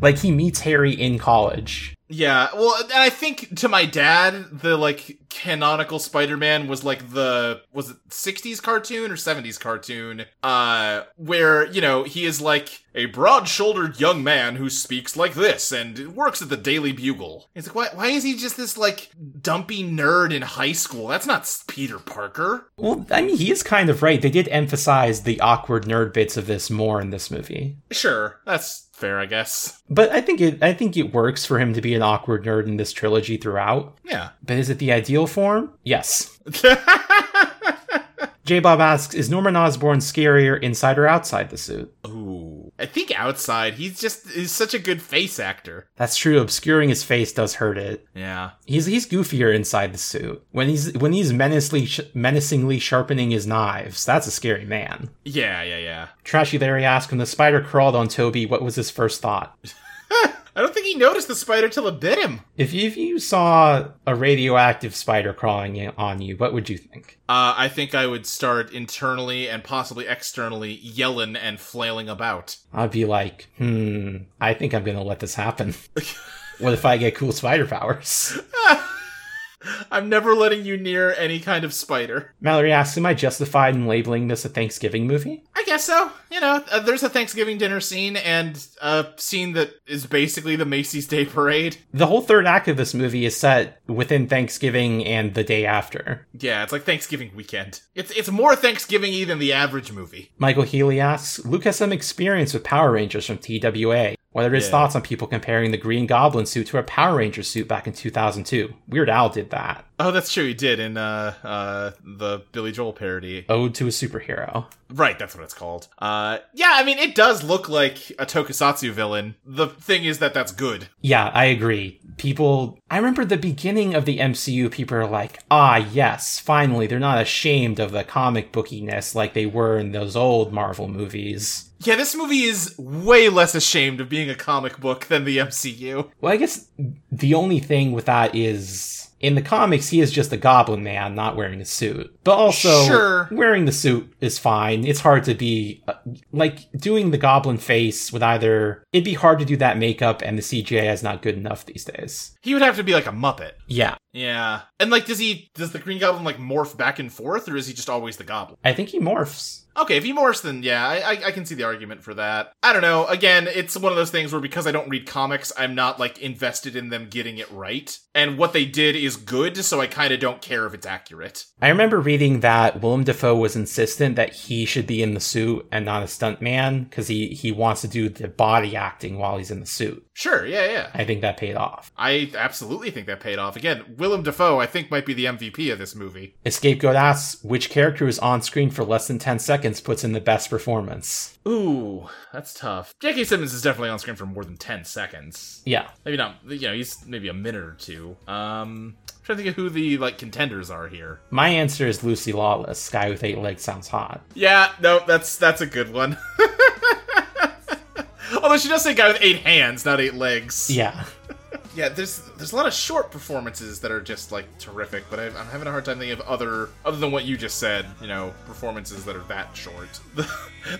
[SPEAKER 2] Like he meets Harry in college.
[SPEAKER 3] yeah, well, and I think to my dad, the like canonical Spider-Man was like the was it 60s cartoon or 70s cartoon, uh, where you know he is like a broad-shouldered young man who speaks like this and works at the Daily Bugle. It's like why why is he just this like dumpy nerd in high school? That's not s- Peter Parker.
[SPEAKER 2] Well, I mean, he is kind of right. They did emphasize the awkward nerd bits of this more in this movie.
[SPEAKER 3] Sure, that's fair, I guess.
[SPEAKER 2] But I think it I think it works for him to be an awkward nerd in this trilogy throughout.
[SPEAKER 3] Yeah.
[SPEAKER 2] But is it the ideal form? Yes. J Bob asks, is Norman Osborn scarier inside or outside the suit?
[SPEAKER 3] Ooh. I think outside, he's just is such a good face actor.
[SPEAKER 2] That's true, obscuring his face does hurt it.
[SPEAKER 3] Yeah.
[SPEAKER 2] He's he's goofier inside the suit. When he's when he's menacingly sh- menacingly sharpening his knives, that's a scary man.
[SPEAKER 3] Yeah, yeah, yeah.
[SPEAKER 2] Trashy Larry asked when the spider crawled on Toby, what was his first thought?
[SPEAKER 3] I don't think he noticed the spider till it bit him.
[SPEAKER 2] If if you saw a radioactive spider crawling in- on you, what would you think?
[SPEAKER 3] Uh, I think I would start internally and possibly externally yelling and flailing about.
[SPEAKER 2] I'd be like, hmm, I think I'm gonna let this happen. what if I get cool spider powers?
[SPEAKER 3] I'm never letting you near any kind of spider.
[SPEAKER 2] Mallory asks, am I justified in labeling this a Thanksgiving movie?
[SPEAKER 3] I guess so. You know, uh, there's a Thanksgiving dinner scene and a scene that is basically the Macy's Day Parade.
[SPEAKER 2] The whole third act of this movie is set within Thanksgiving and the day after.
[SPEAKER 3] Yeah, it's like Thanksgiving weekend. It's it's more Thanksgiving-y than the average movie.
[SPEAKER 2] Michael Healy asks, Luke has some experience with Power Rangers from TWA. What are his
[SPEAKER 3] Yeah.
[SPEAKER 2] thoughts on people comparing the Green Goblin suit to a Power Ranger suit back in 2002? Weird Al did that.
[SPEAKER 3] Oh, that's true. He did in uh, uh, the Billy Joel parody.
[SPEAKER 2] Ode to a superhero.
[SPEAKER 3] Right, that's what it's called. Uh, yeah, I mean, it does look like a tokusatsu villain. The thing is that that's good.
[SPEAKER 2] Yeah, I agree. People, I remember the beginning of the MCU, people are like, ah, yes, finally, they're not ashamed of the comic bookiness like they were in those old Marvel movies.
[SPEAKER 3] Yeah, this movie is way less ashamed of being a comic book than the MCU.
[SPEAKER 2] Well, I guess the only thing with that is in the comics, he is just a goblin man not wearing a suit. But also,
[SPEAKER 3] Sure.
[SPEAKER 2] wearing the suit is fine. It's hard to be uh, like doing the goblin face with either, it'd be hard to do that makeup, and the CGI is not good enough these days.
[SPEAKER 3] He would have to be like a Muppet.
[SPEAKER 2] Yeah.
[SPEAKER 3] Yeah. And like, does he, does the Green Goblin like morph back and forth or is he just always the Goblin?
[SPEAKER 2] I think he morphs.
[SPEAKER 3] Okay, if he morphs, then yeah, I, I, I can see the argument for that. I don't know. Again, it's one of those things where because I don't read comics, I'm not like invested in them getting it right. And what they did is good, so I kind of don't care if it's accurate.
[SPEAKER 2] I remember reading that Willem Dafoe was insistent that he should be in the suit and not a stuntman because he, he wants to do the body acting while he's in the suit.
[SPEAKER 3] Sure. Yeah. Yeah.
[SPEAKER 2] I think that paid off.
[SPEAKER 3] I absolutely think that paid off. Again, Willem Dafoe, I think, might be the MVP of this movie.
[SPEAKER 2] Escape Goat asks which character is on screen for less than 10 seconds puts in the best performance.
[SPEAKER 3] Ooh, that's tough. J.K. Simmons is definitely on screen for more than 10 seconds.
[SPEAKER 2] Yeah.
[SPEAKER 3] Maybe not, you know, he's maybe a minute or two. Um, I'm trying to think of who the, like, contenders are here.
[SPEAKER 2] My answer is Lucy Lawless. Guy with eight legs sounds hot.
[SPEAKER 3] Yeah, no, that's that's a good one. Although she does say guy with eight hands, not eight legs.
[SPEAKER 2] Yeah.
[SPEAKER 3] Yeah, there's there's a lot of short performances that are just like terrific, but I, I'm having a hard time thinking of other other than what you just said. You know, performances that are that short. The,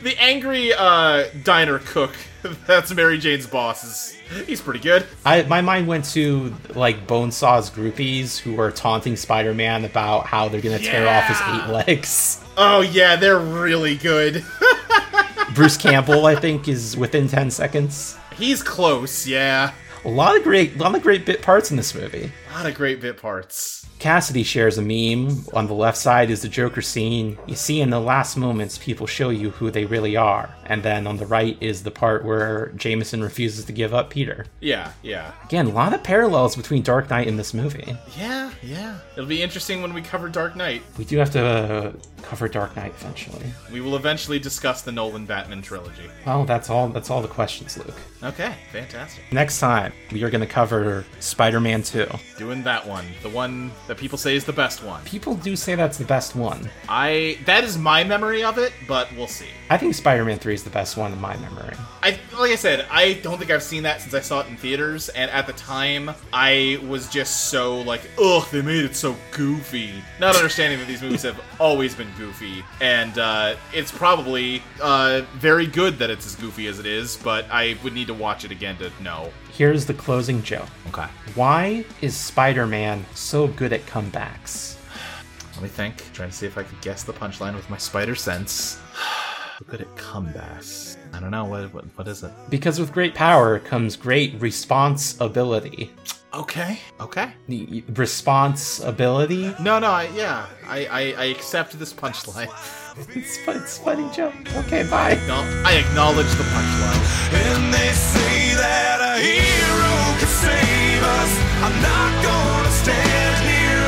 [SPEAKER 3] the angry uh, diner cook that's Mary Jane's boss is he's pretty good.
[SPEAKER 2] I, my mind went to like Bonesaw's groupies who were taunting Spider Man about how they're going to tear off his
[SPEAKER 3] Yeah.
[SPEAKER 2] eight legs.
[SPEAKER 3] Oh yeah, they're really good.
[SPEAKER 2] Bruce Campbell, I think, is within 10 seconds.
[SPEAKER 3] he's close. Yeah,
[SPEAKER 2] A lot of great, lot of great bit parts in this movie.
[SPEAKER 3] a lot of great bit parts.
[SPEAKER 2] Cassidy shares a meme. On the left side is the Joker scene. You see, in the last moments, people show you who they really are. And then on the right is the part where Jameson refuses to give up Peter.
[SPEAKER 3] Yeah, yeah,
[SPEAKER 2] Again, a lot of parallels between Dark Knight and this movie.
[SPEAKER 3] yeah, yeah. It'll be interesting when we cover Dark Knight.
[SPEAKER 2] We do have to uh, cover Dark Knight eventually.
[SPEAKER 3] We will eventually discuss the Nolan Batman trilogy.
[SPEAKER 2] Well, that's all. That's all the questions, Luke.
[SPEAKER 3] Okay, fantastic.
[SPEAKER 2] Next time, we are going to cover Spider-Man 2.
[SPEAKER 3] Doing that one, the one that people say is the best one.
[SPEAKER 2] People do say that's the best one.
[SPEAKER 3] I that is my memory of it, but we'll see.
[SPEAKER 2] I think Spider-Man 3 is the best one in my memory.
[SPEAKER 3] I like I said, I don't think I've seen that since I saw it in theaters, and at the time, I was just so like, ugh, they made it so goofy. Not understanding that these movies have always been goofy, and uh, it's probably uh, very good that it's as goofy as it is, but I would need to watch it again to know.
[SPEAKER 2] Here's the closing joke.
[SPEAKER 3] Okay.
[SPEAKER 2] Why is Spider-Man so good at comebacks?
[SPEAKER 3] Let me think. Trying to see if I could guess the punchline with my spider sense. Look at it comebacks. I don't know. What, what, what is it?
[SPEAKER 2] Because with great power comes great responsibility.
[SPEAKER 3] Okay. Okay.
[SPEAKER 2] Y- y- Responsibility?
[SPEAKER 3] No, no, I, yeah. I, I, I accept this punchline.
[SPEAKER 2] It's, fu- it's funny joke. Okay, bye.
[SPEAKER 3] No, I acknowledge the punchline.
[SPEAKER 4] And they say that a hero can save us. I'm not gonna stand here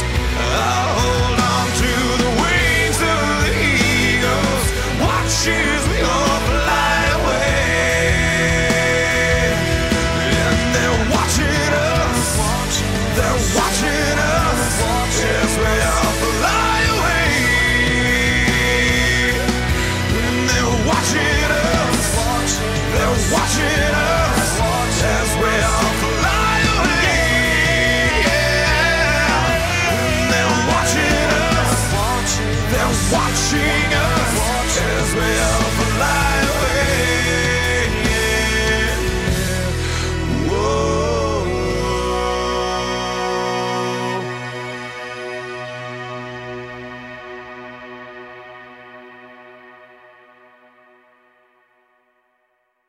[SPEAKER 4] and wait. I'll Uh, hold on to the wings of the eagles. Watch as we all fly away. And they're watching us. They're watching us. As we all fly away. And they're watching us. They're watching us as we all fly away. And they're watching us. They're watching us.